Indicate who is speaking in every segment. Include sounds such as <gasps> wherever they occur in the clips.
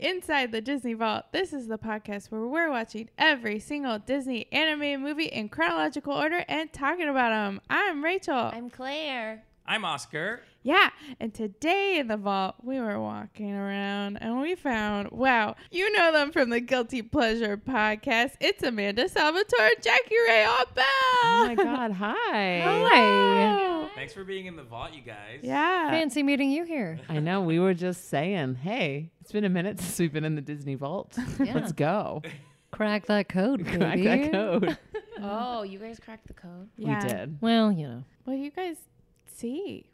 Speaker 1: Inside the Disney Vault, this is the podcast where we're watching every single Disney animated movie in chronological order and talking about them. I'm Rachel.
Speaker 2: I'm Claire.
Speaker 3: I'm Oscar.
Speaker 1: yeah, and today in the vault, we were walking around and we found, wow, you know them from the Guilty Pleasure podcast. It's Amanda Salvatore and Jackie Ray Opel.
Speaker 4: Oh
Speaker 1: <laughs>
Speaker 4: my God. Hi.
Speaker 1: Wow.
Speaker 3: Thanks for being in the vault, you guys.
Speaker 1: Yeah.
Speaker 2: Fancy meeting you here.
Speaker 4: I know. We were just saying, hey, it's been a minute <laughs> since we've been in the Disney vault. <laughs>
Speaker 2: Yeah.
Speaker 4: Let's go.
Speaker 5: Crack that code,
Speaker 4: <laughs>
Speaker 5: baby.
Speaker 4: Crack that code.
Speaker 2: Oh, you guys cracked the code.
Speaker 1: yeah.
Speaker 4: We did.
Speaker 5: Well, you know.
Speaker 1: What do you guys see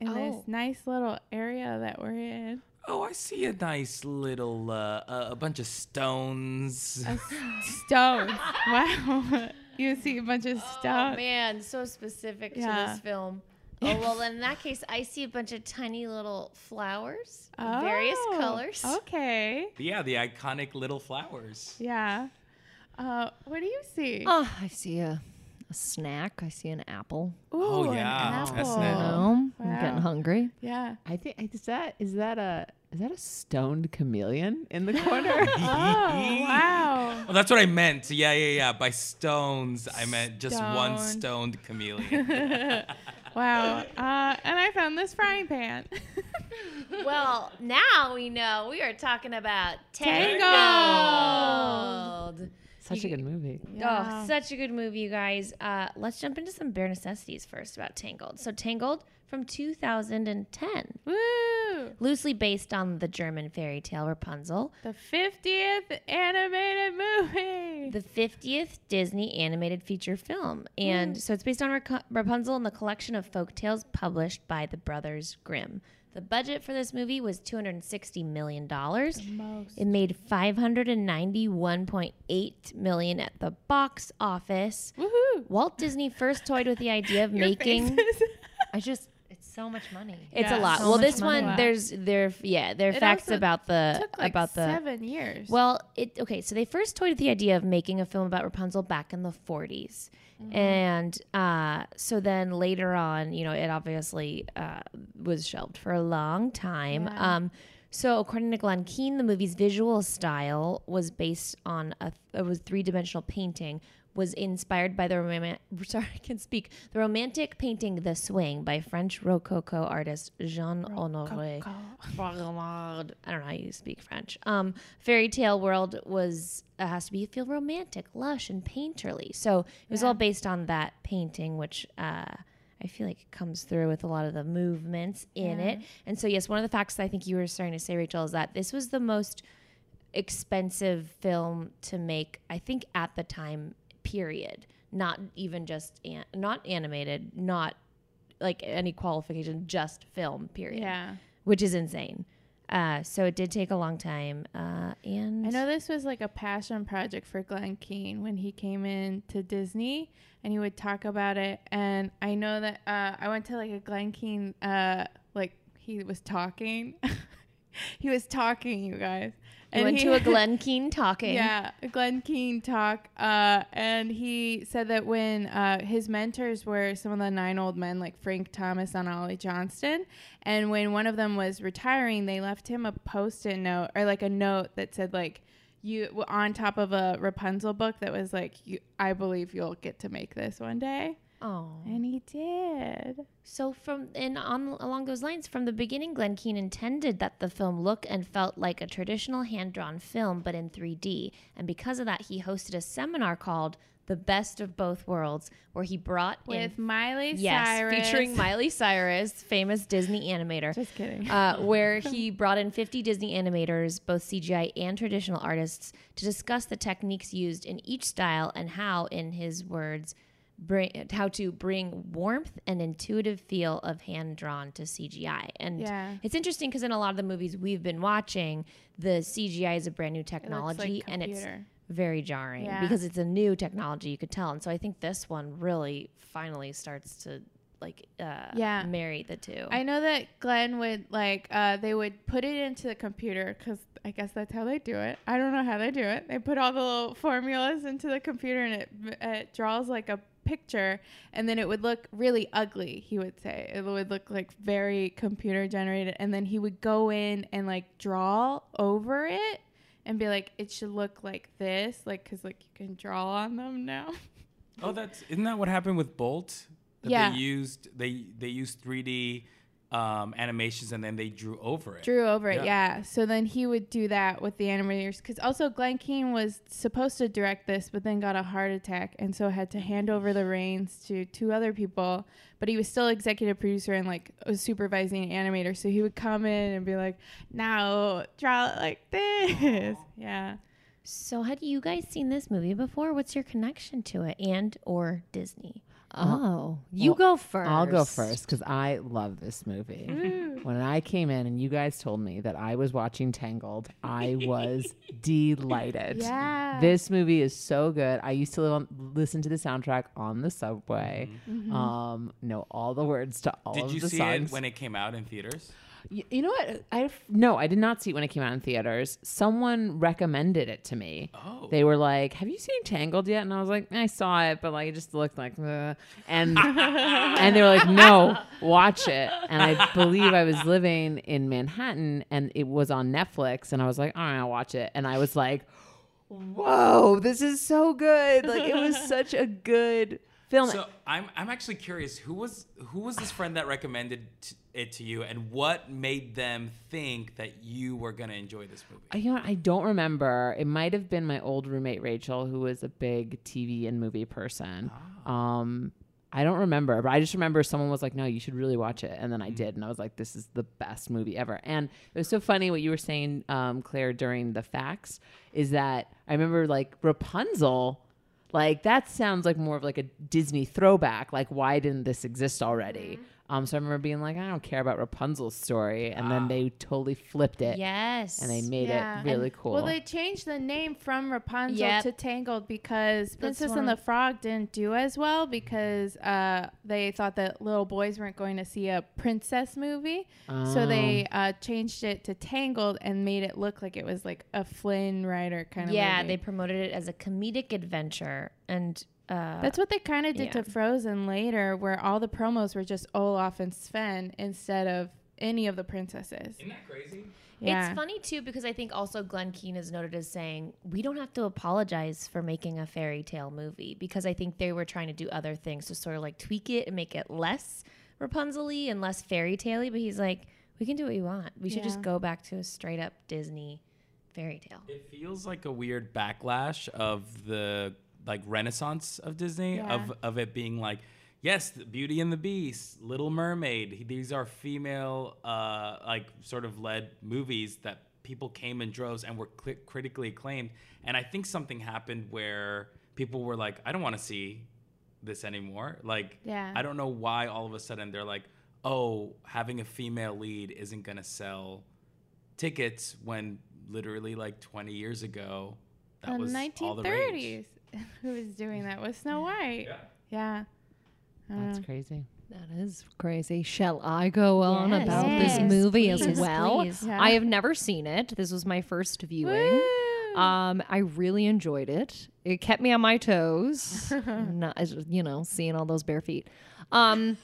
Speaker 1: in
Speaker 2: Oh.
Speaker 1: this nice little area that we're in?
Speaker 3: Oh, I see a nice little, uh, uh, a bunch of
Speaker 6: <laughs>
Speaker 3: stones.
Speaker 1: A stones. wow. <laughs> You see a bunch of
Speaker 2: Oh
Speaker 1: stones.
Speaker 2: man, so specific to
Speaker 1: Yeah.
Speaker 2: this film. Oh well, in that case, I see a bunch of tiny little flowers, of various
Speaker 1: Oh,
Speaker 2: colors.
Speaker 1: Okay.
Speaker 3: <laughs> yeah, the iconic little flowers.
Speaker 1: Yeah. Uh, what do you see?
Speaker 2: Um,
Speaker 5: Oh, I see a, a snack. I see an apple.
Speaker 3: Oh,
Speaker 1: an
Speaker 3: yeah. That's
Speaker 1: apple.
Speaker 5: You
Speaker 3: nice.
Speaker 5: know? I'm
Speaker 1: Wow.
Speaker 5: getting hungry.
Speaker 1: Yeah.
Speaker 4: I think is that is that a is that a stoned chameleon in the corner?
Speaker 3: <laughs>
Speaker 1: Oh, wow.
Speaker 3: Oh, that's what I meant. Yeah, yeah, yeah. By stones, I meant just one
Speaker 1: Stone. <laughs>
Speaker 3: stoned chameleon.
Speaker 1: wow. <laughs> Uh, and I found this frying pan. <laughs>
Speaker 2: Well, now we know we are talking about
Speaker 1: Tangled.
Speaker 2: Tangled.
Speaker 4: Such a good movie.
Speaker 2: Oh, such a good movie, you guys. Uh, let's jump into some bare necessities first about Tangled. So, Tangled from 2010,
Speaker 1: Woo!
Speaker 2: loosely based on the German fairy tale Rapunzel,
Speaker 1: The 50th animated movie.
Speaker 2: the 50th Disney animated feature film. And so it's based on Rac- Rapunzel and the collection of folk tales published by the Brothers Grimm. The budget for this movie was $260 million.
Speaker 1: most.
Speaker 2: It made 591.8 million at the box office.
Speaker 1: Woohoo.
Speaker 2: Walt Disney first toyed with the idea
Speaker 1: <laughs>
Speaker 2: of <laughs> making
Speaker 5: I just, it's so much money.
Speaker 2: It's
Speaker 1: Yeah.
Speaker 2: a lot.
Speaker 1: So
Speaker 2: well,
Speaker 5: much
Speaker 2: this
Speaker 5: money.
Speaker 2: one there's there yeah there are
Speaker 1: It
Speaker 2: facts
Speaker 1: also
Speaker 2: about the
Speaker 1: took like
Speaker 2: uh, about the
Speaker 1: seven years.
Speaker 2: well it okay so they first toyed with the idea of making a film about Rapunzel back in the 40s
Speaker 1: Mm-hmm.
Speaker 2: and uh, so then later on you know it obviously uh, was shelved for a long time.
Speaker 1: Yeah.
Speaker 2: Um, so according to Glenn Keane, the movie's visual style was based on a it was three dimensional painting. Was inspired by the romantic, <laughs> sorry, I can speak. The romantic painting "The Swing" by French Rococo artist Jean Honoré. Baudelaire. I don't know how you speak French. Um, fairy tale world was uh, has to be feel romantic, lush, and painterly. So it was all based on that painting, which uh, I feel like it comes through with a lot of the movements in it. And so yes, one of the facts that I think you were starting to say, Rachel, is that this was the most expensive film to make. I think at the time period, not even just an- not animated, not like any qualification, just film period
Speaker 1: yeah.
Speaker 2: which is insane. Uh, so it did take a long time, uh, and
Speaker 1: I know this was like a passion project for Glenn Keane when he came in to Disney and he would talk about it. And I know that uh, I went to like a Glenn Keane, uh, like he was talking. <laughs> he was talking, you guys.
Speaker 2: you went
Speaker 1: he- <laughs>
Speaker 2: to a Glen Keane talking.
Speaker 1: Yeah, a Glenn Keane talk. Uh, and he said that when uh, his mentors were some of the nine old men, like Frank Thomas and Ollie Johnston, and when one of them was retiring, they left him a post-it note or like a note that said like you on top of a Rapunzel book that was like you, I believe you'll get to make this one day,
Speaker 2: Oh,
Speaker 1: and he did.
Speaker 2: so from and on along those lines, from the beginning, Glen Keane intended that the film look and felt like a traditional hand-drawn film, but in 3D. And because of that, he hosted a seminar called "The Best of Both Worlds," where he brought
Speaker 1: With
Speaker 2: in
Speaker 1: Miley
Speaker 2: yes,
Speaker 1: Cyrus.
Speaker 2: featuring Miley Cyrus, famous Disney animator.
Speaker 1: Just kidding.
Speaker 2: uh, where he brought in 50 Disney animators, both CGI and traditional artists, to discuss the techniques used in each style and how, in his words, bring, how to bring warmth and intuitive feel of hand drawn to CGI. And
Speaker 1: Yeah.
Speaker 2: it's interesting because in a lot of the movies we've been watching, the CGI is a brand new technology and it's
Speaker 1: computer.
Speaker 2: very jarring
Speaker 1: Yeah.
Speaker 2: because it's a new technology you could tell. And so I think this one really finally starts to like uh,
Speaker 1: Yeah.
Speaker 2: marry the two.
Speaker 1: I know that Glenn would like uh, they would put it into the computer because I guess that's how they do it. I don't know how they do it. They put all the little formulas into the computer and it it draws like a picture and then it would look really ugly he would say it would look like very computer generated and then he would go in and like draw over it and be like it should look like this like because like you can draw on them now <laughs>
Speaker 3: Oh, that's isn't that what happened with Bolt? That
Speaker 1: Yeah.
Speaker 3: They used they they used 3D um, animations and then they drew over it.
Speaker 1: drew over it
Speaker 3: Yeah.
Speaker 1: yeah. so then he would do that with the animators because also glenn keane was supposed to direct this but then got a heart attack and so had to hand over the reins to two other people but he was still executive producer and like a supervising animator so he would come in and be like now draw it like this <laughs> yeah
Speaker 2: So, had you guys seen this movie before? What's your connection to it, and or Disney?
Speaker 5: Oh, you go first.
Speaker 4: Uh, I'll go first because I love this movie. when I came in and you guys told me that I was watching Tangled, I was delighted.
Speaker 1: yeah
Speaker 4: This movie is so good. I used to live on, listen to the soundtrack on the subway. Um, know all the words to all
Speaker 3: Did
Speaker 4: of
Speaker 3: you
Speaker 4: the
Speaker 3: see
Speaker 4: songs.
Speaker 3: it when it came out in theaters?
Speaker 4: Y- You know what? I f- no, I did not see it when it came out in theaters. Someone recommended it to me.
Speaker 3: Oh.
Speaker 4: They were like, "Have you seen Tangled yet?" And I was like, "I saw it, but like it just looked like," "Ugh." and and they were like, "No, watch it." And I believe I was living in Manhattan, and it was on Netflix, and I was like, "All right, I'll watch it." And I was like, "Whoa, this is so good!" Like it was such a good film.
Speaker 3: So I'm I'm actually curious who was who was this friend that recommended t- it to you, and what made them think that you were gonna enjoy this movie?
Speaker 4: I- You know, what? I don't remember. It might have been my old roommate Rachel, who was a big TV and movie person. Um, I don't remember, but I just remember someone was like, "No, you should really watch it," and then I did, and I was like, "This is the best movie ever." And it was so funny what you were saying, um, Claire, during the facts is that I remember like Rapunzel. Like that sounds like more of like a Disney throwback. Like why didn't this exist already? Um, so I remember being like, I don't care about Rapunzel's story, and then they totally flipped it
Speaker 2: Yes.
Speaker 4: and they made
Speaker 1: Yeah.
Speaker 4: it really
Speaker 1: And-
Speaker 4: cool.
Speaker 1: Well, they changed the name from Rapunzel
Speaker 2: Yep.
Speaker 1: to Tangled because Princess
Speaker 2: one
Speaker 1: and the
Speaker 2: of-
Speaker 1: Frog didn't do as well because uh, they thought that little boys weren't going to see a princess movie,
Speaker 4: Oh,
Speaker 1: so they uh, changed it to Tangled and made it look like it was like a Flynn Rider kind of
Speaker 2: yeah,
Speaker 1: movie.
Speaker 2: they promoted it as a comedic adventure, and uh,
Speaker 1: That's what they kind of did
Speaker 2: Yeah.
Speaker 1: to Frozen later, where all the promos were just Olaf and Sven instead of any of the princesses.
Speaker 3: Isn't that crazy?
Speaker 1: Yeah.
Speaker 2: It's funny too because I think also Glenn Keane is noted as saying we don't have to apologize for making a fairy tale movie because I think they were trying to do other things to sort of like tweak it and make it less Rapunzel-y and less fairy tale-y. But he's like, we can do what we want. We should just
Speaker 1: Yeah.
Speaker 2: go back to a straight up Disney fairy tale.
Speaker 3: It feels like a weird backlash of the like renaissance of Disney
Speaker 1: Yeah.
Speaker 3: of of it being like yes, the Beauty and the Beast, Little Mermaid, these are female uh like sort of led movies that people came in droves and were cli critically acclaimed and I think something happened where people were like I don't want to see this anymore. Like
Speaker 1: Yeah.
Speaker 3: I don't know why all of a sudden they're like oh, having a female lead isn't going to sell
Speaker 6: tickets when literally like 20 years ago that
Speaker 1: the
Speaker 6: was all the rage.
Speaker 1: 1930s. <laughs> Who was doing that with Snow White? Yeah. Uh, I don't
Speaker 4: That's
Speaker 1: know.
Speaker 4: crazy.
Speaker 5: That is crazy. Shall I go on
Speaker 2: Yes.
Speaker 5: about
Speaker 1: Yes,
Speaker 5: this movie as
Speaker 2: please,
Speaker 5: well?
Speaker 2: please.
Speaker 1: Yeah.
Speaker 5: I have never seen it. This was my first viewing.
Speaker 1: Woo!
Speaker 5: Um, I really enjoyed it. It kept me on my toes. Not, as- you know, seeing all those bare feet. Um,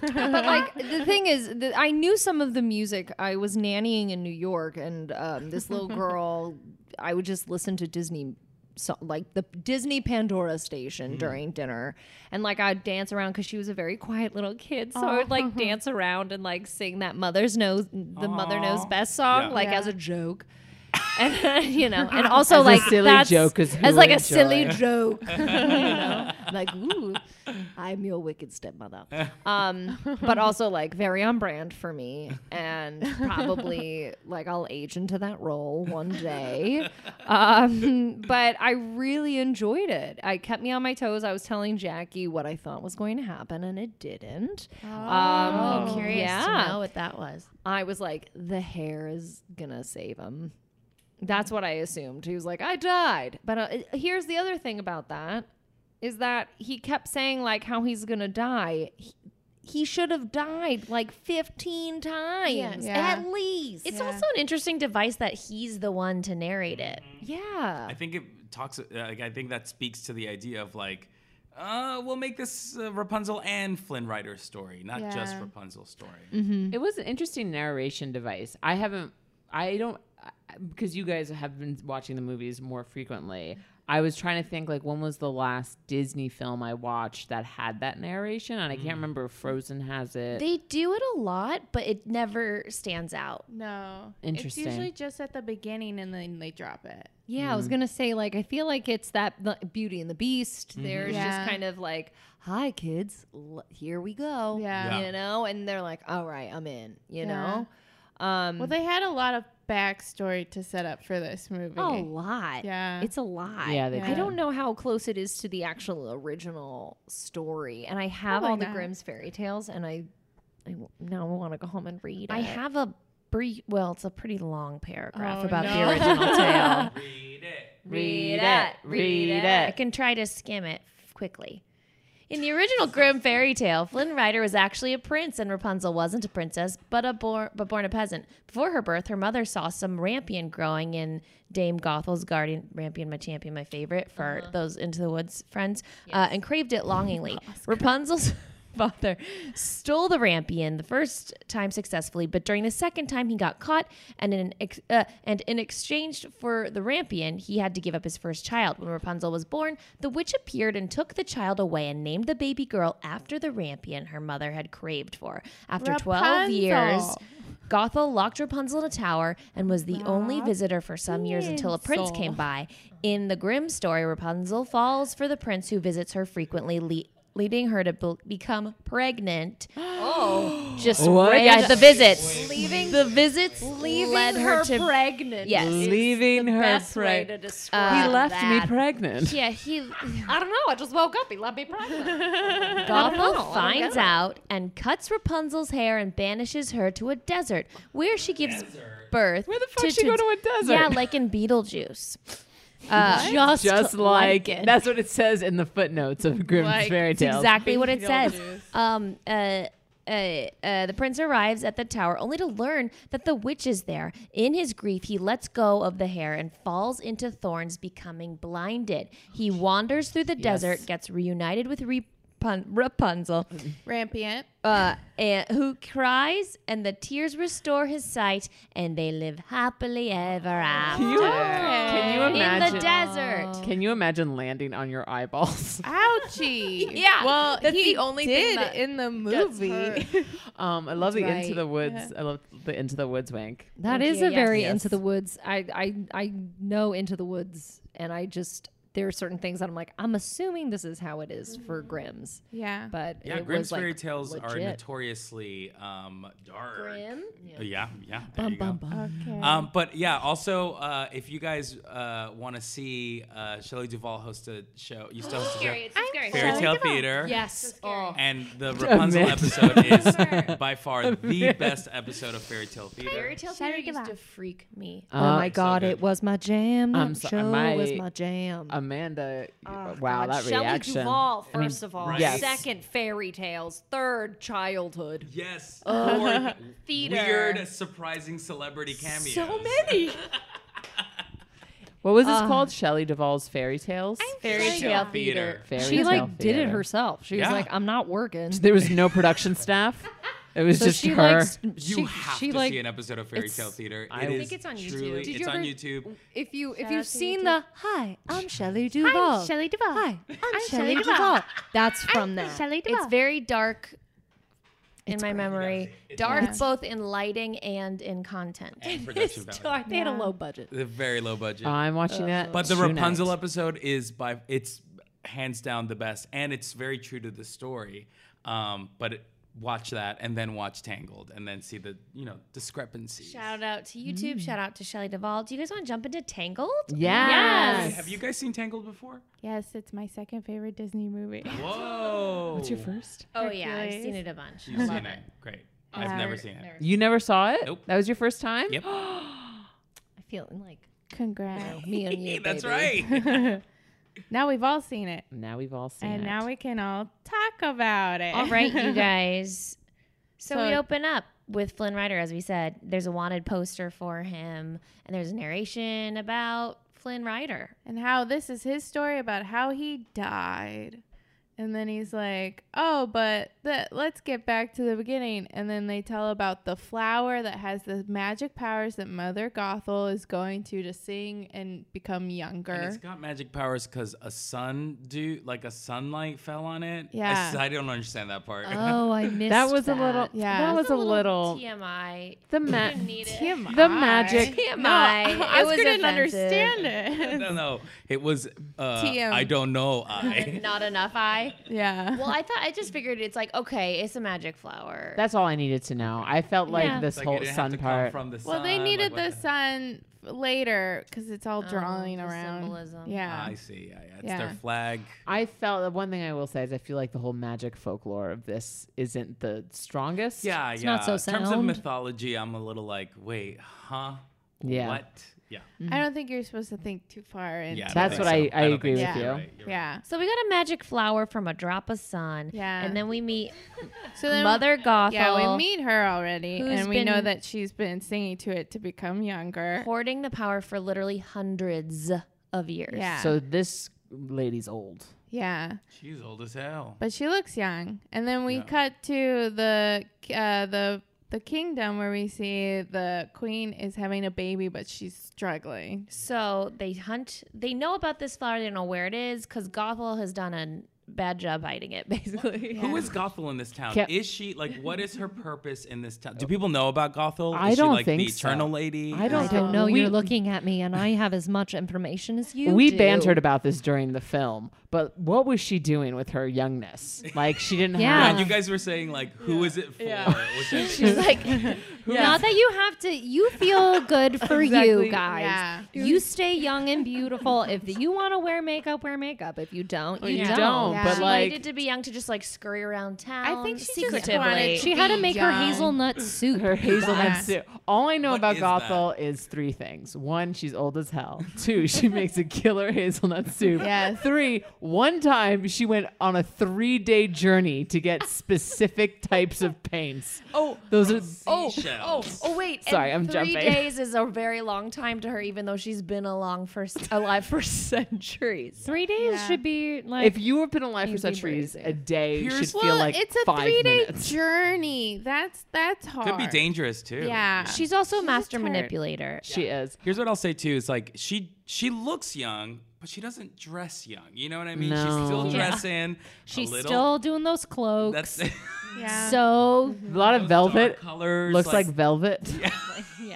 Speaker 5: but like the thing is, the, I knew some of the music. I was nannying in New York, and um, this little girl, I would just listen to Disney. So, like the Disney Pandora station during dinner, and like I'd dance around because she was a very quiet little kid, so I would like dance around and like sing that mother's knows the mother knows best song
Speaker 3: Yeah.
Speaker 5: like
Speaker 1: Yeah.
Speaker 5: as a joke and then, you know,
Speaker 4: <laughs>
Speaker 5: and also like
Speaker 4: silly
Speaker 5: that's,
Speaker 4: joke is who
Speaker 5: as like a
Speaker 4: enjoy.
Speaker 5: silly joke, you know,
Speaker 4: <laughs>
Speaker 5: like ooh, I'm your wicked stepmother. Um, but also like very on brand for me, and probably like I'll age into that role one day. Um, but I really enjoyed it. I kept me on my toes. I was telling Jackie what I thought was going to happen, and it didn't.
Speaker 2: I'm
Speaker 5: um,
Speaker 2: curious
Speaker 5: yeah.
Speaker 2: to know what that was.
Speaker 5: I was like, the hair is gonna save him. That's what I assumed. He was like, I died. But uh, here's the other thing about that is that he kept saying like how he's gonna die. He, he should have died like 15 times
Speaker 1: Yeah.
Speaker 5: at least.
Speaker 2: It's
Speaker 1: Yeah.
Speaker 2: also an interesting device that he's the one to narrate it.
Speaker 5: yeah.
Speaker 6: i think it talks uh, like i think that speaks to the idea of like uh, we'll make this uh, Rapunzel and Flynn Rider story, not just
Speaker 1: Yeah.
Speaker 6: Rapunzel story.
Speaker 5: Mm-hmm.
Speaker 4: It was an interesting narration device. I haven't, I don't, I- because you guys have been watching the movies more frequently. I was trying to think like when was the last Disney film I watched that had that narration, and I can't remember if Frozen has it.
Speaker 2: They do it a lot, but it never stands out.
Speaker 1: No.
Speaker 4: Interesting.
Speaker 1: It's usually just at the beginning and then they drop it.
Speaker 5: Yeah, I was gonna say like I feel like it's that the Beauty and the Beast. There's
Speaker 1: Yeah.
Speaker 5: just kind of like, "Hi kids, l- here we go,"
Speaker 1: Yeah.
Speaker 5: you know, and they're like, "All right, I'm in," you
Speaker 1: Yeah.
Speaker 5: know. Um,
Speaker 1: Well, they had a lot of backstory to set up for this movie.
Speaker 5: a lot.
Speaker 1: Yeah.
Speaker 5: it's a lot.
Speaker 4: Yeah, they
Speaker 1: Yeah.
Speaker 5: I don't know how close it is to the actual original story, and Oh, I have all
Speaker 1: Probably
Speaker 5: the
Speaker 1: not.
Speaker 5: Grimm's fairy tales, and I, I w- now want to go home and read.
Speaker 2: I
Speaker 5: it.
Speaker 2: have a brief, well, it's a pretty long paragraph
Speaker 1: Oh,
Speaker 2: about
Speaker 1: no.
Speaker 2: the original <laughs> tale.
Speaker 6: Read it.
Speaker 4: read it, read it.
Speaker 2: I can try to skim it quickly. In the original Grimm fairy tale, Flynn Rider was actually a prince, and Rapunzel wasn't a princess, but a bor- but born a peasant. Before her birth, her mother saw some rampion growing in Dame Gothel's garden. Rampion, my champion, my favorite for those into the woods friends, uh, and craved it longingly. Rapunzel's <laughs> father stole the rampion the first time successfully, but during the second time he got caught, and in ex- uh, and in exchange for the rampion, he had to give up his first child. When Rapunzel was born, the witch appeared and took the child away and named the baby girl after the rampion her mother had craved for. After twelve years.
Speaker 1: Rapunzel.
Speaker 2: Gothel locked Rapunzel in a tower and was the only visitor for some years until a prince
Speaker 1: Rapunzel.
Speaker 2: came by. In the Grimm story, Rapunzel falls for the prince who visits her frequently, le- leading her to be- become <gasps> pregnant. Oh, just right at the visits. Leaving the visits led her, to
Speaker 5: pregnant.
Speaker 2: yes.
Speaker 4: Leaving her
Speaker 5: Best way to
Speaker 4: pregnant.
Speaker 5: describe.
Speaker 4: Uh, He left
Speaker 2: that.
Speaker 4: <laughs> me pregnant.
Speaker 2: Yeah, he
Speaker 5: I don't know. I just woke up. He left me
Speaker 4: <laughs>
Speaker 5: pregnant.
Speaker 2: Gothel finds out and cuts Rapunzel's hair and banishes her to a desert where she gives birth. Where
Speaker 4: the fuck she go to a desert?
Speaker 2: Yeah, like in Beetlejuice. Uh,
Speaker 4: Just, like, that's what it says in the footnotes of Grimm's
Speaker 1: Like,
Speaker 4: fairy
Speaker 1: it's
Speaker 4: tales.
Speaker 2: exactly what it says.
Speaker 1: Beetlejuice.
Speaker 2: Um, uh, uh, uh, the prince arrives at the tower only to learn that the witch is there. In his grief, he lets go of the hair and falls into thorns, becoming blinded. He wanders through the desert, gets reunited with Rapun- Rapunzel,
Speaker 1: Rampant.
Speaker 2: uh, and, who cries, and the tears restore his sight, and they live happily ever after.
Speaker 4: Can you, can you imagine?
Speaker 2: In the desert.
Speaker 4: Can you imagine landing on your eyeballs?
Speaker 1: Ah, Ouchie.
Speaker 2: Yeah,
Speaker 1: Well,
Speaker 2: that's
Speaker 1: he
Speaker 2: the only thing
Speaker 1: did
Speaker 2: that
Speaker 1: in the movie.
Speaker 4: Um, I love the Into
Speaker 2: right.
Speaker 4: the Woods. I love the Into the Woods wink.
Speaker 5: That
Speaker 2: Thank
Speaker 5: is
Speaker 2: you,
Speaker 5: a
Speaker 2: yes.
Speaker 5: very
Speaker 4: Yes.
Speaker 5: into the woods. I, I I know into the woods, and I just there are certain things that I'm like I'm assuming this is how it is for Grimm's,
Speaker 1: <laughs> yeah.
Speaker 5: but
Speaker 6: Yeah,
Speaker 5: it
Speaker 6: Grimm's
Speaker 5: was, like,
Speaker 6: fairy tales are
Speaker 5: legit.
Speaker 6: notoriously um, dark.
Speaker 2: Grim?
Speaker 6: Yeah, yeah. yeah there
Speaker 5: Bum,
Speaker 6: you go.
Speaker 5: bum, bum.
Speaker 1: Okay.
Speaker 6: Um, but yeah, also uh, if you guys uh, want to see uh, Shelley Duvall host a show, you still host a show, Fairy
Speaker 1: Shelley
Speaker 6: Tale
Speaker 1: Duvall.
Speaker 6: Theater.
Speaker 5: Yes. Oh.
Speaker 6: And
Speaker 5: <laughs>
Speaker 6: the Rapunzel episode is by far the best episode of Fairy Tale Theater.
Speaker 2: Fairy tale
Speaker 1: Shut
Speaker 2: theater
Speaker 1: it
Speaker 2: used
Speaker 1: up.
Speaker 2: to freak me.
Speaker 5: Oh my god, it was my jam. That
Speaker 4: Uh, I'm so-
Speaker 5: show
Speaker 4: my-
Speaker 5: was my jam.
Speaker 4: Amanda, wow, that
Speaker 5: Ah, Oh, Shelley
Speaker 4: reaction.
Speaker 5: Duvall, first of all.
Speaker 6: right.
Speaker 4: Yes.
Speaker 5: Second, fairy tales. Third, childhood.
Speaker 6: Yes. Or Weird, surprising celebrity cameos.
Speaker 5: So many.
Speaker 4: What was this called? Shelley Duvall's Fairy Tales.
Speaker 2: Fairy
Speaker 6: Tale Theater.
Speaker 4: Fairy
Speaker 5: she
Speaker 4: Tale
Speaker 5: like did it
Speaker 4: Theater.
Speaker 5: herself. She
Speaker 6: Yeah.
Speaker 5: was like, I'm not working.
Speaker 4: There was no production staff. It was
Speaker 5: So
Speaker 4: just
Speaker 5: she
Speaker 4: her.
Speaker 5: likes.
Speaker 6: You
Speaker 5: she,
Speaker 6: have
Speaker 5: she
Speaker 6: to
Speaker 5: like
Speaker 6: see an episode of Fairy Tale Theater.
Speaker 4: I
Speaker 6: It
Speaker 4: think
Speaker 6: is
Speaker 2: it's on YouTube.
Speaker 6: Truly,
Speaker 5: Did
Speaker 6: it's
Speaker 5: you
Speaker 6: on
Speaker 5: ever-
Speaker 6: YouTube.
Speaker 5: If you if
Speaker 1: Shout out
Speaker 5: you've
Speaker 1: to
Speaker 5: seen
Speaker 1: YouTube.
Speaker 5: the Hi, I'm Shelley Duvall.
Speaker 1: Shelley Duvall.
Speaker 5: Hi, I'm,
Speaker 1: Shelley
Speaker 5: Shelley
Speaker 1: Duvall.
Speaker 5: Duvall. That's from that.
Speaker 2: It's very dark in my memory. Dark
Speaker 1: Yeah.
Speaker 2: both in lighting and in content.
Speaker 6: And production value.
Speaker 5: They had a
Speaker 1: Yeah.
Speaker 5: low budget.
Speaker 6: They're very low budget.
Speaker 4: I'm watching that.
Speaker 6: But the
Speaker 4: tonight.
Speaker 6: Rapunzel episode is by it's hands down the best, and it's very true to the story. Um, but it, watch that, and then watch Tangled, and then see the you know discrepancies.
Speaker 2: Shout out to YouTube.
Speaker 1: Mm.
Speaker 2: Shout out to Shelley Duvall. Do you guys want to jump into Tangled?
Speaker 4: Yes.
Speaker 6: Have you guys seen Tangled before?
Speaker 1: yes, it's my second favorite Disney movie.
Speaker 6: Whoa!
Speaker 4: What's your first?
Speaker 2: Oh yeah, I've
Speaker 1: Hercules.
Speaker 2: seen it a bunch.
Speaker 6: You've seen it. Great. I've
Speaker 1: Yeah.
Speaker 6: never seen it.
Speaker 4: You never saw it.
Speaker 6: Nope.
Speaker 4: That was your first time.
Speaker 6: Yep.
Speaker 5: I feel like
Speaker 1: Congrats.
Speaker 5: me and you.
Speaker 6: That's
Speaker 5: baby.
Speaker 6: right.
Speaker 1: now we've all seen it.
Speaker 4: <laughs> Now we've all seen
Speaker 1: And
Speaker 4: it.
Speaker 1: now we can all talk about it.
Speaker 2: All right,
Speaker 1: <laughs>
Speaker 2: you guys. So, we
Speaker 1: So-
Speaker 2: open up with Flynn Rider, as we said. There's a wanted poster for him, and there's a narration about Flynn Rider.
Speaker 1: and how this is his story about how he died. And then he's like, "Oh, but the, let's get back to the beginning." And then they tell about the flower that has the magic powers that Mother Gothel is going to to sing and become
Speaker 6: And
Speaker 1: younger.
Speaker 6: it's got magic powers because a sun dude, like a sunlight fell on it. I
Speaker 1: Yeah.
Speaker 6: s- I, don't understand that part.
Speaker 5: Oh, I missed
Speaker 4: That was a little.
Speaker 1: Yeah.
Speaker 4: that was a little.
Speaker 2: TMI.
Speaker 4: the ma-
Speaker 2: Didn't need it.
Speaker 1: TMI.
Speaker 4: the magic.
Speaker 2: TMI.
Speaker 1: No, I <laughs>
Speaker 2: It was
Speaker 1: couldn't
Speaker 2: offensive.
Speaker 1: understand it.
Speaker 6: <laughs> <laughs> no, no, it was. Uh,
Speaker 1: TM.
Speaker 6: I don't know. I.
Speaker 2: Not enough. I.
Speaker 1: <laughs> yeah.
Speaker 2: Well, I thought I just figured it's like okay, it's a magic flower.
Speaker 4: That's all I needed to know. I felt like
Speaker 2: Yeah.
Speaker 4: this
Speaker 6: Like, it
Speaker 4: whole
Speaker 6: didn't have
Speaker 4: sun
Speaker 6: to come
Speaker 4: part.
Speaker 6: From the sun,
Speaker 1: Well, they needed
Speaker 6: like,
Speaker 1: the
Speaker 6: what
Speaker 1: sun f- later because it's all
Speaker 2: Oh,
Speaker 1: drawing
Speaker 2: the
Speaker 1: around.
Speaker 2: symbolism.
Speaker 1: Yeah.
Speaker 6: Ah, I see. Yeah, yeah. It's
Speaker 1: Yeah.
Speaker 6: their flag.
Speaker 4: I felt one thing I will say is I feel like the whole magic folklore of this isn't the strongest.
Speaker 6: Yeah, yeah.
Speaker 5: not so
Speaker 6: In terms of
Speaker 5: sound.
Speaker 6: mythology, I'm a little like, wait, huh?
Speaker 4: Yeah.
Speaker 6: What? Yeah.
Speaker 1: I don't think you're supposed to think too far into.
Speaker 6: Yeah.
Speaker 4: That's
Speaker 6: don't
Speaker 4: what
Speaker 6: think
Speaker 4: I- I
Speaker 6: don't
Speaker 4: agree
Speaker 6: think
Speaker 1: with
Speaker 6: so.
Speaker 1: you.
Speaker 6: You're right, you're right.
Speaker 1: Yeah.
Speaker 2: So we got a magic flower from a drop of sun.
Speaker 1: Yeah.
Speaker 2: And then we meet
Speaker 1: So then,
Speaker 2: Mother Gothel.
Speaker 1: Yeah, we meet her already,
Speaker 2: who's
Speaker 1: and we know
Speaker 2: been-
Speaker 1: that she's been singing to it to become younger.
Speaker 2: hoarding the power for literally hundreds of years.
Speaker 1: Yeah.
Speaker 4: So this lady's old.
Speaker 1: yeah.
Speaker 6: She's old as hell.
Speaker 1: But she looks young. And then we cut to the uh, the the kingdom where we see the queen is having a baby, but she's struggling.
Speaker 2: So they hunt. They know about this flower. They don't know where it is because Gothel has done a bad job hiding it, <laughs> basically.
Speaker 6: Who is Gothel in this town?
Speaker 4: Ca- Oh.
Speaker 6: is she like what is her purpose in this town? Do people know about Gothel?
Speaker 4: I
Speaker 6: is
Speaker 4: don't
Speaker 6: she like
Speaker 4: think
Speaker 6: the eternal
Speaker 4: so.
Speaker 6: lady?
Speaker 4: I don't
Speaker 5: I don't
Speaker 4: think-
Speaker 5: know.
Speaker 4: we-
Speaker 5: You're looking at me, and I have as much information as you.
Speaker 4: we
Speaker 5: do.
Speaker 4: bantered
Speaker 5: <laughs>
Speaker 4: about this during the film, but what was she doing with her youngness? Like she didn't
Speaker 5: Yeah.
Speaker 4: have.
Speaker 6: You guys were saying like who is it for? Which I-
Speaker 1: <laughs>
Speaker 2: She's like,
Speaker 5: Not that you have to. You feel good for
Speaker 1: Exactly,
Speaker 5: you guys.
Speaker 1: yeah.
Speaker 5: You stay young and beautiful. If you want to wear makeup, wear makeup. If you don't, you,
Speaker 4: you
Speaker 5: don't.
Speaker 4: don't,
Speaker 1: Yeah.
Speaker 4: but
Speaker 2: she
Speaker 4: like
Speaker 2: needed to be young to just like scurry around town.
Speaker 1: I think she just
Speaker 2: secretively.
Speaker 1: wanted-
Speaker 5: She had to make her
Speaker 1: Young.
Speaker 5: hazelnut soup.
Speaker 4: her hazelnut
Speaker 1: Yeah.
Speaker 4: suit. All I know
Speaker 6: What
Speaker 4: about
Speaker 6: is that?
Speaker 4: Gothel is three things. One, she's old as hell. <laughs> Two, she makes a killer <laughs> hazelnut soup.
Speaker 1: Yes.
Speaker 4: Three, one time she went on a three day journey to get specific types of paints. Oh, those are.
Speaker 2: Oh, oh,
Speaker 6: Seashells.
Speaker 2: oh! Wait.
Speaker 4: Sorry, I'm
Speaker 2: and three
Speaker 4: jumping.
Speaker 2: days is a very long time to her, even though she's been along for alive for <laughs> centuries.
Speaker 5: Three days
Speaker 1: Yeah.
Speaker 5: should be like.
Speaker 4: Oh, If you have been alive for
Speaker 5: You'd be
Speaker 4: centuries,
Speaker 5: breezy.
Speaker 4: a day should
Speaker 6: Here's-
Speaker 4: feel like
Speaker 1: it's a
Speaker 4: five
Speaker 1: three day
Speaker 4: minutes.
Speaker 1: journey. That's that's hard.
Speaker 6: Could be dangerous too.
Speaker 1: Yeah.
Speaker 2: She's also a master
Speaker 1: turd.
Speaker 2: manipulator.
Speaker 4: She is.
Speaker 6: Here's what I'll say too is like she she looks young, but she doesn't dress young. You know what I mean? She's
Speaker 4: No.
Speaker 6: still
Speaker 4: Yeah.
Speaker 6: dressing.
Speaker 5: she's
Speaker 6: a little,
Speaker 5: still doing those cloaks.
Speaker 6: that's <laughs>
Speaker 1: yeah.
Speaker 5: so
Speaker 4: A lot of
Speaker 6: dark
Speaker 4: velvet.
Speaker 6: colors.
Speaker 4: Looks like velvet.
Speaker 5: yeah.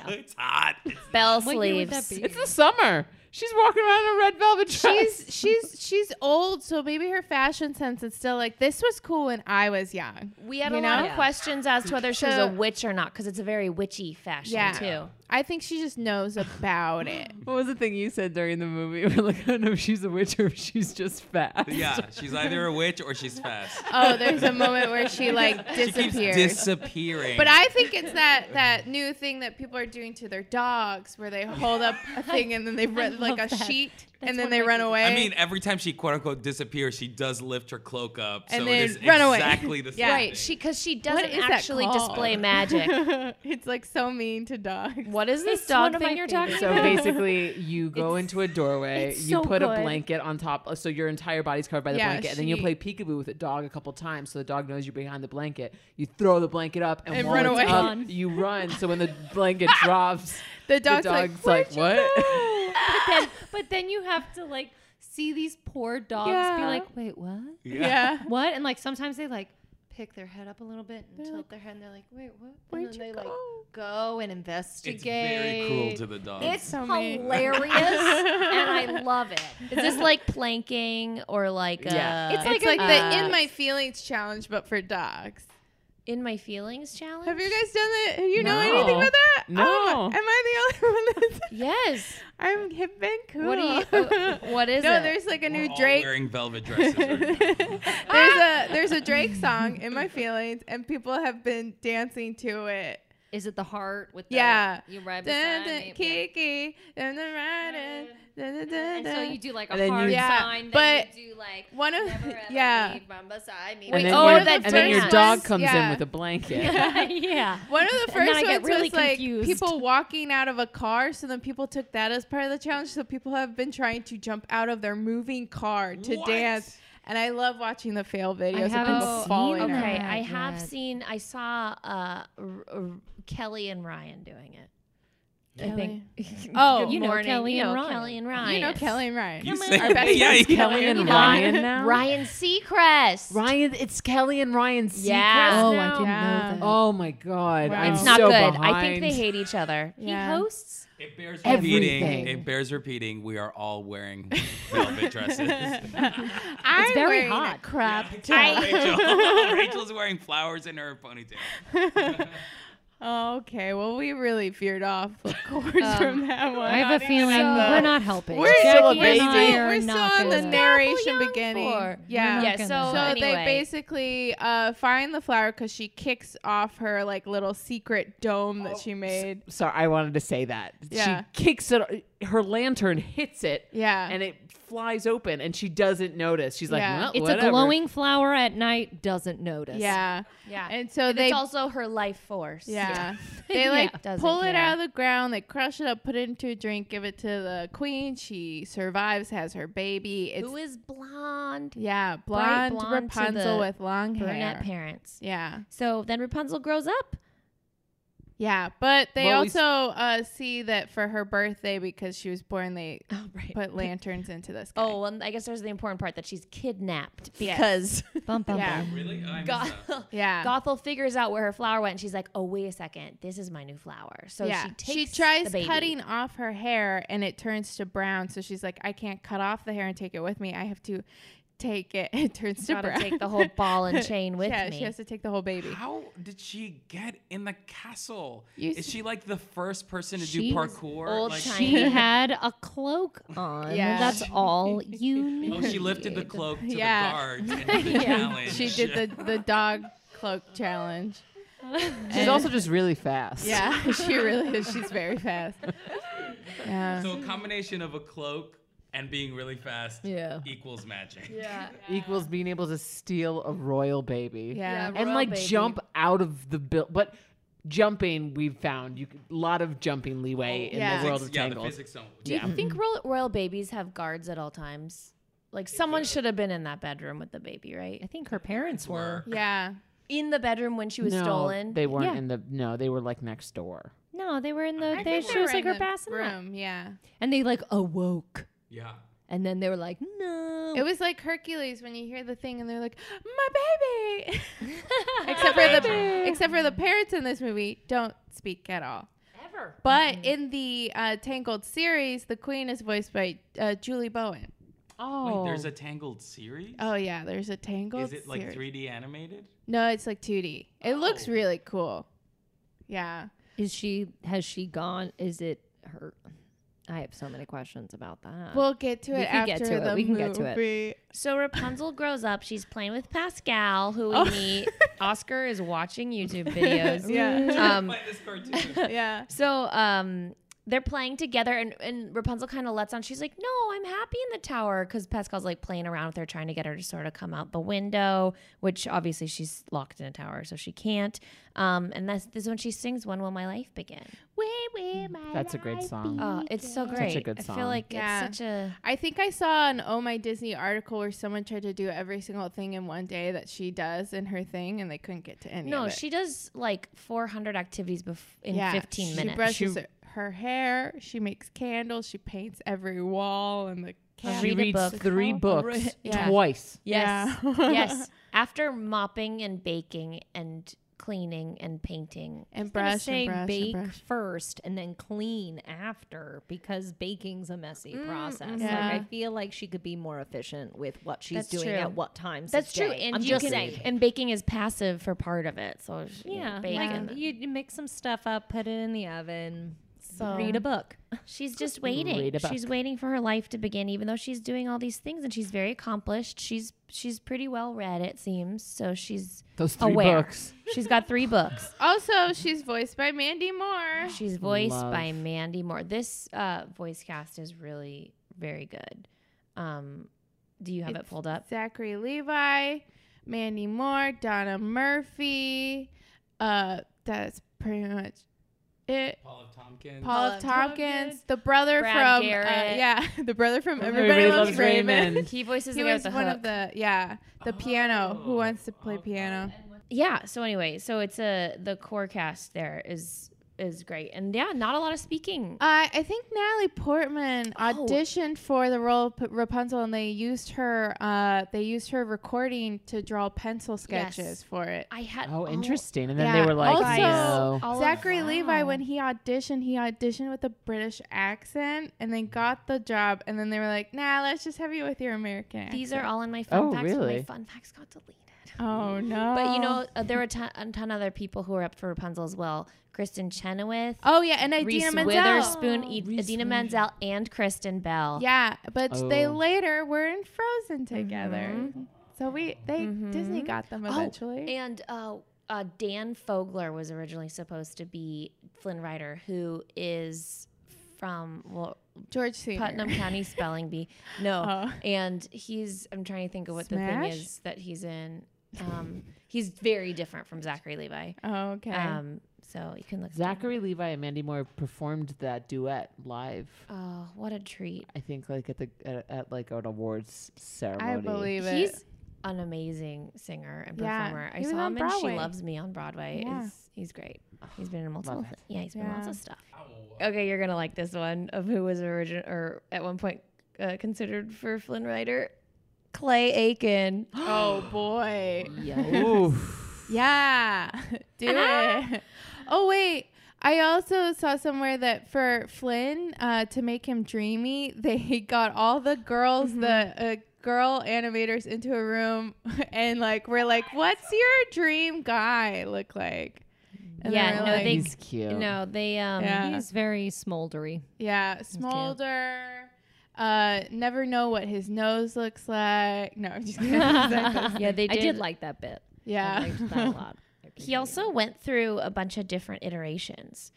Speaker 6: it's hot. It's
Speaker 2: Bell
Speaker 5: What year would that
Speaker 2: sleeves.
Speaker 5: be?
Speaker 4: It's the summer. She's walking around in a red velvet dress.
Speaker 1: She's she's she's old, so maybe her fashion sense is still like this was cool when I was young.
Speaker 2: We had
Speaker 1: You
Speaker 2: a lot
Speaker 1: know?
Speaker 2: of questions as to whether she was
Speaker 1: So-
Speaker 2: a witch or not, because it's a very witchy fashion
Speaker 1: Yeah.
Speaker 2: too.
Speaker 1: I think she just knows about
Speaker 4: <gasps>
Speaker 1: it.
Speaker 4: What was the thing you said during the movie? <laughs> We're like, I don't know if she's a witch or if she's just fat.
Speaker 1: <laughs>
Speaker 6: yeah. She's either a witch or she's fast.
Speaker 1: Oh, there's a moment where she
Speaker 4: <laughs>
Speaker 1: like disappears.
Speaker 6: Disappearing.
Speaker 1: But I think it's that that new thing that people are doing to their dogs, where they hold up a thing
Speaker 2: <laughs>
Speaker 1: and then they run like a sheet and then they run away. <laughs>
Speaker 6: I mean, every time she quote unquote disappears, she does lift her cloak up.
Speaker 1: And
Speaker 6: so
Speaker 1: then
Speaker 6: it is
Speaker 1: run away.
Speaker 6: exactly the
Speaker 1: <laughs>
Speaker 6: same.
Speaker 1: Yeah.
Speaker 2: Right, she because she doesn't
Speaker 1: is that
Speaker 2: actually
Speaker 1: called?
Speaker 2: display <laughs> magic.
Speaker 1: it's like so mean to dogs.
Speaker 2: What is this
Speaker 5: It's
Speaker 2: dog
Speaker 5: one of my
Speaker 2: thing you're talking
Speaker 4: So
Speaker 2: about?
Speaker 4: basically, you go into a doorway,
Speaker 2: it's
Speaker 4: you
Speaker 2: so
Speaker 4: put a
Speaker 2: good.
Speaker 4: blanket on top, uh, so your entire body's covered by the
Speaker 1: Yeah,
Speaker 4: blanket, and then you
Speaker 1: she-
Speaker 4: play peekaboo with a dog a couple times, so the dog knows you're behind the blanket. You throw the blanket up and,
Speaker 1: And
Speaker 4: while
Speaker 1: run
Speaker 4: it's
Speaker 1: away.
Speaker 4: up,
Speaker 5: Run.
Speaker 4: you run. So when the blanket drops,
Speaker 1: The dog's,
Speaker 4: the dog's
Speaker 1: like,
Speaker 4: like, "What?"
Speaker 5: but then, but then you have to like see these poor dogs be
Speaker 1: Yeah.
Speaker 5: like, wait, what?
Speaker 1: <laughs> yeah.
Speaker 5: What? And like sometimes they like pick their head up a little bit and tilt their head and they're like, wait, what? and then they like go and investigate.
Speaker 6: It's very cruel to the dog.
Speaker 2: it's
Speaker 1: So mean.
Speaker 2: hilarious, and I love it. Is this like planking or like uh,
Speaker 4: Yeah.
Speaker 2: a,
Speaker 1: It's like,
Speaker 5: like
Speaker 1: the
Speaker 5: a-
Speaker 1: in my feelings challenge, but for dogs.
Speaker 2: in my feelings challenge?
Speaker 1: Have you guys done that? Have you know
Speaker 4: No.
Speaker 1: anything about that?
Speaker 4: No.
Speaker 1: Oh, am I the only <laughs> one that's
Speaker 2: Yes.
Speaker 1: I'm hip and cool.
Speaker 2: What do you? uh,
Speaker 5: oh,
Speaker 2: what is
Speaker 1: <laughs> no,
Speaker 2: it?
Speaker 1: there's like a
Speaker 6: We're
Speaker 1: new
Speaker 6: all
Speaker 1: Drake
Speaker 6: wearing velvet dresses. Right now.
Speaker 1: <laughs> there's
Speaker 6: <laughs>
Speaker 1: a there's a Drake song in my feelings, and people have been dancing to it.
Speaker 5: Is it the heart with the
Speaker 1: Yeah.
Speaker 5: you right
Speaker 1: Dun,
Speaker 5: beside
Speaker 1: dun,
Speaker 5: me? Yeah.
Speaker 1: Kiki, dun, dun, riding, dun, dun, dun,
Speaker 5: And so
Speaker 1: dun.
Speaker 5: you do like a
Speaker 4: And then you-
Speaker 5: hard
Speaker 1: Yeah,
Speaker 5: sign,
Speaker 1: but
Speaker 5: then <laughs> you do like
Speaker 1: one of-
Speaker 5: never ever
Speaker 1: yeah.
Speaker 5: leave from beside me.
Speaker 4: <laughs> and
Speaker 2: Wait,
Speaker 4: then,
Speaker 2: oh,
Speaker 4: your,
Speaker 2: that
Speaker 4: and then your
Speaker 2: dance.
Speaker 4: dog comes
Speaker 1: Yeah.
Speaker 4: in with a blanket.
Speaker 5: <laughs> yeah.
Speaker 1: one of the
Speaker 5: And then
Speaker 1: first
Speaker 5: I get
Speaker 1: ones
Speaker 5: really
Speaker 1: was like
Speaker 5: confused.
Speaker 1: people walking out of a car, so then people took that as part of the challenge. So people have been trying to jump out of their moving car to
Speaker 6: What?
Speaker 1: dance, And I love watching the fail videos.
Speaker 5: haven't
Speaker 1: of people
Speaker 5: seen
Speaker 1: falling
Speaker 5: them.
Speaker 1: or-
Speaker 2: Okay,
Speaker 5: Yeah,
Speaker 2: I have
Speaker 5: yeah.
Speaker 2: seen. I saw uh, R- R- Kelly and Ryan doing it. I think. <laughs>
Speaker 1: Oh,
Speaker 2: you know
Speaker 5: morning,
Speaker 2: Kelly
Speaker 5: you
Speaker 2: and
Speaker 5: know
Speaker 2: Ryan.
Speaker 5: Kelly and
Speaker 1: you know Kelly and Ryan.
Speaker 6: You
Speaker 1: Come on,
Speaker 6: say-
Speaker 1: our best
Speaker 6: Yeah,
Speaker 1: friends,
Speaker 6: yeah.
Speaker 4: Kelly and Ryan now.
Speaker 2: Ryan Seacrest.
Speaker 4: Ryan, it's Kelly and Ryan Seacrest.
Speaker 2: Yeah.
Speaker 5: Oh, I
Speaker 1: now.
Speaker 5: didn't
Speaker 1: Yeah.
Speaker 5: know that.
Speaker 4: Oh my god,
Speaker 1: Wow.
Speaker 4: I'm
Speaker 2: It's not
Speaker 4: so
Speaker 2: good. I
Speaker 4: behind.
Speaker 2: think they hate each other.
Speaker 1: Yeah.
Speaker 2: He hosts.
Speaker 6: It bears
Speaker 4: Everything.
Speaker 6: repeating. It bears repeating. We are all wearing velvet dresses. <laughs>
Speaker 1: I'm
Speaker 5: It's very
Speaker 1: wearing a
Speaker 5: hot.
Speaker 1: crop
Speaker 6: Yeah,
Speaker 1: top.
Speaker 6: Rachel. <laughs> Rachel's wearing flowers in her ponytail.
Speaker 1: Okay, well, we really veered off, of
Speaker 2: <laughs>
Speaker 1: course,
Speaker 2: Um,
Speaker 1: from that one.
Speaker 5: I have a
Speaker 1: Not
Speaker 5: feeling
Speaker 1: even the-
Speaker 5: we're not helping.
Speaker 1: We're
Speaker 5: Jackie
Speaker 4: still a
Speaker 5: and
Speaker 1: We're
Speaker 4: baby.
Speaker 1: still,
Speaker 5: I are
Speaker 1: we're still
Speaker 5: not
Speaker 1: on the
Speaker 5: good.
Speaker 1: narration
Speaker 2: young
Speaker 1: beginning.
Speaker 2: for.
Speaker 1: Yeah.
Speaker 5: You're
Speaker 2: Yeah.
Speaker 5: not gonna-
Speaker 2: So,
Speaker 5: Oh,
Speaker 1: So they
Speaker 2: anyway.
Speaker 1: basically uh, find the flower because she kicks off her like little secret dome that
Speaker 2: Oh,
Speaker 1: she made.
Speaker 4: Sorry, I wanted to say that.
Speaker 1: Yeah.
Speaker 4: She kicks it. Her lantern hits it.
Speaker 1: Yeah.
Speaker 4: And it flies open, and she doesn't notice. She's like,
Speaker 1: Yeah.
Speaker 4: "Well,
Speaker 5: It's
Speaker 4: whatever."
Speaker 5: a glowing flower at night. Doesn't notice.
Speaker 1: yeah.
Speaker 2: Yeah.
Speaker 1: And so
Speaker 2: And
Speaker 1: they
Speaker 2: it's also her life force.
Speaker 1: <laughs> yeah.
Speaker 2: <laughs>
Speaker 5: Yeah.
Speaker 1: <laughs> They like
Speaker 2: Doesn't
Speaker 1: pull it
Speaker 2: care.
Speaker 1: out of the ground, they crush it up, put it into a drink, give it to the queen. She survives, has her baby. It's
Speaker 2: Who is blonde?
Speaker 1: yeah,
Speaker 2: Bright
Speaker 1: blonde,
Speaker 2: blonde to
Speaker 1: Rapunzel
Speaker 2: the
Speaker 1: with long hair.
Speaker 2: Brunette parents.
Speaker 1: Yeah.
Speaker 2: So then Rapunzel grows up.
Speaker 1: Yeah, but they
Speaker 4: Well, we s-
Speaker 1: also uh, see that for her birthday because she was born they
Speaker 2: Oh right.
Speaker 1: put lanterns into this.
Speaker 2: Oh, well, I guess there's the important part that she's kidnapped <laughs> because
Speaker 5: Bum, bum,
Speaker 1: Yeah.
Speaker 5: bum.
Speaker 6: Really? I missed
Speaker 2: Goth-
Speaker 6: that.
Speaker 1: <laughs> yeah.
Speaker 2: Gothel figures out where her flower went, and she's like, "Oh, wait a second, this is my new flower." So
Speaker 1: yeah.
Speaker 2: she takes.
Speaker 1: tries
Speaker 2: the baby.
Speaker 1: cutting off her hair and it turns to brown. So she's like, I can't cut off the hair and take it with me. I have to take it. <laughs> It turns to
Speaker 2: Gotta
Speaker 1: brown.
Speaker 2: take the
Speaker 1: <laughs>
Speaker 2: whole ball and chain with
Speaker 1: yeah,
Speaker 2: me.
Speaker 1: she has to take the whole baby.
Speaker 6: <laughs> How did she get in the castle?
Speaker 1: You
Speaker 6: Is she like the first person to
Speaker 5: She's
Speaker 6: do parkour?
Speaker 2: old
Speaker 6: like,
Speaker 2: China.
Speaker 1: <laughs>
Speaker 5: She had a cloak on.
Speaker 1: Yeah.
Speaker 5: That's
Speaker 1: <laughs>
Speaker 5: all you need.
Speaker 6: Oh, she lifted the cloak to
Speaker 1: Yeah.
Speaker 6: the guards and did the challenge.
Speaker 1: She did the, the dog cloak challenge.
Speaker 4: She's also just really fast.
Speaker 1: Yeah, <laughs> she really is. She's very fast. Yeah.
Speaker 6: So a combination of a cloak and being really fast
Speaker 5: Yeah.
Speaker 6: equals magic.
Speaker 5: Yeah.
Speaker 4: Equals being able to steal a royal baby.
Speaker 1: yeah.
Speaker 4: and like jump out of the bill. But jumping, we've found you a lot of jumping leeway in
Speaker 1: Yeah.
Speaker 4: the world
Speaker 6: Physics-
Speaker 4: of
Speaker 6: yeah, the
Speaker 4: Tangled.
Speaker 6: physics don't.
Speaker 2: Do you think royal, royal babies have guards at all times? Like someone should have been in that bedroom with the baby,
Speaker 5: I
Speaker 2: right?
Speaker 5: think her parents were.
Speaker 1: Yeah.
Speaker 2: In the bedroom when she was
Speaker 4: no,
Speaker 2: stolen.
Speaker 4: they weren't
Speaker 5: Yeah.
Speaker 4: in the. No, they were like next door.
Speaker 5: No, they were in the.
Speaker 1: I
Speaker 5: They,
Speaker 1: think
Speaker 5: she was
Speaker 1: were
Speaker 5: like
Speaker 1: in
Speaker 5: her
Speaker 1: the
Speaker 5: bassinet.
Speaker 1: room. Yeah.
Speaker 5: And they like awoke.
Speaker 6: Yeah.
Speaker 5: And then they were like, no.
Speaker 1: It was like Hercules when you hear the thing and they're like, "My
Speaker 5: <laughs>
Speaker 1: baby." except for the except for the parents in this movie don't speak at all. Ever. But in the uh, Tangled series, the queen is voiced by uh, Julie Bowen.
Speaker 4: Oh,
Speaker 6: Wait, there's a Tangled series?
Speaker 1: Oh yeah, there's a Tangled.
Speaker 6: Is it like
Speaker 1: series.
Speaker 6: 3D <laughs> animated?
Speaker 1: No, it's like 2D. It looks
Speaker 6: Oh.
Speaker 1: really cool. Yeah.
Speaker 5: Is she? Has she gone? Is it her? I have so many questions about that.
Speaker 1: We'll get to
Speaker 5: we
Speaker 1: it
Speaker 5: can
Speaker 1: after
Speaker 5: get to it.
Speaker 1: the
Speaker 5: We can get to it.
Speaker 1: movie.
Speaker 2: So Rapunzel grows up. She's playing with Pascal, who
Speaker 4: Oh.
Speaker 2: we
Speaker 4: <laughs>
Speaker 2: meet. Oscar is watching YouTube videos.
Speaker 1: <laughs> Yeah.
Speaker 2: Um,
Speaker 6: Find this
Speaker 1: <laughs>
Speaker 6: cartoon.
Speaker 1: yeah.
Speaker 2: so um, they're playing together, and, and Rapunzel kind of lets on. She's like, "No, I'm happy in the tower," because Pascal's like playing around with her, trying to get her to sort of come out the window, which obviously she's locked in a tower, so she can't. Um, and that's this is when she sings "When Will My Life Begin."
Speaker 4: that's a great song.
Speaker 2: Oh, it's so great.
Speaker 4: good
Speaker 2: I
Speaker 4: song.
Speaker 2: feel like
Speaker 1: Yeah.
Speaker 2: it's such a
Speaker 1: I think I saw an Oh My Disney article where someone tried to do every single thing in one day that she does in her thing, and they couldn't get to any.
Speaker 2: no.
Speaker 1: of it.
Speaker 2: She does like 400 activities bef- in 15
Speaker 1: she
Speaker 2: minutes.
Speaker 1: brushes
Speaker 4: She-
Speaker 1: her- her hair. She makes candles. She paints every wall and the
Speaker 2: Yeah.
Speaker 4: She
Speaker 2: Read a
Speaker 4: reads
Speaker 2: book.
Speaker 4: three books
Speaker 1: Yeah.
Speaker 4: twice.
Speaker 2: Yes.
Speaker 1: Yeah. <laughs>
Speaker 2: yes. After mopping and baking and cleaning and painting.
Speaker 1: and
Speaker 5: I was gonna
Speaker 1: brush
Speaker 5: say
Speaker 1: and brush
Speaker 5: bake
Speaker 1: and brush.
Speaker 5: first and then clean after because baking's a messy process.
Speaker 1: Mm, mm-hmm. yeah.
Speaker 5: Like I feel like she could be more efficient with what she's
Speaker 2: That's
Speaker 5: doing
Speaker 2: true.
Speaker 5: at what times.
Speaker 2: That's
Speaker 5: of
Speaker 2: true.
Speaker 5: day.
Speaker 2: And
Speaker 5: I'm
Speaker 2: you
Speaker 5: just
Speaker 2: can-
Speaker 5: saying.
Speaker 2: and baking is passive for part of it. So she
Speaker 5: Yeah,
Speaker 2: yeah, bake and-
Speaker 5: like you, you mix some stuff up, put it in the oven,
Speaker 2: So-
Speaker 5: read a book.
Speaker 2: she's just waiting.
Speaker 4: Read a
Speaker 2: She's
Speaker 4: book.
Speaker 2: waiting for her life to begin, even though she's doing all these things and she's very accomplished. She's she's pretty well read, it seems. So she's
Speaker 4: Those three
Speaker 2: aware.
Speaker 4: books.
Speaker 2: She's got three books.
Speaker 1: Also, she's voiced by Mandy Moore.
Speaker 2: She's voiced
Speaker 4: Love.
Speaker 2: by Mandy Moore. This uh, voice cast is really very good. Um, do you have it
Speaker 1: It's-
Speaker 2: pulled up?
Speaker 1: Zachary Levi, Mandy Moore, Donna Murphy. Uh, that's pretty much It
Speaker 6: Paul of Tompkins.
Speaker 1: Paul
Speaker 2: Paul
Speaker 1: of
Speaker 2: Tompkins,
Speaker 1: Tompkins, the brother
Speaker 2: Brad
Speaker 1: from uh,
Speaker 2: Garrett.
Speaker 1: yeah, <laughs> the brother from Everybody,
Speaker 4: Everybody
Speaker 1: Loves,
Speaker 4: Loves
Speaker 1: Raymond.
Speaker 4: Raymond.
Speaker 2: He voices
Speaker 1: He
Speaker 2: the guy with
Speaker 1: was
Speaker 2: the
Speaker 1: one
Speaker 2: hook.
Speaker 1: of the yeah, the piano. Who wants to play piano?
Speaker 2: yeah. So anyway, so it's a the core cast there is is great, and yeah, not a lot of speaking.
Speaker 1: Uh, I think Natalie Portman
Speaker 2: Oh.
Speaker 1: auditioned for the role of P- Rapunzel, and they used her. Uh, they used her recording to draw pencil sketches
Speaker 2: Yes.
Speaker 1: for it.
Speaker 2: I had
Speaker 4: Oh,
Speaker 2: all- uh,
Speaker 4: interesting. And then
Speaker 1: Yeah.
Speaker 4: they were like,
Speaker 1: Also-
Speaker 4: no.
Speaker 2: all of-
Speaker 1: Zachary
Speaker 2: wow.
Speaker 1: Levi, when he auditioned, he auditioned with a British accent, and then got the job. And then they were like, "Nah, let's just have you with your American." Accent.
Speaker 2: These are all in my fun
Speaker 4: Oh,
Speaker 2: facts. but My
Speaker 4: really?
Speaker 2: fun facts got deleted.
Speaker 1: Oh
Speaker 2: <laughs>
Speaker 1: no!
Speaker 2: But you know, uh, there were ton, a ton other people who were up for Rapunzel as well. Kristen Chenoweth,
Speaker 1: Oh yeah, and Idina
Speaker 2: Reese
Speaker 1: Menzel.
Speaker 2: Witherspoon, E- Idina Menzel, and Kristen Bell.
Speaker 1: Yeah, but they
Speaker 4: Oh.
Speaker 1: later were in Frozen together. So we they Disney got them eventually.
Speaker 2: And uh, uh, Dan Fogler was originally supposed to be Flynn Rider, who is from well,
Speaker 1: George Senior.
Speaker 2: Putnam
Speaker 1: <laughs>
Speaker 2: County Spelling Bee. No,
Speaker 1: Oh.
Speaker 2: and he's. I'm trying to think of what the
Speaker 1: Smash?
Speaker 2: thing is that he's in. Um, he's very different from Zachary Levi.
Speaker 1: Oh, okay.
Speaker 2: Um, so you can look. it up.
Speaker 4: Zachary Levi and Mandy Moore performed that duet live.
Speaker 2: Oh, what a treat!
Speaker 4: I think like at the at, at like an awards ceremony.
Speaker 1: I believe
Speaker 2: <gasps>
Speaker 1: it.
Speaker 2: He's an amazing singer and
Speaker 1: Yeah,
Speaker 2: performer. I
Speaker 1: he was
Speaker 2: saw
Speaker 1: on
Speaker 2: him in She
Speaker 1: Broadway.
Speaker 2: Loves Me on Broadway.
Speaker 1: Yeah.
Speaker 2: It's- he's great. He's been in multiple.
Speaker 4: it.
Speaker 2: Th- yeah, he's been in lots
Speaker 1: Yeah.
Speaker 2: of stuff. Okay, you're gonna like this one of who was origin or at one point uh, considered for Flynn Rider, Clay
Speaker 1: <gasps>
Speaker 2: Aiken.
Speaker 1: oh boy.
Speaker 2: <laughs>
Speaker 4: Oof.
Speaker 1: Yeah. <laughs> Do it. Oh wait. I also saw somewhere that for Flynn, uh, to make him dreamy, <laughs> they got all the girls, the uh, girl animators, into a room <laughs> and like we're like, "What's your dream guy look like?" And they
Speaker 2: Yeah,
Speaker 1: were
Speaker 2: no,
Speaker 1: like-
Speaker 2: they-
Speaker 4: He's
Speaker 6: Oh.
Speaker 4: cute.
Speaker 2: No, they um
Speaker 1: Yeah.
Speaker 5: He's very smoldery.
Speaker 1: Yeah, smolder. Uh, never know what his nose looks like. No, I'm just
Speaker 4: <laughs>
Speaker 1: kidding. <laughs>
Speaker 2: yeah they
Speaker 5: I
Speaker 2: did,
Speaker 5: did, like that bit. I
Speaker 1: yeah.
Speaker 5: liked that
Speaker 6: <laughs>
Speaker 5: a lot.
Speaker 2: He also went through a bunch of different iterations.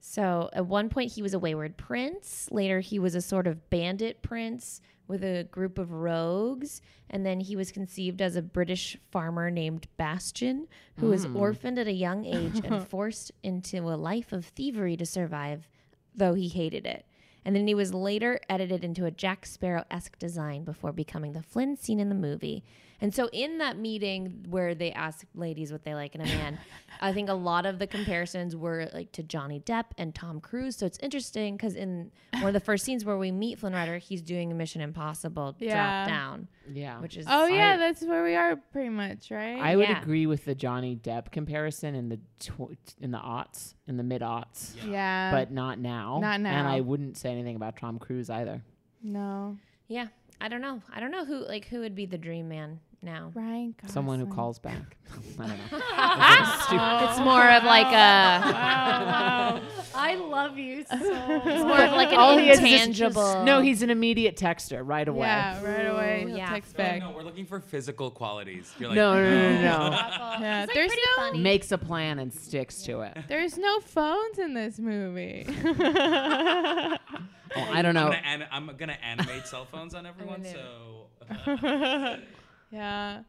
Speaker 2: So at one point, he was a wayward prince. Later, he was a sort of bandit prince with a group of rogues. And then he was conceived as a British farmer named Bastian, who was orphaned at a young age and forced into a life of thievery to survive, though he hated it. And then he was later edited into a Jack Sparrow esque design before becoming the Flynn scene in the movie. And so, in that meeting where they asked ladies what they like in a <laughs> man, I think a lot of the comparisons were like to Johnny Depp and Tom Cruise. So, it's interesting because in one of the first scenes where we meet Flynn Rider, he's doing a Mission Impossible
Speaker 1: Yeah.
Speaker 2: drop down,
Speaker 4: Yeah.
Speaker 2: which is.
Speaker 1: Oh yeah, that's where we are pretty much, right?
Speaker 4: I would
Speaker 2: yeah.
Speaker 4: agree with the Johnny Depp comparison in the tw- in the aughts in the mid aughts,
Speaker 1: yeah.
Speaker 4: but not now.
Speaker 1: Not
Speaker 4: And
Speaker 1: now.
Speaker 4: I wouldn't say anything about Tom Cruise either.
Speaker 1: no,
Speaker 2: Yeah. I don't know. I don't know who, like, who would be the dream man now.
Speaker 1: Ryan. Gosling.
Speaker 4: Someone who calls back. <laughs> I don't
Speaker 2: <laughs>
Speaker 4: know.
Speaker 2: It's
Speaker 4: <laughs>
Speaker 2: more of like a.
Speaker 1: Wow, wow.
Speaker 5: I love
Speaker 2: <laughs>
Speaker 5: you
Speaker 2: It's
Speaker 5: so
Speaker 2: more of like an
Speaker 4: All he is is just-
Speaker 2: intangible.
Speaker 4: no, he's an immediate texter right away.
Speaker 1: yeah, right away.
Speaker 2: Ooh,
Speaker 1: he'll
Speaker 2: yeah.
Speaker 1: Text
Speaker 6: No,
Speaker 1: back.
Speaker 6: no, we're looking for physical qualities. You're like,
Speaker 4: No, no, no, no, no.
Speaker 1: Yeah,
Speaker 2: It's, like,
Speaker 1: there's
Speaker 2: pretty
Speaker 1: no,
Speaker 6: <laughs>
Speaker 2: funny.
Speaker 4: Makes a plan and sticks to it.
Speaker 1: there's no phones in
Speaker 2: <laughs>
Speaker 1: this movie. <laughs>
Speaker 4: Oh, I
Speaker 6: I'm <laughs>
Speaker 4: don't know.
Speaker 6: gonna, an- I'm gonna animate cell phones on everyone, so
Speaker 1: yeah.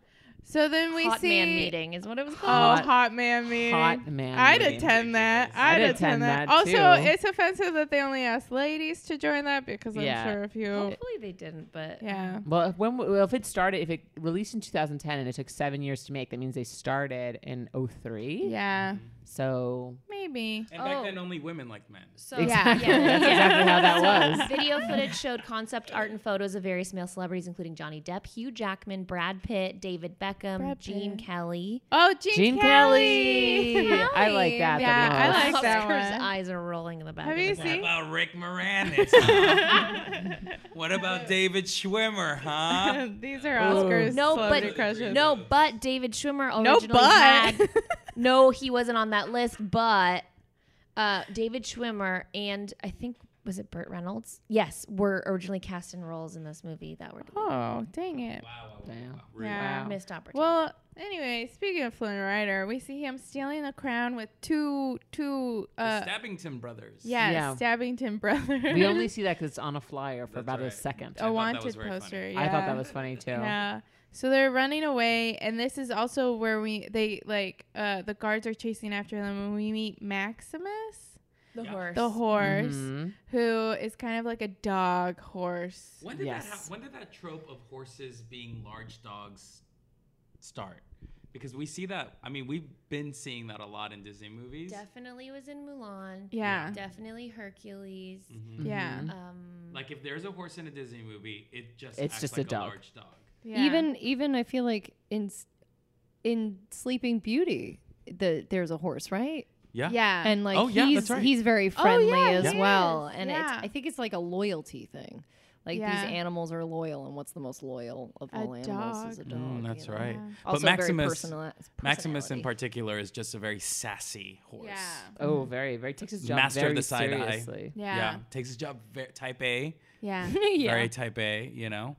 Speaker 1: So then we
Speaker 2: hot
Speaker 1: see
Speaker 2: man meeting is what it was
Speaker 1: Oh,
Speaker 2: called.
Speaker 1: hot,
Speaker 4: Hot-
Speaker 1: man meeting.
Speaker 4: Hot man.
Speaker 1: I'd
Speaker 4: meeting.
Speaker 1: attend that. I'd,
Speaker 4: I'd
Speaker 1: attend
Speaker 4: attend
Speaker 1: that.
Speaker 4: that,
Speaker 1: also,
Speaker 4: too.
Speaker 1: it's offensive that they only ask ladies to join that because I'm
Speaker 4: Yeah. Oh,
Speaker 1: sure if you,
Speaker 2: Hopefully they didn't,
Speaker 1: <laughs>
Speaker 2: but
Speaker 1: yeah,
Speaker 4: Well, if, when well, if it started, if it released in 2010 and it took seven years to make, that means they started in 03.
Speaker 1: yeah,
Speaker 4: Mm-hmm. So
Speaker 1: maybe.
Speaker 6: and back
Speaker 2: Oh.
Speaker 6: then only women liked men.
Speaker 2: So
Speaker 4: exactly,
Speaker 2: yeah,
Speaker 4: <laughs> that's exactly how that
Speaker 2: <laughs>
Speaker 4: was.
Speaker 2: Video footage showed concept art and photos of various male celebrities, including Johnny Depp, Hugh Jackman, Brad Pitt, David Beckham,
Speaker 1: Brad
Speaker 2: Gene
Speaker 1: Pitt.
Speaker 2: Kelly.
Speaker 1: Oh, Gene,
Speaker 4: Gene
Speaker 1: Kelly.
Speaker 4: Kelly.
Speaker 1: <laughs>
Speaker 4: I like that. the
Speaker 1: Yeah, I
Speaker 4: most.
Speaker 1: like that
Speaker 2: Oscar's
Speaker 1: one.
Speaker 2: eyes are rolling in the back.
Speaker 1: Have
Speaker 2: of
Speaker 1: you
Speaker 2: his
Speaker 6: What
Speaker 1: seen?
Speaker 6: about Rick Moranis? huh? what about David
Speaker 1: <laughs>
Speaker 6: Schwimmer, huh?
Speaker 1: These are
Speaker 4: Oh.
Speaker 1: Oscars.
Speaker 2: No,
Speaker 1: celebrity
Speaker 2: but
Speaker 1: crushes.
Speaker 2: no, but David Schwimmer
Speaker 1: no,
Speaker 2: originally
Speaker 1: but <laughs>
Speaker 2: had no, he wasn't on that list, but uh, David Schwimmer and I think was it Burt Reynolds? Yes, were originally cast in roles in this movie that were
Speaker 1: oh, dang it.
Speaker 4: Damn.
Speaker 1: Yeah.
Speaker 2: missed opportunities.
Speaker 1: Well, anyway, speaking of Flynn Rider, we see him stealing the crown with two, two, uh,
Speaker 6: Stabbington Brothers.
Speaker 1: yeah,
Speaker 4: Yeah.
Speaker 1: Stabbington brothers. <laughs>
Speaker 4: We only see that because it's on a flyer for
Speaker 6: That's
Speaker 4: about a
Speaker 6: right.
Speaker 4: second.
Speaker 1: a
Speaker 6: thought that
Speaker 1: wanted
Speaker 6: was very funny.
Speaker 1: poster.
Speaker 4: I thought
Speaker 1: Oh, yeah.
Speaker 4: that was funny too.
Speaker 1: Yeah. So they're running away, and this is also where we they like uh, the guards are chasing after them, and we meet Maximus,
Speaker 2: The horse.
Speaker 1: the horse, Mm-hmm.
Speaker 4: Mhm.
Speaker 1: who is kind of like a dog horse.
Speaker 6: When did
Speaker 4: Yes.
Speaker 6: that? hap- when did that trope of horses being large dogs start? Because we see that. I mean, we've been seeing that a lot in Disney movies.
Speaker 2: Definitely was in Mulan.
Speaker 1: Yeah.
Speaker 2: Definitely Hercules.
Speaker 1: Yeah. mm-hmm.
Speaker 2: Um,
Speaker 6: Mm-hmm. Like if there's a horse in a Disney movie, it just
Speaker 4: It's
Speaker 6: acts
Speaker 4: just a
Speaker 6: like a,
Speaker 4: dog.
Speaker 6: large dog.
Speaker 1: Yeah.
Speaker 5: Even even I feel like in s- in Sleeping Beauty, the there's a horse, right?
Speaker 1: yeah.
Speaker 5: And like
Speaker 6: Oh, yeah, that's
Speaker 5: he's
Speaker 6: right. Oh,
Speaker 5: he's very friendly
Speaker 1: yeah,
Speaker 5: as
Speaker 1: he
Speaker 5: well,
Speaker 1: is.
Speaker 5: and
Speaker 1: Yeah.
Speaker 5: it's, I think it's like a loyalty thing. Like
Speaker 1: Yeah.
Speaker 5: these animals are loyal, and what's the most loyal of
Speaker 1: A
Speaker 5: all animals is a
Speaker 1: dog.
Speaker 5: dog.
Speaker 6: Mm, that's
Speaker 5: you know?
Speaker 6: right.
Speaker 1: Yeah.
Speaker 5: Also
Speaker 6: But
Speaker 5: very
Speaker 6: Maximus,
Speaker 5: personali-
Speaker 6: Maximus in
Speaker 5: personality. <laughs>
Speaker 6: particular is just a very sassy horse.
Speaker 1: yeah.
Speaker 4: Oh, very, very takes his job
Speaker 6: Master of
Speaker 4: very
Speaker 6: the side eye.
Speaker 4: seriously.
Speaker 1: Yeah.
Speaker 6: takes his job very type A,
Speaker 1: Yeah.
Speaker 5: <laughs>
Speaker 6: very type A. You know,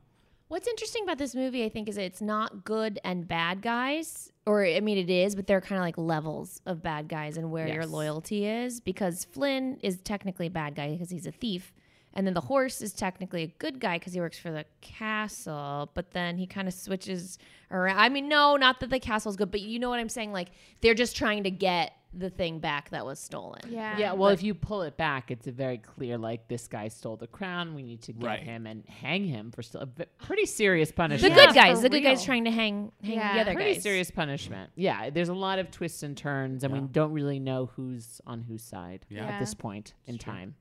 Speaker 2: What's interesting about this movie, I think, is it's not good and bad guys, or I mean, it is, but they're kind of like levels of bad guys and where your
Speaker 4: Yes.
Speaker 2: loyalty is. Because Flynn is technically a bad guy because he's a thief, and then the horse is technically a good guy because he works for the castle. But then he kind of switches around. I mean, no, not that the castle's good, but you know what I'm saying? Like they're just trying to get the thing back that was stolen.
Speaker 1: Yeah.
Speaker 4: Yeah, well, if you pull it back, it's a very clear like this guy stole the crown. We need to get
Speaker 6: Right.
Speaker 4: him and hang him for still a v- pretty serious
Speaker 2: The
Speaker 4: punishment.
Speaker 2: good guys,
Speaker 5: for
Speaker 2: the good guys
Speaker 5: real.
Speaker 2: trying to hang hang
Speaker 1: Yeah.
Speaker 2: the other
Speaker 4: pretty
Speaker 2: guys.
Speaker 4: serious punishment. Yeah, there's a lot of twists and turns, and we don't really know who's on whose side
Speaker 6: Yeah.
Speaker 1: Yeah.
Speaker 4: at this point in time.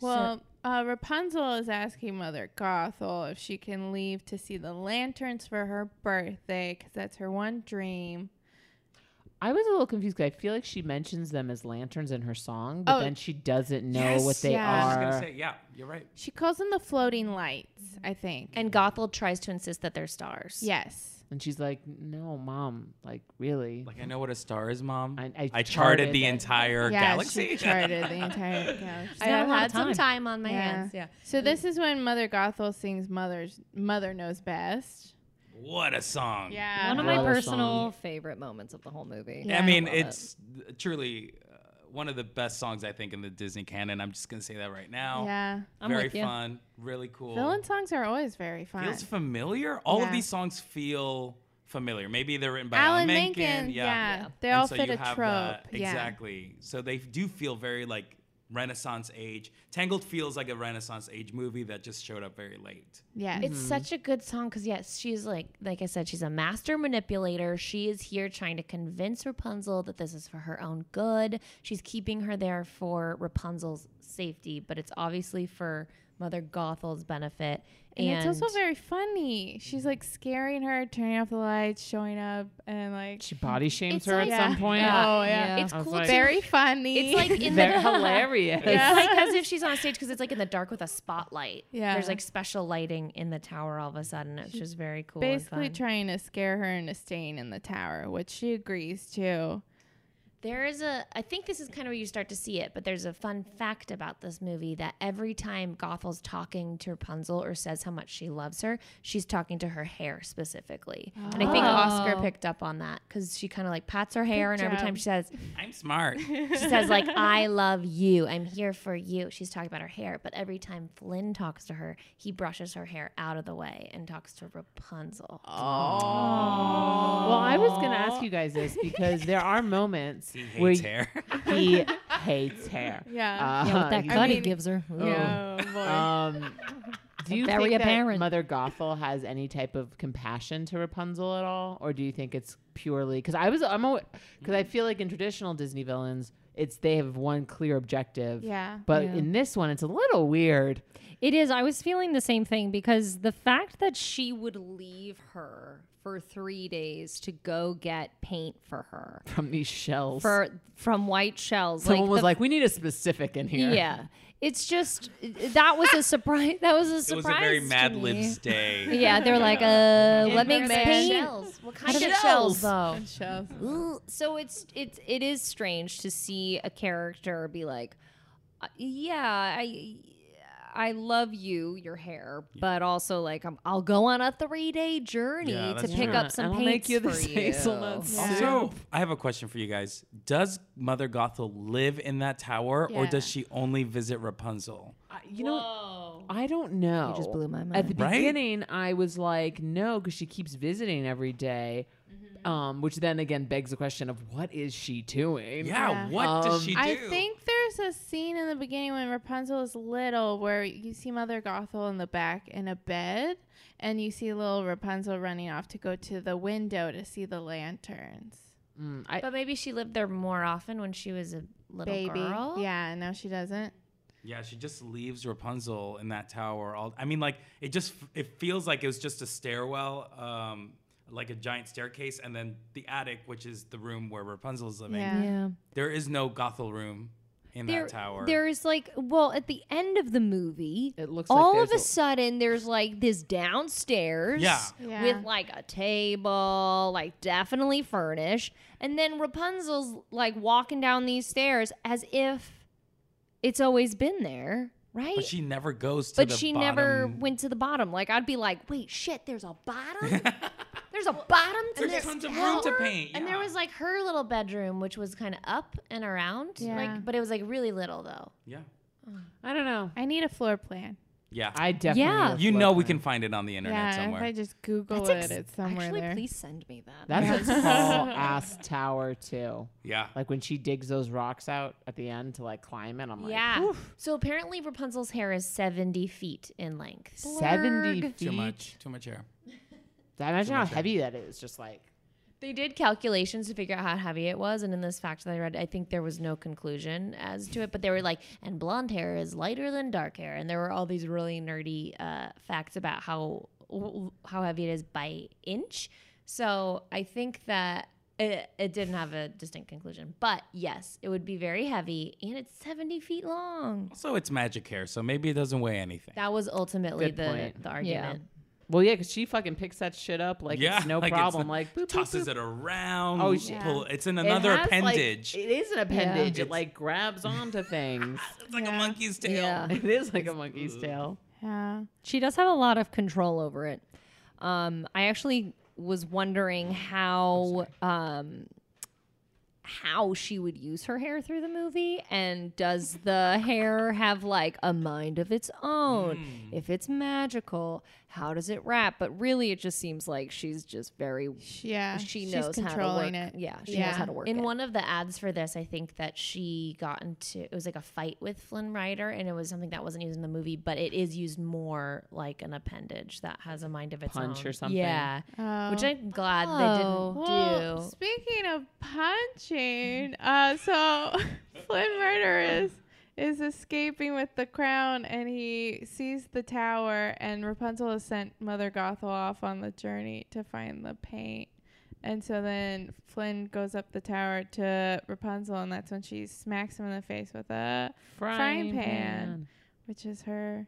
Speaker 1: Well, uh, Rapunzel is asking Mother Gothel if she can leave to see the lanterns for her birthday because that's her one dream.
Speaker 4: I was a little confused 'cause I feel like she mentions them as lanterns in her song, but
Speaker 1: Oh.
Speaker 4: then she doesn't know what they
Speaker 1: yeah.
Speaker 4: are.
Speaker 1: I
Speaker 6: I was gonna say, yeah, you're right.
Speaker 1: She calls them the floating lights, I think.
Speaker 2: And Gothel tries to insist that they're stars.
Speaker 1: yes.
Speaker 4: and she's like, "No, mom, like really."
Speaker 6: Like I know what a star is, mom.
Speaker 4: I- I
Speaker 6: charted,
Speaker 4: charted
Speaker 6: the
Speaker 4: it.
Speaker 6: entire
Speaker 1: yeah,
Speaker 6: galaxy. <laughs>
Speaker 1: she charted the entire galaxy.
Speaker 2: I have had
Speaker 5: time.
Speaker 2: some time on my
Speaker 1: Yeah.
Speaker 2: hands. Yeah.
Speaker 1: So this is when Mother Gothel sings "Mother's Mother Knows Best."
Speaker 6: what a song.
Speaker 1: Yeah,
Speaker 5: One of my
Speaker 4: Another
Speaker 5: personal
Speaker 4: song.
Speaker 5: favorite moments of the whole movie.
Speaker 1: Yeah.
Speaker 6: I mean,
Speaker 5: Love it.
Speaker 6: it's truly uh, one of the best songs I think in the Disney canon. I'm just gonna say that right now.
Speaker 1: yeah.
Speaker 5: I'm
Speaker 6: very
Speaker 5: with ya.
Speaker 6: fun, really cool.
Speaker 1: Villain songs are always very fun.
Speaker 6: Feels familiar. All
Speaker 1: Yeah.
Speaker 6: of these songs feel familiar. Maybe they're written by
Speaker 1: Alan
Speaker 6: Alan
Speaker 1: Menken, yeah, they
Speaker 6: And
Speaker 1: all
Speaker 6: so
Speaker 1: fit
Speaker 6: you
Speaker 1: a
Speaker 6: have
Speaker 1: trope.
Speaker 6: that-
Speaker 1: yeah.
Speaker 6: Exactly. So they do feel very like Renaissance age. Tangled feels like a Renaissance age movie that just showed up very late.
Speaker 1: Yes.
Speaker 2: It's such a good song because yes, she's like like I said, she's a master manipulator. She is here trying to convince Rapunzel that this is for her own good. She's keeping her there for Rapunzel's safety, but it's obviously for Mother Gothel's benefit.
Speaker 1: and,
Speaker 2: And,
Speaker 1: it's also very funny. She's like scaring her, turning off the lights, showing up, and like
Speaker 4: She body shames
Speaker 2: It's
Speaker 4: her
Speaker 2: like-
Speaker 4: at some point.
Speaker 1: Oh yeah,
Speaker 2: it's
Speaker 4: I was
Speaker 2: cool
Speaker 4: like-
Speaker 2: to
Speaker 1: very funny.
Speaker 2: <laughs> it's like in
Speaker 4: They're
Speaker 2: the
Speaker 4: hilarious.
Speaker 2: It's like as <laughs> if she's on a stage because it's like in the dark with a spotlight.
Speaker 1: Yeah.
Speaker 2: there's like special lighting in the tower all of a sudden, which is very cool. and
Speaker 1: basically
Speaker 2: fun.
Speaker 1: trying to scare her into staying in the tower, which she agrees to.
Speaker 2: There is a, I think this is kind of where you start to see it, but there's a fun fact about this movie that every time Gothel's talking to Rapunzel or says how much she loves her, she's talking to her hair specifically. And I think Oscar picked up on that because she kind of like pats her hair, Oh. and every
Speaker 1: job.
Speaker 2: time she says,
Speaker 6: I'm
Speaker 1: <laughs>
Speaker 6: smart.
Speaker 2: she says <laughs> like i love you i'm here for you she's talking about her hair but every time flynn talks to her he brushes her hair out of the way and talks to rapunzel
Speaker 4: Well, I was going to ask you guys this because there are moments
Speaker 6: He
Speaker 4: where
Speaker 6: hates hair. <laughs>
Speaker 4: he hates hair.
Speaker 1: Yeah.
Speaker 5: Yeah, with that
Speaker 4: Uh,
Speaker 5: cut he
Speaker 1: mean-
Speaker 5: gives her. Ugh.
Speaker 1: Yeah. Oh, boy.
Speaker 4: um, do you
Speaker 5: Very
Speaker 4: think that
Speaker 5: apparent.
Speaker 4: Mother Gothel has any type of compassion to Rapunzel at all, or do you think it's purely because I was I'm because I feel like in traditional Disney villains, it's they have one clear objective.
Speaker 1: yeah.
Speaker 4: But
Speaker 5: Yeah.
Speaker 4: in this one, it's a little weird.
Speaker 5: It is. I was feeling the same thing because the fact that she would leave her for three days to go get paint for her
Speaker 4: from these shells.
Speaker 5: for from white shells.
Speaker 4: Someone was
Speaker 5: the-
Speaker 4: like, "We need a specific in here."
Speaker 5: yeah. It's just that was a surprise. That was
Speaker 6: <laughs>
Speaker 5: a
Speaker 6: It was
Speaker 5: surprise.
Speaker 6: a very
Speaker 5: to
Speaker 6: Mad
Speaker 5: me.
Speaker 6: Libs day.
Speaker 5: <laughs> Yeah,
Speaker 6: <laughs>
Speaker 5: they're like, uh, what
Speaker 1: my
Speaker 5: makes
Speaker 1: man.
Speaker 5: paint?
Speaker 2: shells what kind of
Speaker 5: Out of
Speaker 2: shells
Speaker 5: shells.
Speaker 2: though
Speaker 1: Shells.
Speaker 5: Ooh, so it's it's it is strange to see a character be like "Uh, yeah i i love you your hair but also like I'm, i'll go on a three-day journey
Speaker 6: Yeah,
Speaker 5: to
Speaker 6: that's
Speaker 5: pick
Speaker 4: true.
Speaker 5: up some
Speaker 4: And I'll make
Speaker 5: paints
Speaker 4: you
Speaker 5: for
Speaker 4: <laughs> this
Speaker 5: you
Speaker 4: hazelnut
Speaker 1: Yeah.
Speaker 5: Oh,
Speaker 6: Also, I have a question for you guys. Does Mother Gothel live in that tower, or
Speaker 1: Yeah.
Speaker 6: does she only visit Rapunzel?
Speaker 4: I- you know, I don't know.
Speaker 5: you just blew my
Speaker 4: At the
Speaker 5: mind
Speaker 6: Right?
Speaker 4: beginning, I was like, no, because she keeps visiting every day,
Speaker 5: Mm-hmm.
Speaker 4: Um, which then again begs the question of what is she doing?
Speaker 6: Yeah,
Speaker 1: Yeah.
Speaker 6: what does
Speaker 4: Um,
Speaker 6: she do?
Speaker 1: I think there's there's a scene in the beginning when Rapunzel is little where you see Mother Gothel in the back in a bed, and you see little Rapunzel running off to go to the window to see the lanterns.
Speaker 4: Mm, I,
Speaker 2: But maybe she lived there more often when she was a little
Speaker 1: Baby.
Speaker 2: girl.
Speaker 1: Yeah, no, she doesn't.
Speaker 6: Yeah, she just leaves Rapunzel in that tower. All I mean, like it just it feels like it was just a stairwell, um, like a giant staircase, and then the attic, which is the room where Rapunzel is living.
Speaker 1: Yeah.
Speaker 5: Yeah.
Speaker 6: There is no Gothel room in
Speaker 5: There,
Speaker 6: that tower.
Speaker 5: there is like, well, at the end of the movie,
Speaker 4: it looks
Speaker 5: all
Speaker 4: like
Speaker 5: of a
Speaker 4: there's
Speaker 5: sudden there's like this downstairs
Speaker 6: Yeah.
Speaker 1: Yeah.
Speaker 5: with like a table like definitely furnished and then rapunzel's like walking down these stairs as if it's always been there right
Speaker 6: but she never goes to
Speaker 5: But
Speaker 6: the
Speaker 5: she never
Speaker 6: bottom.
Speaker 5: went to the bottom like i'd be like wait shit there's a
Speaker 6: <laughs>
Speaker 5: bottom there's a bottom to
Speaker 6: There's
Speaker 5: this
Speaker 6: tons of room to
Speaker 5: tower?
Speaker 6: paint.
Speaker 2: And there
Speaker 6: yeah.
Speaker 2: was like her little bedroom, which was kind of up and around.
Speaker 1: Yeah.
Speaker 2: Like, but it was like really little though.
Speaker 6: yeah,
Speaker 4: I don't know.
Speaker 1: I need a floor plan.
Speaker 6: yeah.
Speaker 4: I definitely
Speaker 5: Yeah.
Speaker 4: would
Speaker 6: you
Speaker 4: flip
Speaker 6: know we
Speaker 4: that.
Speaker 6: can find it on the internet
Speaker 1: yeah,
Speaker 6: somewhere.
Speaker 1: if I just Google
Speaker 5: That's
Speaker 1: it,
Speaker 5: ex-
Speaker 1: it's somewhere
Speaker 5: actually
Speaker 1: there.
Speaker 5: please send me that
Speaker 4: That's a
Speaker 5: <laughs>
Speaker 4: tall ass tower too.
Speaker 6: yeah,
Speaker 4: Like when she digs those rocks out at the end to like climb it, I'm like,
Speaker 2: yeah. So apparently Rapunzel's hair is 70 feet in length.
Speaker 4: seventy feet.
Speaker 6: too much, too much hair.
Speaker 4: Imagine how heavy that is. Just like
Speaker 2: They did calculations to figure out how heavy it was, and in this fact that I read, I think there was no conclusion as to it. But they were like, and blonde hair is lighter than dark hair, and there were all these really nerdy uh, facts about how how heavy it is by inch. So I think that it, it didn't have a distinct conclusion, but yes, it would be very heavy, and it's seventy feet long.
Speaker 6: Also, it's magic hair, so maybe it doesn't weigh anything.
Speaker 2: That was ultimately
Speaker 4: Good
Speaker 2: the,
Speaker 4: point.
Speaker 2: the argument.
Speaker 4: Well, yeah, because she fucking picks that shit up like
Speaker 6: yeah,
Speaker 4: it's no
Speaker 6: like
Speaker 4: problem.
Speaker 6: like
Speaker 4: like boop, boop,
Speaker 6: tosses
Speaker 4: boop.
Speaker 6: it around.
Speaker 4: Oh,
Speaker 6: Oh,
Speaker 4: shit.
Speaker 6: pull, it's in
Speaker 4: It
Speaker 6: another
Speaker 4: has, like-
Speaker 6: appendage.
Speaker 4: it is an appendage.
Speaker 6: Yeah.
Speaker 4: It like
Speaker 6: <laughs>
Speaker 4: grabs
Speaker 1: <laughs>
Speaker 4: onto things.
Speaker 6: it's like a monkey's tail.
Speaker 5: yeah
Speaker 4: it is like a monkey's tail.
Speaker 1: Yeah.
Speaker 5: She does have a lot of control over it. Um, I actually was wondering how um, how she would use her hair through the movie, and does the hair have like a mind of its own?
Speaker 2: Hmm.
Speaker 5: If it's magical, how does it wrap? But really, it just seems like she's just very
Speaker 1: Sh- Yeah.
Speaker 5: she
Speaker 1: she's
Speaker 5: knows how to work.
Speaker 1: controlling it.
Speaker 5: Yeah, she knows how to work
Speaker 2: In
Speaker 5: it.
Speaker 2: one of the ads for this, I think that she got into it was like a fight with Flynn Rider, and it was something that wasn't used in the movie, but it is used more like an appendage that has a mind of its own.
Speaker 4: Punch or something.
Speaker 2: Yeah,
Speaker 1: Oh.
Speaker 2: which I'm glad they didn't
Speaker 1: Well,
Speaker 2: do.
Speaker 1: speaking of punching, uh, so <laughs> Flynn Murder is is escaping with the crown, and he sees the tower, and Rapunzel has sent Mother Gothel off on the journey to find the paint, and so then Flynn goes up the tower to Rapunzel, and that's when she smacks him in the face with a, Frying pan. which is her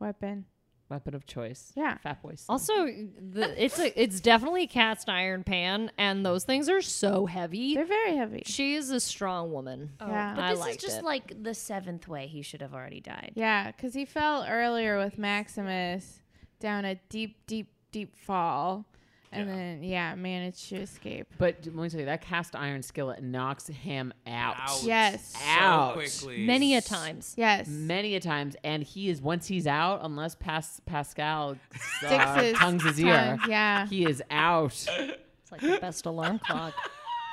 Speaker 1: weapon.
Speaker 4: Weapon of choice.
Speaker 1: Yeah.
Speaker 4: Fat boys.
Speaker 5: also, the, it's a, it's definitely a cast iron pan, and those things are so heavy.
Speaker 1: They're Oh, very heavy.
Speaker 5: She is a strong woman.
Speaker 1: yeah.
Speaker 2: But
Speaker 5: I
Speaker 2: this is
Speaker 5: liked
Speaker 2: just
Speaker 5: it.
Speaker 2: like the seventh way he should have already died.
Speaker 1: Yeah, because he fell earlier with Maximus down a deep, deep, deep fall. And
Speaker 6: Yeah.
Speaker 1: then, yeah, managed to escape.
Speaker 4: But let me tell you, that cast iron skillet knocks him out
Speaker 6: Ouch.
Speaker 1: Yes.
Speaker 6: So
Speaker 4: Ouch.
Speaker 6: quickly.
Speaker 5: Many a times.
Speaker 1: Yes.
Speaker 4: many a times, and he is once he's out, unless Pas- Pascal uh,
Speaker 1: Sixes.
Speaker 4: tongues his ear,
Speaker 1: times, Yeah.
Speaker 4: he is out.
Speaker 5: It's like the best alarm clock.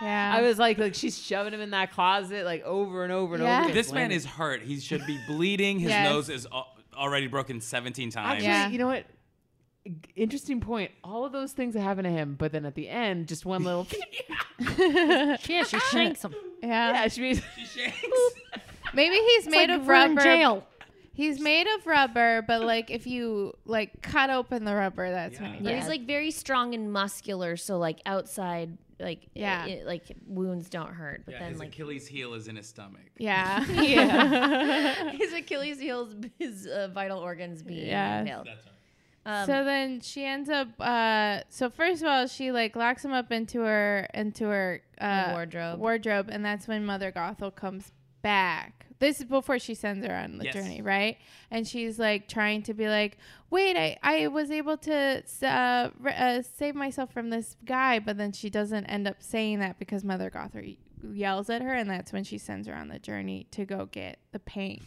Speaker 1: Yeah.
Speaker 4: I was like, like she's shoving him in that closet like over and over and
Speaker 1: Yeah.
Speaker 4: over.
Speaker 6: This man is hurt. He should be bleeding. His
Speaker 1: Yes.
Speaker 6: nose is al- already broken 17 times. <laughs>
Speaker 4: actually,
Speaker 1: Yeah.
Speaker 4: you know what? Interesting point. All of those things that happen to him, but then at the end, just one <laughs> little.
Speaker 5: yeah, she shanks him.
Speaker 1: yeah.
Speaker 4: yeah, she means <laughs>
Speaker 1: Maybe he's made
Speaker 5: like
Speaker 1: of
Speaker 5: we're in
Speaker 1: rubber.
Speaker 5: jail.
Speaker 1: He's made of rubber, but like if you like cut open the rubber, that's when he
Speaker 2: But
Speaker 1: yeah.
Speaker 2: he's like very strong and muscular, so like outside, like
Speaker 1: Yeah.
Speaker 2: it- like wounds don't hurt. But
Speaker 6: Yeah,
Speaker 2: then
Speaker 6: his
Speaker 2: like
Speaker 6: Achilles heel is in his stomach.
Speaker 1: <laughs> Yeah.
Speaker 2: <laughs> his Achilles heels, his uh, vital organs being
Speaker 1: Yes.
Speaker 2: impaled.
Speaker 6: That's right.
Speaker 2: Um,
Speaker 1: so then she ends up. Uh, so first of all, she like locks him up into her into her uh,
Speaker 2: wardrobe.
Speaker 1: wardrobe, and that's when Mother Gothel comes back. This is before she sends her on the
Speaker 6: Yes.
Speaker 1: journey, right? And she's like trying to be like, "Wait, I, I was able to uh, re- uh, save myself from this guy," but then she doesn't end up saying that because Mother Gothel y- yells at her, and that's when she sends her on the journey to go get the paint.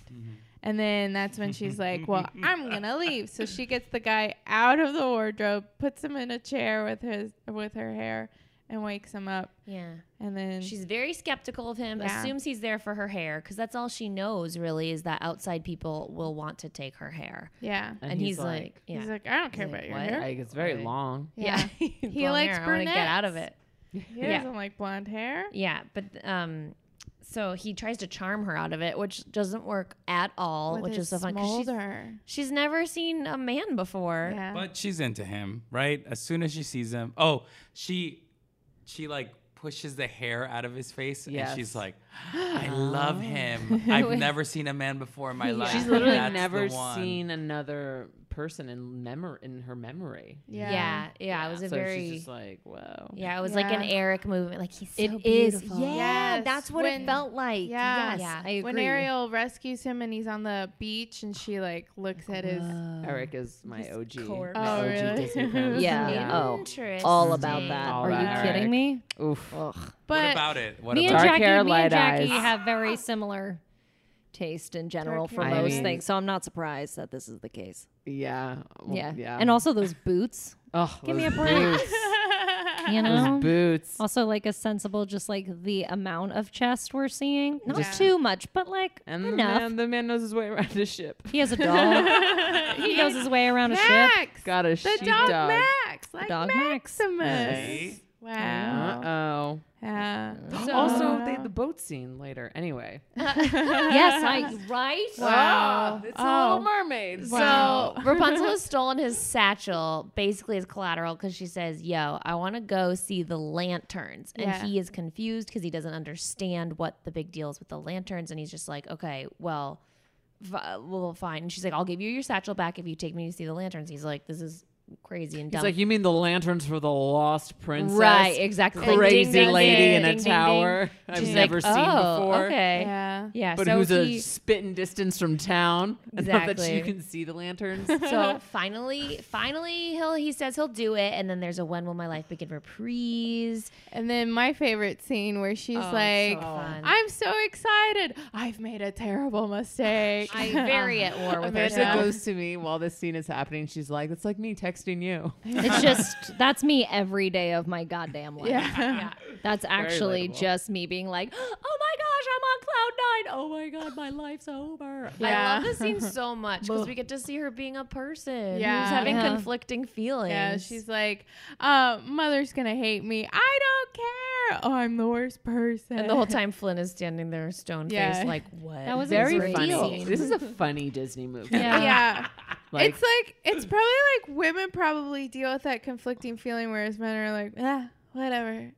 Speaker 1: And then that's when she's like, "Well, I'm gonna leave." So she gets the guy out of the wardrobe, puts him in a chair with his with her hair, and wakes him up.
Speaker 2: Yeah.
Speaker 1: And then
Speaker 2: She's very skeptical of him,
Speaker 1: Yeah.
Speaker 2: assumes he's there for her hair because that's all she knows really is that outside people will want to take her hair.
Speaker 1: yeah,
Speaker 2: And, he's, like, yeah.
Speaker 1: he's like, I don't care
Speaker 2: He's
Speaker 1: about
Speaker 2: like,
Speaker 1: your
Speaker 2: "What?"
Speaker 1: hair.
Speaker 4: like it's very
Speaker 2: Right.
Speaker 4: long.
Speaker 2: <laughs>
Speaker 1: Yeah, <laughs> he
Speaker 2: Blonde
Speaker 1: likes
Speaker 2: hair. I wanna Get out of it.
Speaker 1: brunettes. he
Speaker 2: Yeah.
Speaker 1: doesn't like blonde hair.
Speaker 2: Yeah, but um, so he tries to charm her out of it, which doesn't work at all,
Speaker 1: with
Speaker 2: which is so
Speaker 1: his
Speaker 2: fun 'cause she's,
Speaker 1: smolder.
Speaker 2: she's never seen a man before.
Speaker 1: Yeah.
Speaker 6: But she's into him, right? As soon as she sees him, oh, she, she like pushes the hair out of his face,
Speaker 4: Yes.
Speaker 6: and she's like, "I love him. I've never seen a man before in my life."
Speaker 4: <laughs> She's literally
Speaker 6: That's the
Speaker 4: never
Speaker 6: one."
Speaker 4: seen another person in memory in her memory.
Speaker 2: Yeah,
Speaker 1: yeah.
Speaker 2: yeah, it was a
Speaker 4: so
Speaker 2: very
Speaker 4: she's just like, whoa.
Speaker 2: yeah, it was like an
Speaker 1: Yeah.
Speaker 2: Eric movement. Like he's so
Speaker 5: It is.
Speaker 2: beautiful.
Speaker 5: Yeah,
Speaker 1: Yes.
Speaker 5: that's what it
Speaker 1: When-
Speaker 5: felt like.
Speaker 1: Yeah.
Speaker 5: Yes,
Speaker 2: Yeah.
Speaker 5: I agree.
Speaker 1: When Ariel rescues him and he's on the beach and she like looks at his
Speaker 4: Eric is my OG.
Speaker 2: corpse.
Speaker 4: My
Speaker 1: Oh,
Speaker 4: OG
Speaker 1: really?
Speaker 4: <laughs> Disney friend.
Speaker 5: Yeah. Oh,
Speaker 2: Interesting.
Speaker 5: all about that.
Speaker 4: All
Speaker 5: Are you
Speaker 4: about
Speaker 5: kidding
Speaker 4: Eric.
Speaker 5: me?
Speaker 4: Oof.
Speaker 1: but
Speaker 6: what about it? What
Speaker 5: me and
Speaker 6: about
Speaker 4: Dark
Speaker 5: Jackie,
Speaker 4: hair,
Speaker 5: me
Speaker 4: light
Speaker 5: and Jackie
Speaker 4: eyes.
Speaker 5: have very similar taste in general
Speaker 1: Dark
Speaker 5: for
Speaker 1: hair,
Speaker 4: I
Speaker 5: those
Speaker 4: mean-
Speaker 5: things, so I'm not surprised that this is the case.
Speaker 4: Yeah. Well,
Speaker 5: Yeah,
Speaker 4: Yeah.
Speaker 5: and also those boots.
Speaker 4: oh,
Speaker 5: Give me a
Speaker 4: those
Speaker 5: break.
Speaker 4: boots.
Speaker 5: you know.
Speaker 4: Those
Speaker 5: <laughs>
Speaker 4: boots.
Speaker 5: Also, like a sensible, just like the amount of chest we're seeing. Not
Speaker 1: Just-
Speaker 5: too much, but like
Speaker 4: And the
Speaker 5: enough.
Speaker 4: man, the man knows his way around his ship.
Speaker 5: He has
Speaker 1: <laughs>
Speaker 5: a dog. he knows his way around a ship.
Speaker 1: Max,
Speaker 4: Got a
Speaker 1: the
Speaker 4: sheepdog.
Speaker 1: dog Max, like
Speaker 5: dog Max.
Speaker 1: Maximus.
Speaker 4: Yes.
Speaker 1: Wow.
Speaker 4: Uh oh.
Speaker 1: Yeah.
Speaker 2: <gasps>
Speaker 4: also, they had the boat scene later. Anyway.
Speaker 1: <laughs>
Speaker 5: yes, I right.
Speaker 1: Wow.
Speaker 4: Ah, It's a
Speaker 1: Oh.
Speaker 4: Little Mermaid. <laughs>
Speaker 1: Wow.
Speaker 2: So Rapunzel has stolen his satchel basically as collateral because she says, Yo, I want to go see the lanterns. And
Speaker 1: Yeah.
Speaker 2: he is confused because he doesn't understand what the big deal is with the lanterns. And he's just like, Okay, well, f- well, fine. And she's like, I'll give you your satchel back if you take me to see the lanterns. He's like, This is crazy and dumb.
Speaker 4: He's like, you mean the lanterns for the lost princess?
Speaker 2: right, exactly. Like,
Speaker 4: Crazy
Speaker 2: ding, ding,
Speaker 4: lady
Speaker 2: ding,
Speaker 4: in a
Speaker 2: ding, ding, ding.
Speaker 4: tower I've
Speaker 2: She's like,
Speaker 4: never seen
Speaker 2: "Oh,
Speaker 4: before.
Speaker 2: Okay. Yeah.
Speaker 1: Yeah.
Speaker 4: But
Speaker 2: so
Speaker 4: who's
Speaker 2: he-
Speaker 4: a spitting distance from town? <laughs> Enough that
Speaker 2: Exactly.
Speaker 4: you can see the <laughs>
Speaker 2: <laughs>
Speaker 4: lanterns.
Speaker 2: so finally, finally, he'll he says he'll do it, and then there's a "When Will My Life Begin" reprise.
Speaker 1: And then my favorite scene where she's
Speaker 2: Oh,
Speaker 1: like,
Speaker 2: so fun.
Speaker 1: I'm so excited. I've made a terrible mistake.
Speaker 2: <laughs> I very at war with
Speaker 4: Amanda
Speaker 2: herself.
Speaker 4: goes to me while this scene is happening. She's like, "It's like me texting you."
Speaker 5: It's just that's me every day of my goddamn life.
Speaker 1: <laughs> yeah.
Speaker 2: <laughs> Yeah.
Speaker 5: That's actually
Speaker 4: relatable.
Speaker 5: just me being like, oh my gosh, I'm on cloud nine. Oh my god, my life's over.
Speaker 2: I love
Speaker 1: Yeah.
Speaker 2: this
Speaker 1: <laughs>
Speaker 2: scene so much because we get to see her being a person
Speaker 1: Yeah.
Speaker 2: who's having
Speaker 5: Yeah.
Speaker 2: conflicting feelings.
Speaker 1: Yeah, she's like, uh, mother's gonna hate me. I don't care. Oh, I'm the worst person.
Speaker 2: and the whole time Flynn is standing there stone faced,
Speaker 1: Yeah.
Speaker 2: like what?
Speaker 5: That was a
Speaker 4: Very
Speaker 5: great
Speaker 4: funny.
Speaker 5: scene.
Speaker 4: This is a funny Disney movie.
Speaker 5: Yeah.
Speaker 1: <laughs> yeah.
Speaker 4: Like,
Speaker 1: it's like it's probably like women probably deal with that conflicting feeling, whereas men are like, ah, whatever,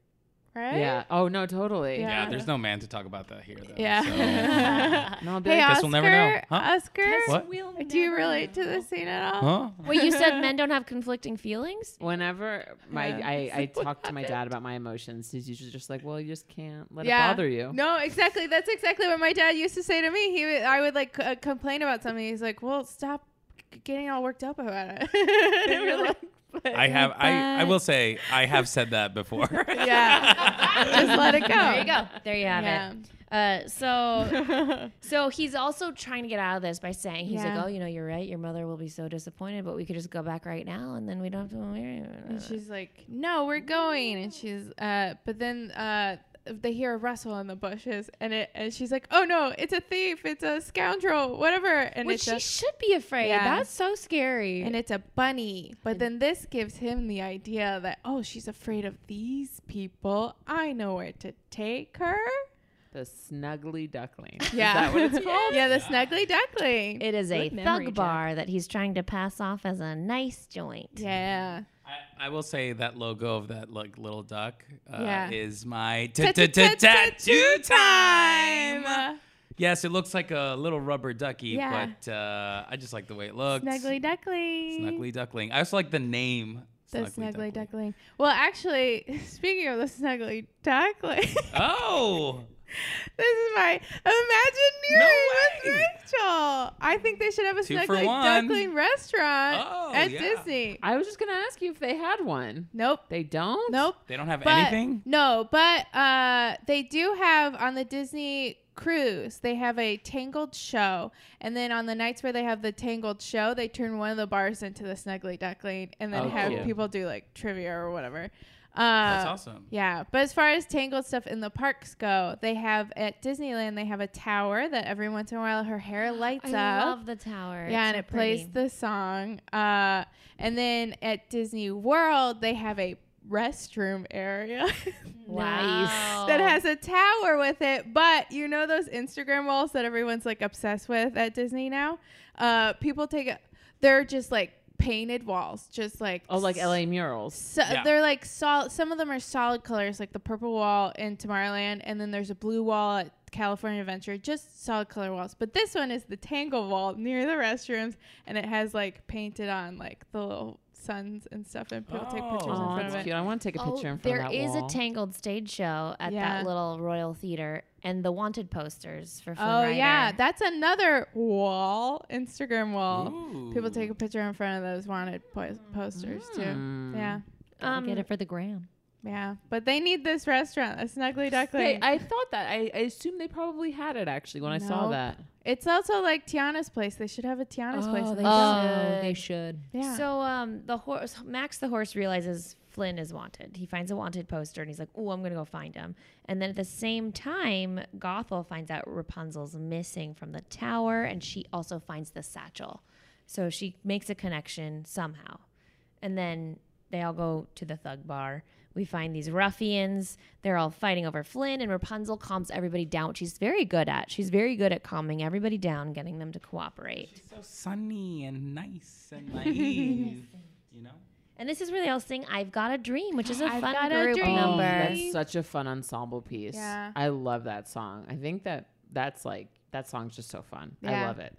Speaker 1: right?
Speaker 4: yeah. Oh no, totally.
Speaker 1: Yeah.
Speaker 6: Yeah, there's no man to talk about that here. Though,
Speaker 1: <laughs> Yeah.
Speaker 4: No,
Speaker 1: Hey,
Speaker 6: Guess
Speaker 1: Oscar,
Speaker 6: we'll never know. Huh?
Speaker 1: Oscar,
Speaker 6: What?
Speaker 1: do you relate to this scene at all?
Speaker 6: So, huh?
Speaker 2: Wait, you
Speaker 1: <laughs>
Speaker 2: said men don't have conflicting feelings?
Speaker 4: Whenever my
Speaker 1: Yeah.
Speaker 4: I, I talk to my dad about my emotions, he's usually just like, "Well, you just can't let
Speaker 1: Yeah.
Speaker 4: it bother you."
Speaker 1: No, exactly. That's exactly what my dad used to say to me. He, would, I would like c- uh, complain about something. He's like, "Well, stop g- getting all worked up about it." <laughs> And you're like, "But-
Speaker 6: I have. I, I will say I have said that before.
Speaker 1: yeah, just let it go.
Speaker 2: There you go. There you have
Speaker 1: Yeah.
Speaker 2: it. Uh, so, so he's also trying to get out of this by saying he's
Speaker 1: Yeah.
Speaker 2: like, oh, you know, you're right. Your mother will be so disappointed, but we could just go back right now, and then we don't have to worry.
Speaker 1: And she's like, "No, we're going." And she's, uh, but then uh, they hear a rustle in the bushes, and it, and she's like, "Oh no, it's a thief! It's a scoundrel! Whatever!" And
Speaker 2: Which
Speaker 1: it's
Speaker 2: she
Speaker 1: a,
Speaker 2: should be afraid.
Speaker 1: Yeah.
Speaker 2: That's so scary.
Speaker 1: and it's a bunny. But then this gives him the idea that, "Oh, she's afraid of these people. I know where to take her."
Speaker 4: The snuggly duckling.
Speaker 1: <laughs> Yeah,
Speaker 4: Is that what it's
Speaker 1: called? yeah, the snuggly duckling.
Speaker 2: It is a
Speaker 5: Good memory,
Speaker 2: thug bar that he's trying to pass off as a nice joint.
Speaker 1: yeah,
Speaker 6: I, I will say that logo of that like little duck uh,
Speaker 1: Yeah.
Speaker 6: is my
Speaker 1: Ta-ta-ta-tattoo
Speaker 6: tattoo time.
Speaker 1: Uh,
Speaker 6: Yes, it looks like a little rubber ducky,
Speaker 1: Yeah.
Speaker 6: but uh, I just like the way it looks.
Speaker 1: snuggly duckling.
Speaker 6: Snuggly duckling. I also like the name.
Speaker 1: The snuggly duckling. Well, actually, <laughs> speaking of the snuggly duckling. <laughs>
Speaker 6: Oh,
Speaker 1: This is my Imagineering
Speaker 6: No
Speaker 1: with
Speaker 6: way.
Speaker 1: Rachel. I think they should have a
Speaker 6: Two for
Speaker 1: snuggly
Speaker 6: one.
Speaker 1: duckling restaurant
Speaker 6: Oh,
Speaker 1: at
Speaker 6: yeah.
Speaker 1: Disney.
Speaker 4: I was just gonna ask you if they had one.
Speaker 1: Nope.
Speaker 4: They don't.
Speaker 1: Nope.
Speaker 6: they don't have
Speaker 1: But
Speaker 6: anything.
Speaker 1: no, but uh, they do have on the Disney cruise. They have a Tangled show, and then on the nights where they have the Tangled show, they turn one of the bars into the Snuggly Duckling, and then
Speaker 4: Oh,
Speaker 1: have
Speaker 4: cool.
Speaker 1: people do like trivia or whatever. Uh,
Speaker 6: That's awesome.
Speaker 1: Yeah, but as far as Tangled stuff in the parks go, they have at Disneyland they have a tower that every once in a while her hair
Speaker 2: <gasps>
Speaker 1: lights
Speaker 2: I
Speaker 1: up.
Speaker 2: love the tower.
Speaker 1: yeah, and
Speaker 2: It's
Speaker 1: it
Speaker 2: so pretty.
Speaker 1: plays the song. Uh, and then at Disney World they have a restroom area <laughs>
Speaker 2: Nice.
Speaker 1: that has a tower with it. But you know those Instagram walls that everyone's like obsessed with at Disney now? Uh, people take a, they're just like painted walls, just like
Speaker 4: Oh, like LA murals.
Speaker 1: So
Speaker 6: Yeah.
Speaker 1: they're like solid. Some of them are solid colors, like the purple wall in Tomorrowland, and then there's a blue wall at California Adventure. Just solid color walls. But this one is the Tangle wall near the restrooms, and it has like painted on like the little suns and stuff, and people take pictures in
Speaker 4: Oh,
Speaker 1: front
Speaker 4: that's
Speaker 1: of it.
Speaker 4: cute. I want to take a picture in front
Speaker 2: there
Speaker 4: of that
Speaker 2: is
Speaker 4: wall.
Speaker 2: a Tangled stage show at
Speaker 1: Yeah.
Speaker 2: that little Royal Theater, and the Wanted posters for Flynn
Speaker 1: Oh yeah,
Speaker 2: Rider.
Speaker 1: that's another wall, Instagram wall. People
Speaker 6: Ooh.
Speaker 1: take a picture in front of those wanted po- posters
Speaker 6: Mm.
Speaker 1: too. Yeah,
Speaker 5: Gotta
Speaker 2: Um,
Speaker 5: get it for the gram.
Speaker 1: yeah. But they need this restaurant, a Snuggly Duckling.
Speaker 4: Hey, I thought that. I, I assumed they probably had it actually when I saw
Speaker 1: Nope.
Speaker 4: that.
Speaker 1: it's also like Tiana's place. They should have a Tiana's place. in
Speaker 2: they
Speaker 1: the
Speaker 2: should.
Speaker 1: show.
Speaker 5: Oh, they should.
Speaker 1: Yeah.
Speaker 2: So um, the horse Max the horse realizes Flynn is wanted. He finds a wanted poster and he's like, "Oh, I'm gonna go find him." And then at the same time, Gothel finds out Rapunzel's missing from the tower, and she also finds the satchel. So she makes a connection somehow, and then they all go to the thug bar. We find these ruffians. They're all fighting over Flynn, and Rapunzel calms everybody down, which she's very good at. She's very good at calming everybody down, getting them to cooperate.
Speaker 6: So sunny and
Speaker 1: <laughs>
Speaker 6: nice and naive. you know?
Speaker 2: And this is where they all sing "I've Got a Dream," which is a
Speaker 1: I've
Speaker 2: fun
Speaker 1: got a
Speaker 2: group
Speaker 1: dream.
Speaker 2: number.
Speaker 4: Oh, That's such a fun ensemble piece.
Speaker 1: Yeah.
Speaker 4: I love that song. I think that that's like that song's just so fun. I
Speaker 1: Yeah.
Speaker 4: love it.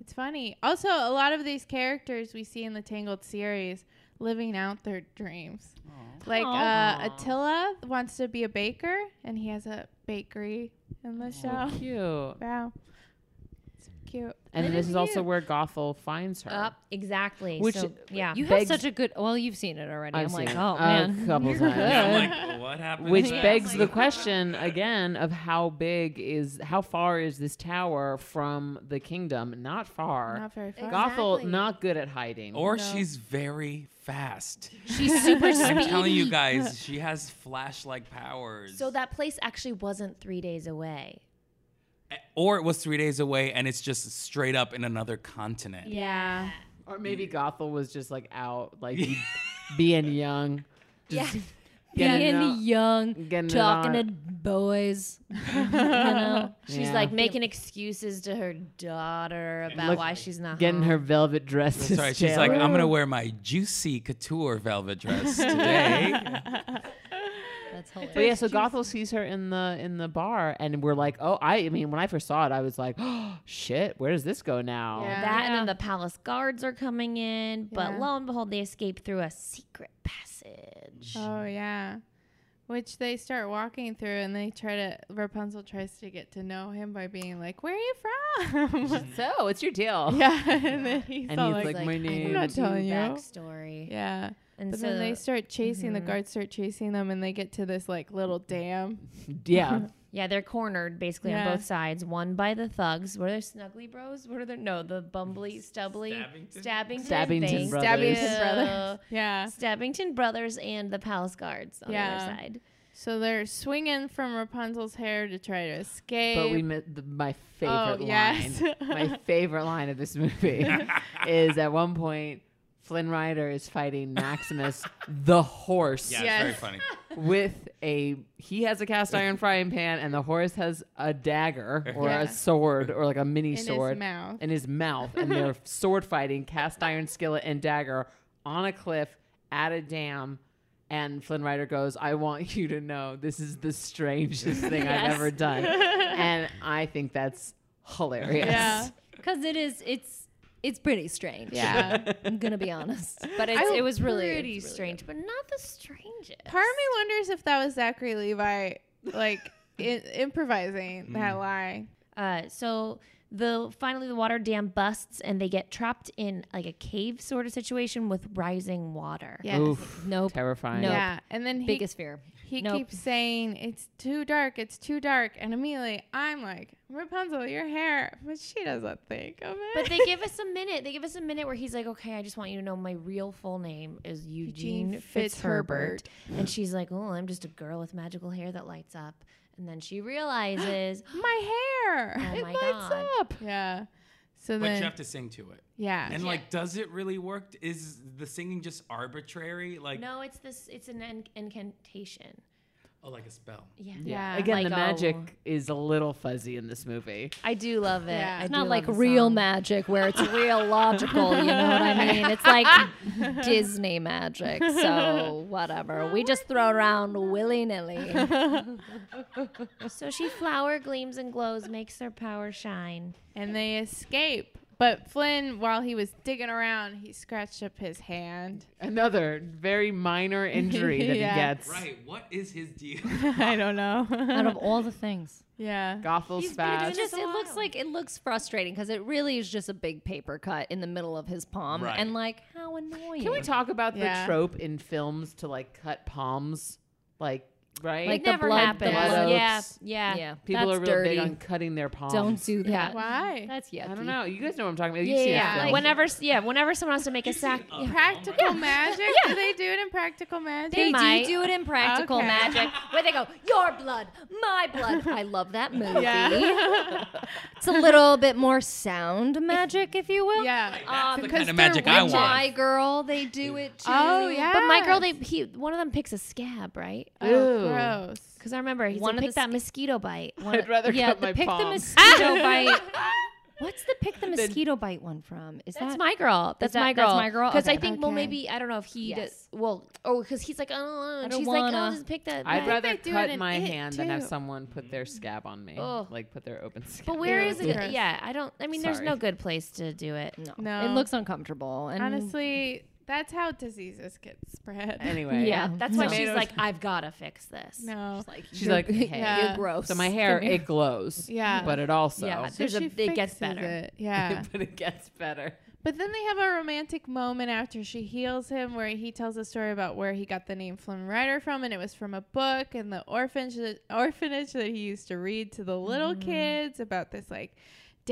Speaker 1: It's funny. Also, a lot of these characters we see in the Tangled series living out their dreams. Like uh, Attila wants to be a baker, and he has a bakery in the show.
Speaker 4: Cute.
Speaker 1: Wow, it's cute.
Speaker 4: And this is also where Gothel finds her.
Speaker 2: Up exactly.
Speaker 4: Which-
Speaker 2: so, yeah,
Speaker 5: You
Speaker 4: Begs-
Speaker 5: have such a good. Well, you've seen it already.
Speaker 4: I've
Speaker 5: am like,
Speaker 4: seen it Uh,
Speaker 5: oh
Speaker 4: a <laughs>
Speaker 5: man,
Speaker 4: couple
Speaker 5: You're
Speaker 4: times.
Speaker 5: good.
Speaker 4: Yeah,
Speaker 6: I'm like, what happened?
Speaker 4: Which
Speaker 6: to
Speaker 4: begs
Speaker 6: that?
Speaker 4: the question again of how big is how far is this tower from the kingdom? Not far.
Speaker 1: Not very far. <laughs>
Speaker 4: Gothel
Speaker 2: Exactly.
Speaker 4: not good at
Speaker 6: <laughs>
Speaker 4: hiding.
Speaker 6: Or she's very
Speaker 1: <laughs>
Speaker 6: fast.
Speaker 2: she's super
Speaker 6: I'm
Speaker 2: speedy.
Speaker 6: telling you guys, she has flash like powers.
Speaker 2: So that place actually wasn't three days away.
Speaker 6: or it was three days away and it's just straight up in another
Speaker 2: <laughs>
Speaker 6: continent.
Speaker 1: Yeah.
Speaker 4: Or maybe Gothel was just like out,
Speaker 6: <laughs>
Speaker 4: like being young. Just
Speaker 5: Being
Speaker 4: getting out-
Speaker 5: young,
Speaker 4: getting it
Speaker 5: talking
Speaker 4: on.
Speaker 5: to boys. you
Speaker 2: <laughs>
Speaker 5: know,
Speaker 2: She's
Speaker 4: Yeah.
Speaker 2: like making excuses to her daughter about
Speaker 4: Look-
Speaker 2: why she's not
Speaker 4: getting
Speaker 2: home.
Speaker 4: her velvet dress.
Speaker 6: Sorry, she's like, I'm gonna wear my juicy couture velvet
Speaker 5: <laughs>
Speaker 6: dress today.
Speaker 5: that's hilarious.
Speaker 4: But yeah, so Gothel sees her in the in the bar, and we're like, oh, I, I mean, when I first saw it, I was like, <gasps> oh, shit, where does this go now?
Speaker 1: Yeah.
Speaker 2: That and then the palace guards are coming in, but
Speaker 1: Yeah.
Speaker 2: lo and behold, they escape through a secret passage.
Speaker 1: Oh yeah. Which they start walking through, and they try to Rapunzel tries to get to know him by being like, "Where are you
Speaker 4: <laughs>
Speaker 1: from?"
Speaker 4: So it's your deal.
Speaker 1: <laughs> yeah, and then he's
Speaker 4: And
Speaker 1: all
Speaker 4: he's
Speaker 1: like,
Speaker 4: like, my name.
Speaker 1: I'm not
Speaker 2: do
Speaker 1: telling you."
Speaker 2: backstory.
Speaker 1: "Yeah."
Speaker 2: And
Speaker 1: But
Speaker 2: so mm-hmm.
Speaker 1: then they start chasing the guards start chasing them and they get to this like little dam.
Speaker 4: <laughs> yeah.
Speaker 2: Yeah, they're cornered basically
Speaker 1: Yeah.
Speaker 2: on both sides. One by the thugs. What are they, Snuggly Bros? What are they? No, the Bumbly, Stubbly, Stabbington,
Speaker 4: Stabbington
Speaker 2: thanks.
Speaker 4: Brothers.
Speaker 1: Stabbington
Speaker 2: Yeah.
Speaker 1: brothers. <laughs> Yeah.
Speaker 2: <laughs> Stabbington Brothers and the Palace Guards on the
Speaker 1: Yeah.
Speaker 2: other side.
Speaker 1: So they're swinging from Rapunzel's hair to try to escape.
Speaker 4: But we mi- the, my favorite
Speaker 1: yes.
Speaker 4: line, my favorite line of this movie is at one point Flynn Rider is fighting Maximus <laughs> the horse
Speaker 6: Yeah,
Speaker 1: Yes.
Speaker 6: it's very funny.
Speaker 4: with a he has a cast iron frying pan and the horse has a dagger or
Speaker 1: Yeah.
Speaker 4: a sword or like a mini
Speaker 1: in
Speaker 4: sword
Speaker 1: his
Speaker 4: <laughs>
Speaker 1: mouth.
Speaker 4: in his mouth
Speaker 1: <laughs>
Speaker 4: and they're sword fighting cast iron skillet and dagger on a cliff at a dam and Flynn Rider goes, I want you to know this is the strangest thing I've
Speaker 2: Yes.
Speaker 1: <laughs>
Speaker 4: ever done. and I think that's hilarious.
Speaker 1: Yeah.
Speaker 5: because it is, it's, it's pretty
Speaker 2: <laughs>
Speaker 5: strange.
Speaker 1: Yeah.
Speaker 5: I'm gonna be honest, but it's,
Speaker 1: I-
Speaker 5: it was really
Speaker 2: Pretty
Speaker 5: it's really
Speaker 2: strange, but not the strangest.
Speaker 1: Part of me wonders if that was Zachary Levi like in- improvising that
Speaker 4: Mm.
Speaker 1: lie.
Speaker 2: Uh, so the finally the water dam busts and they get trapped in like a cave sort of situation with rising water.
Speaker 1: Yes.
Speaker 4: Oof.
Speaker 5: Nope.
Speaker 4: Terrifying.
Speaker 5: Nope.
Speaker 1: Yeah. And then he
Speaker 5: Biggest fear.
Speaker 1: he He
Speaker 5: Nope.
Speaker 1: keeps saying it's too dark, it's too dark, and immediately I'm like, Rapunzel, your hair, but she doesn't think of it.
Speaker 2: But they give us a minute. They give us a minute where he's like, "Okay, I just want you to know my real full name is Eugene,
Speaker 1: Eugene
Speaker 2: Fitzherbert.
Speaker 1: Fitzherbert."
Speaker 2: And she's like, "Oh, I'm just a girl with magical hair that lights up." And then she realizes,
Speaker 1: <laughs>
Speaker 2: <gasps>
Speaker 1: my hair.
Speaker 2: "Oh
Speaker 1: It
Speaker 2: my
Speaker 1: lights
Speaker 2: god!"
Speaker 1: up. Yeah. So
Speaker 6: But
Speaker 1: then,
Speaker 6: you have to sing to it.
Speaker 1: yeah,
Speaker 6: And like, does it really work? Is the singing just arbitrary? Like,
Speaker 2: No, it's this. It's an en- incantation.
Speaker 6: oh, like a spell.
Speaker 2: Yeah.
Speaker 1: yeah.
Speaker 4: Again,
Speaker 2: Like,
Speaker 4: the magic
Speaker 2: oh.
Speaker 4: is a little fuzzy in this movie.
Speaker 2: I do love it. I
Speaker 1: Yeah. It's
Speaker 5: It's
Speaker 2: do
Speaker 5: not
Speaker 2: love
Speaker 5: like
Speaker 2: the
Speaker 5: real
Speaker 2: song.
Speaker 5: magic
Speaker 2: <laughs>
Speaker 5: where it's real logical, you know what I mean? It's like
Speaker 2: <laughs>
Speaker 5: Disney magic. So whatever. We just throw around willy nilly.
Speaker 2: <laughs> So she flower gleams and glows, makes her power shine.
Speaker 1: and they escape. But Flynn, while he was digging around, he scratched up his hand. <laughs>
Speaker 4: Another very minor injury that
Speaker 1: Yeah.
Speaker 4: he gets.
Speaker 6: Right. What is his
Speaker 5: <laughs>
Speaker 6: deal? <laughs>
Speaker 1: I don't know.
Speaker 5: Out of all the things.
Speaker 1: <laughs> yeah.
Speaker 4: Gothel's fast.
Speaker 5: It's just it looks like it looks frustrating because it really is just a big paper cut in the middle of his palm
Speaker 6: Right.
Speaker 5: and like how annoying.
Speaker 4: Can we talk about the
Speaker 1: Yeah.
Speaker 4: trope in films to like cut palms? Like, right?
Speaker 5: Like
Speaker 2: it
Speaker 5: the
Speaker 2: never
Speaker 5: blood- the
Speaker 2: happens.
Speaker 4: blood
Speaker 2: yeah,
Speaker 4: oaths.
Speaker 2: yeah.
Speaker 5: Yeah,
Speaker 4: People
Speaker 5: that's
Speaker 4: are real
Speaker 5: dirty.
Speaker 4: big on cutting their palms.
Speaker 5: Don't do that.
Speaker 1: Why?
Speaker 5: That's yucky.
Speaker 4: I don't know. You guys know what I'm talking about. You've
Speaker 5: Yeah,
Speaker 4: seen
Speaker 5: yeah,
Speaker 4: it.
Speaker 1: yeah.
Speaker 2: Like, whenever, s- yeah, whenever someone has to make a sac, <laughs> yeah.
Speaker 1: Practical magic? Do they do it in practical magic?
Speaker 5: They
Speaker 2: might.
Speaker 5: do do it in practical
Speaker 1: Okay.
Speaker 5: magic where they go, your blood, my blood. I love that movie.
Speaker 1: Yeah.
Speaker 5: It's a little bit more sound magic, if you will.
Speaker 1: yeah.
Speaker 2: Oh
Speaker 5: Um,
Speaker 6: the
Speaker 1: Because
Speaker 6: kind of
Speaker 1: they're
Speaker 6: magic I
Speaker 5: with
Speaker 1: witches.
Speaker 6: want.
Speaker 5: my girl, they do it too.
Speaker 1: Oh, yeah.
Speaker 2: But my girl, they he one of them picks a scab, right?
Speaker 1: Oh,
Speaker 4: Ew.
Speaker 1: gross.
Speaker 2: Because I remember he's
Speaker 5: One
Speaker 2: one
Speaker 5: of
Speaker 2: like,
Speaker 5: the
Speaker 2: pick that mosquito bite. One
Speaker 4: <laughs> I'd rather
Speaker 5: yeah,
Speaker 4: cut
Speaker 5: the
Speaker 4: my
Speaker 5: pick the
Speaker 4: palm.
Speaker 5: mosquito bite. What's the pick the mosquito bite one from? Is
Speaker 2: that's
Speaker 5: that
Speaker 2: my girl. That's
Speaker 5: that-
Speaker 2: my girl.
Speaker 5: that's my girl?
Speaker 2: Because I
Speaker 5: Okay.
Speaker 2: think well
Speaker 5: Okay.
Speaker 2: maybe I don't know if he
Speaker 5: Yes.
Speaker 2: does. Well, oh, because he's like oh, and
Speaker 5: don't
Speaker 2: she's like oh,
Speaker 5: wanna.
Speaker 2: just pick that.
Speaker 4: I'd
Speaker 2: bite."
Speaker 4: rather
Speaker 1: they do it
Speaker 4: cut
Speaker 1: in
Speaker 4: my
Speaker 1: It,
Speaker 4: hand than have
Speaker 1: too.
Speaker 4: someone put their scab on me.
Speaker 2: Ugh.
Speaker 4: Like put their open scab.
Speaker 2: But where
Speaker 1: Yeah,
Speaker 2: is
Speaker 1: it's
Speaker 2: it?
Speaker 1: gross.
Speaker 2: Yeah, I don't. I mean, there's
Speaker 4: Sorry.
Speaker 2: no good place to do it.
Speaker 5: No.
Speaker 1: No.
Speaker 5: It looks uncomfortable. And
Speaker 1: Honestly, that's how diseases get spread.
Speaker 4: <laughs> Anyway.
Speaker 5: Yeah.
Speaker 2: That's why she's
Speaker 4: Tomatoes.
Speaker 2: like, I've gotta fix this.
Speaker 1: No.
Speaker 5: like
Speaker 4: She's like, hey.
Speaker 1: Yeah.
Speaker 5: you're gross.
Speaker 4: So my hair,
Speaker 5: Come here.
Speaker 4: it glows.
Speaker 1: Yeah.
Speaker 4: But <laughs> it also.
Speaker 2: Yeah.
Speaker 1: So
Speaker 2: There's a-
Speaker 1: she
Speaker 2: it gets
Speaker 1: fixes
Speaker 2: better.
Speaker 1: it. Yeah.
Speaker 4: but it gets better.
Speaker 1: But then they have a romantic moment after she heals him where he tells a story about where he got the name Flynn Rider from and it was from a book and the orphanage that, orphanage that he used to read to the little kids about this like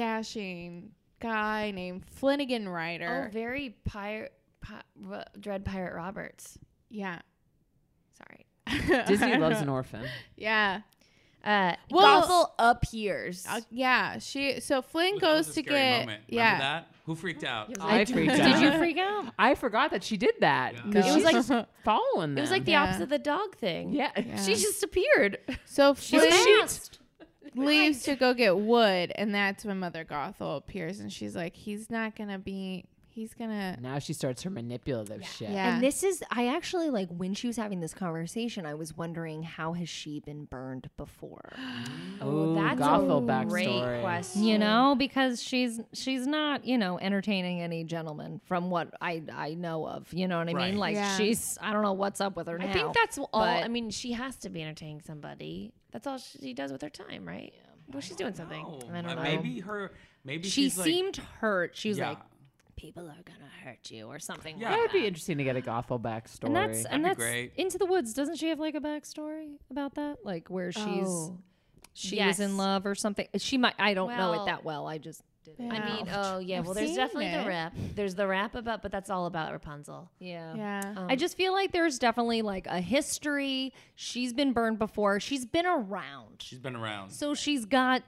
Speaker 1: dashing guy named Flanagan
Speaker 2: Oh,
Speaker 1: Rider.
Speaker 2: very pirate, pi- Ro- Dread Pirate Roberts.
Speaker 1: yeah.
Speaker 2: Sorry.
Speaker 4: Disney
Speaker 1: <laughs>
Speaker 4: loves <laughs> an orphan.
Speaker 1: Yeah.
Speaker 2: Uh,
Speaker 1: Well-
Speaker 2: Gothel appears.
Speaker 1: Uh, yeah, she so Flynn
Speaker 6: That was
Speaker 1: goes
Speaker 6: a
Speaker 1: to
Speaker 6: scary
Speaker 1: get
Speaker 6: moment.
Speaker 1: yeah.
Speaker 6: Remember that? Who freaked out?
Speaker 4: I, freaked out.
Speaker 5: Did you freak out?
Speaker 4: I forgot that she did that.
Speaker 6: Yeah.
Speaker 4: 'cause
Speaker 5: No. It
Speaker 4: she's
Speaker 2: was like-
Speaker 4: just following them.
Speaker 2: it was like the
Speaker 1: Yeah.
Speaker 2: opposite of the dog thing.
Speaker 4: <laughs> yeah.
Speaker 2: She just appeared.
Speaker 1: <laughs> So
Speaker 2: She
Speaker 1: Flynn
Speaker 2: fast.
Speaker 1: leaves to go get wood, and that's when Mother Gothel appears, and she's like, "He's not gonna be. He's gonna.
Speaker 4: Now she starts her manipulative shit.
Speaker 1: Yeah.
Speaker 5: And this is, I actually like when she was having this conversation, I was wondering how has she been burned before?
Speaker 4: Oh,
Speaker 2: that's a
Speaker 4: Gothel
Speaker 2: great
Speaker 4: backstory.
Speaker 2: question.
Speaker 5: You know, because she's she's not you know entertaining any gentleman from what I I know of. You know what I
Speaker 6: Right.
Speaker 5: mean? Like
Speaker 1: Yeah.
Speaker 5: she's I don't know what's up with her
Speaker 2: I
Speaker 5: now.
Speaker 2: think that's all.
Speaker 5: but-
Speaker 2: I mean, she has to be entertaining somebody. That's all she does with her time, right? Well, she's doing something.
Speaker 6: Oh,
Speaker 5: I don't
Speaker 6: uh,
Speaker 5: know.
Speaker 6: Maybe her. Maybe
Speaker 5: she
Speaker 6: she's
Speaker 5: seemed hurt. She was
Speaker 6: Like, yeah.
Speaker 5: like, people are gonna hurt you or something.
Speaker 6: Yeah.
Speaker 4: That
Speaker 5: like
Speaker 4: would be
Speaker 5: that.
Speaker 4: interesting to get a Gothel backstory.
Speaker 5: And that's and
Speaker 6: be
Speaker 5: that's
Speaker 6: great.
Speaker 5: into the woods. Doesn't she have like a backstory about that? Like where she's she
Speaker 2: Yes.
Speaker 5: was in love or something. She might. I don't know
Speaker 2: Well,
Speaker 5: it that well. I just did. it.
Speaker 2: I mean, oh yeah.
Speaker 1: I've
Speaker 2: well, there's
Speaker 1: seen
Speaker 2: definitely the
Speaker 1: it.
Speaker 2: rap. There's the rap about, but that's all about Rapunzel.
Speaker 5: yeah.
Speaker 1: yeah,
Speaker 5: I just feel like there's definitely like a history. She's been burned before. She's been around.
Speaker 6: She's been around.
Speaker 5: So she's got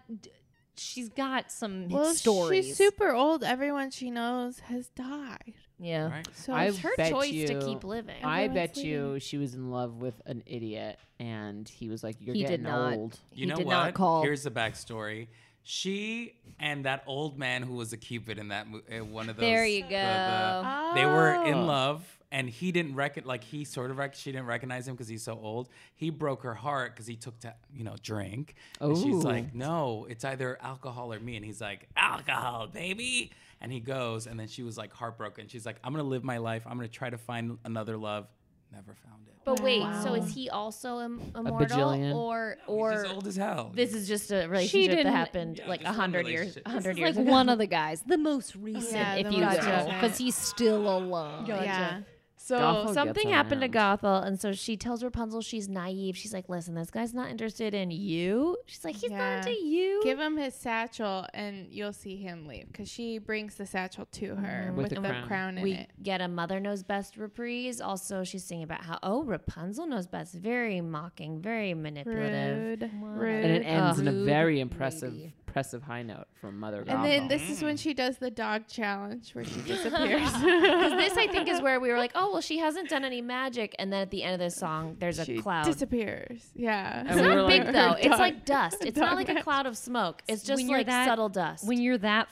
Speaker 5: she's got some
Speaker 1: well,
Speaker 5: stories.
Speaker 1: she's super old. Everyone she knows has died.
Speaker 5: yeah.
Speaker 6: Right.
Speaker 1: So
Speaker 4: I
Speaker 1: it's
Speaker 2: It's her
Speaker 4: bet
Speaker 2: choice
Speaker 4: you-
Speaker 2: to keep living.
Speaker 4: I
Speaker 1: Everyone's
Speaker 4: bet you she was in love with an idiot, and he was like, "You're
Speaker 5: He
Speaker 4: getting
Speaker 5: did not.
Speaker 4: old."
Speaker 5: He
Speaker 6: you know
Speaker 5: did
Speaker 6: what?
Speaker 5: not call.
Speaker 6: Here's the backstory. She and that old man who was a cupid in that mo- uh, one of those.
Speaker 5: There you
Speaker 6: the-
Speaker 5: go.
Speaker 6: the- They were
Speaker 4: Oh.
Speaker 6: in love, and he didn't rec- like he sort of rec- she didn't recognize him because he's so old. He broke her heart because he took to you know drink. And
Speaker 4: Ooh.
Speaker 6: she's like, no, it's either alcohol or me, and he's like, alcohol, baby. And he goes, and then she was like heartbroken. She's like, I'm gonna live my life. I'm gonna try to find another love. Never found it.
Speaker 2: But wait, so is he also im- immortal,
Speaker 4: bajillion.
Speaker 2: or
Speaker 6: He's
Speaker 2: or
Speaker 6: just old as hell.
Speaker 2: this is just a relationship that
Speaker 5: didn't-
Speaker 2: happened
Speaker 6: Yeah,
Speaker 2: like
Speaker 6: just
Speaker 2: a
Speaker 6: one
Speaker 2: hundred years,
Speaker 6: relationship.
Speaker 2: a
Speaker 6: This
Speaker 2: hundred
Speaker 5: It's
Speaker 2: years
Speaker 5: like
Speaker 2: ago?
Speaker 5: one of the guys, the most recent,
Speaker 1: Yeah,
Speaker 5: if
Speaker 1: the
Speaker 5: you
Speaker 1: most
Speaker 5: will,
Speaker 1: recent.
Speaker 5: because he's still alive.
Speaker 1: Oh, Yeah. So
Speaker 4: Gothel gets
Speaker 2: Something happened to
Speaker 4: around.
Speaker 2: Gothel, and so she tells Rapunzel she's naive. She's like, "Listen, this guy's not interested in you." She's like, "He's
Speaker 1: Yeah.
Speaker 2: not into you."
Speaker 1: give him his satchel and you'll see him leave because she brings the satchel to her
Speaker 4: With
Speaker 1: with,
Speaker 4: the
Speaker 1: the,
Speaker 4: crown.
Speaker 1: crown. in
Speaker 2: we
Speaker 1: it.
Speaker 2: get a mother knows best reprise. Also, she's singing about how oh Rapunzel knows best. Very mocking, very manipulative.
Speaker 1: Rude.
Speaker 4: and it
Speaker 1: Rude.
Speaker 4: <laughs> ends in a
Speaker 5: Rude
Speaker 4: very impressive,
Speaker 5: lady.
Speaker 4: impressive high note from Mother Gothel.
Speaker 1: And then this is when she does the dog challenge
Speaker 4: <laughs>
Speaker 1: where she disappears.
Speaker 2: Because this, I think, is where we were like, oh well, she hasn't done any magic. And then at the end of this song, there's a
Speaker 1: she
Speaker 2: cloud.
Speaker 1: disappears. Yeah.
Speaker 4: And
Speaker 2: it's
Speaker 4: we were
Speaker 2: not big
Speaker 4: like-
Speaker 2: though. It's
Speaker 1: Dog-
Speaker 2: like dust. It's not
Speaker 1: dog
Speaker 2: like a
Speaker 1: magic.
Speaker 2: cloud of smoke. It's just
Speaker 5: When you're
Speaker 2: like
Speaker 5: that-
Speaker 2: subtle dust.
Speaker 5: When you're that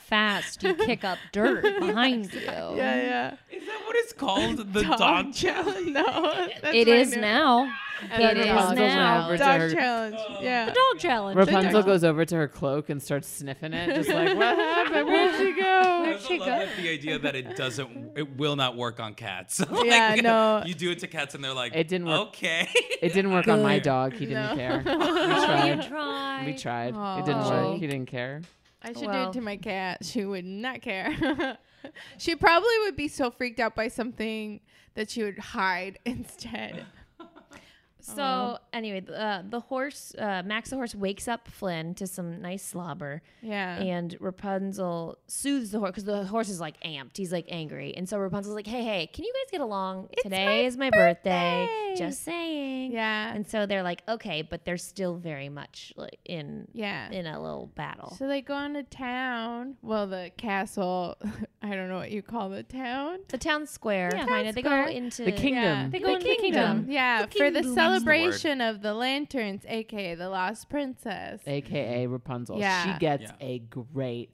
Speaker 1: <laughs>
Speaker 5: fast, you kick up dirt behind you.
Speaker 1: Yeah, yeah.
Speaker 6: Is that what it's called? The
Speaker 1: dog, <laughs>
Speaker 6: dog.
Speaker 1: challenge. No, that's
Speaker 5: It
Speaker 1: what I
Speaker 5: is
Speaker 1: knew.
Speaker 5: now.
Speaker 2: it
Speaker 5: It
Speaker 2: is
Speaker 5: is
Speaker 4: Rapunzel's
Speaker 5: now.
Speaker 4: over to
Speaker 1: Dog
Speaker 4: her-
Speaker 1: challenge. Yeah.
Speaker 6: Oh.
Speaker 2: dog challenge.
Speaker 4: Rapunzel goes over to her cloak and starts sniffing it, just like, what happened? Where'd she
Speaker 6: I
Speaker 4: go?
Speaker 6: also love that the idea that it doesn't, it will not work on cats. <laughs> Like,
Speaker 1: Yeah, no.
Speaker 6: You do it to cats, and they're like,
Speaker 4: It didn't work.
Speaker 6: Okay. <laughs>
Speaker 4: It didn't work on my dog. He didn't
Speaker 1: No.
Speaker 4: care. We
Speaker 2: Oh, you
Speaker 4: tried.
Speaker 2: try.
Speaker 4: We tried. It didn't work.
Speaker 5: Aw.
Speaker 4: He didn't care.
Speaker 1: I should do
Speaker 2: Well.
Speaker 1: it to my cat. She would not care. <laughs> she probably would be so freaked out by something that she would hide <laughs> instead.
Speaker 2: So anyway, th- uh, the horse, uh, Max the horse, wakes up Flynn to some nice slobber,
Speaker 1: Yeah.
Speaker 2: and Rapunzel soothes the horse because the horse is like amped. He's like angry, and so Rapunzel's like, "Hey, hey, can you guys get along? Today is my birthday. Just saying."
Speaker 1: yeah.
Speaker 2: And so they're like, "Okay," but they're still very much like in
Speaker 1: yeah.
Speaker 2: in a little battle.
Speaker 1: So they go into town. Well, the castle. <laughs> I don't know what you call the town.
Speaker 2: the town square,
Speaker 1: Yeah.
Speaker 2: kind of.
Speaker 1: Town
Speaker 2: They go
Speaker 1: square.
Speaker 2: into
Speaker 4: The kingdom.
Speaker 2: They go into the kingdom.
Speaker 1: Yeah,
Speaker 2: The
Speaker 1: for
Speaker 2: kingdom.
Speaker 1: the
Speaker 2: That's the word.
Speaker 1: celebration of the lanterns, aka the lost princess.
Speaker 4: AKA Rapunzel.
Speaker 1: Yeah.
Speaker 4: She gets
Speaker 6: Yeah.
Speaker 4: a great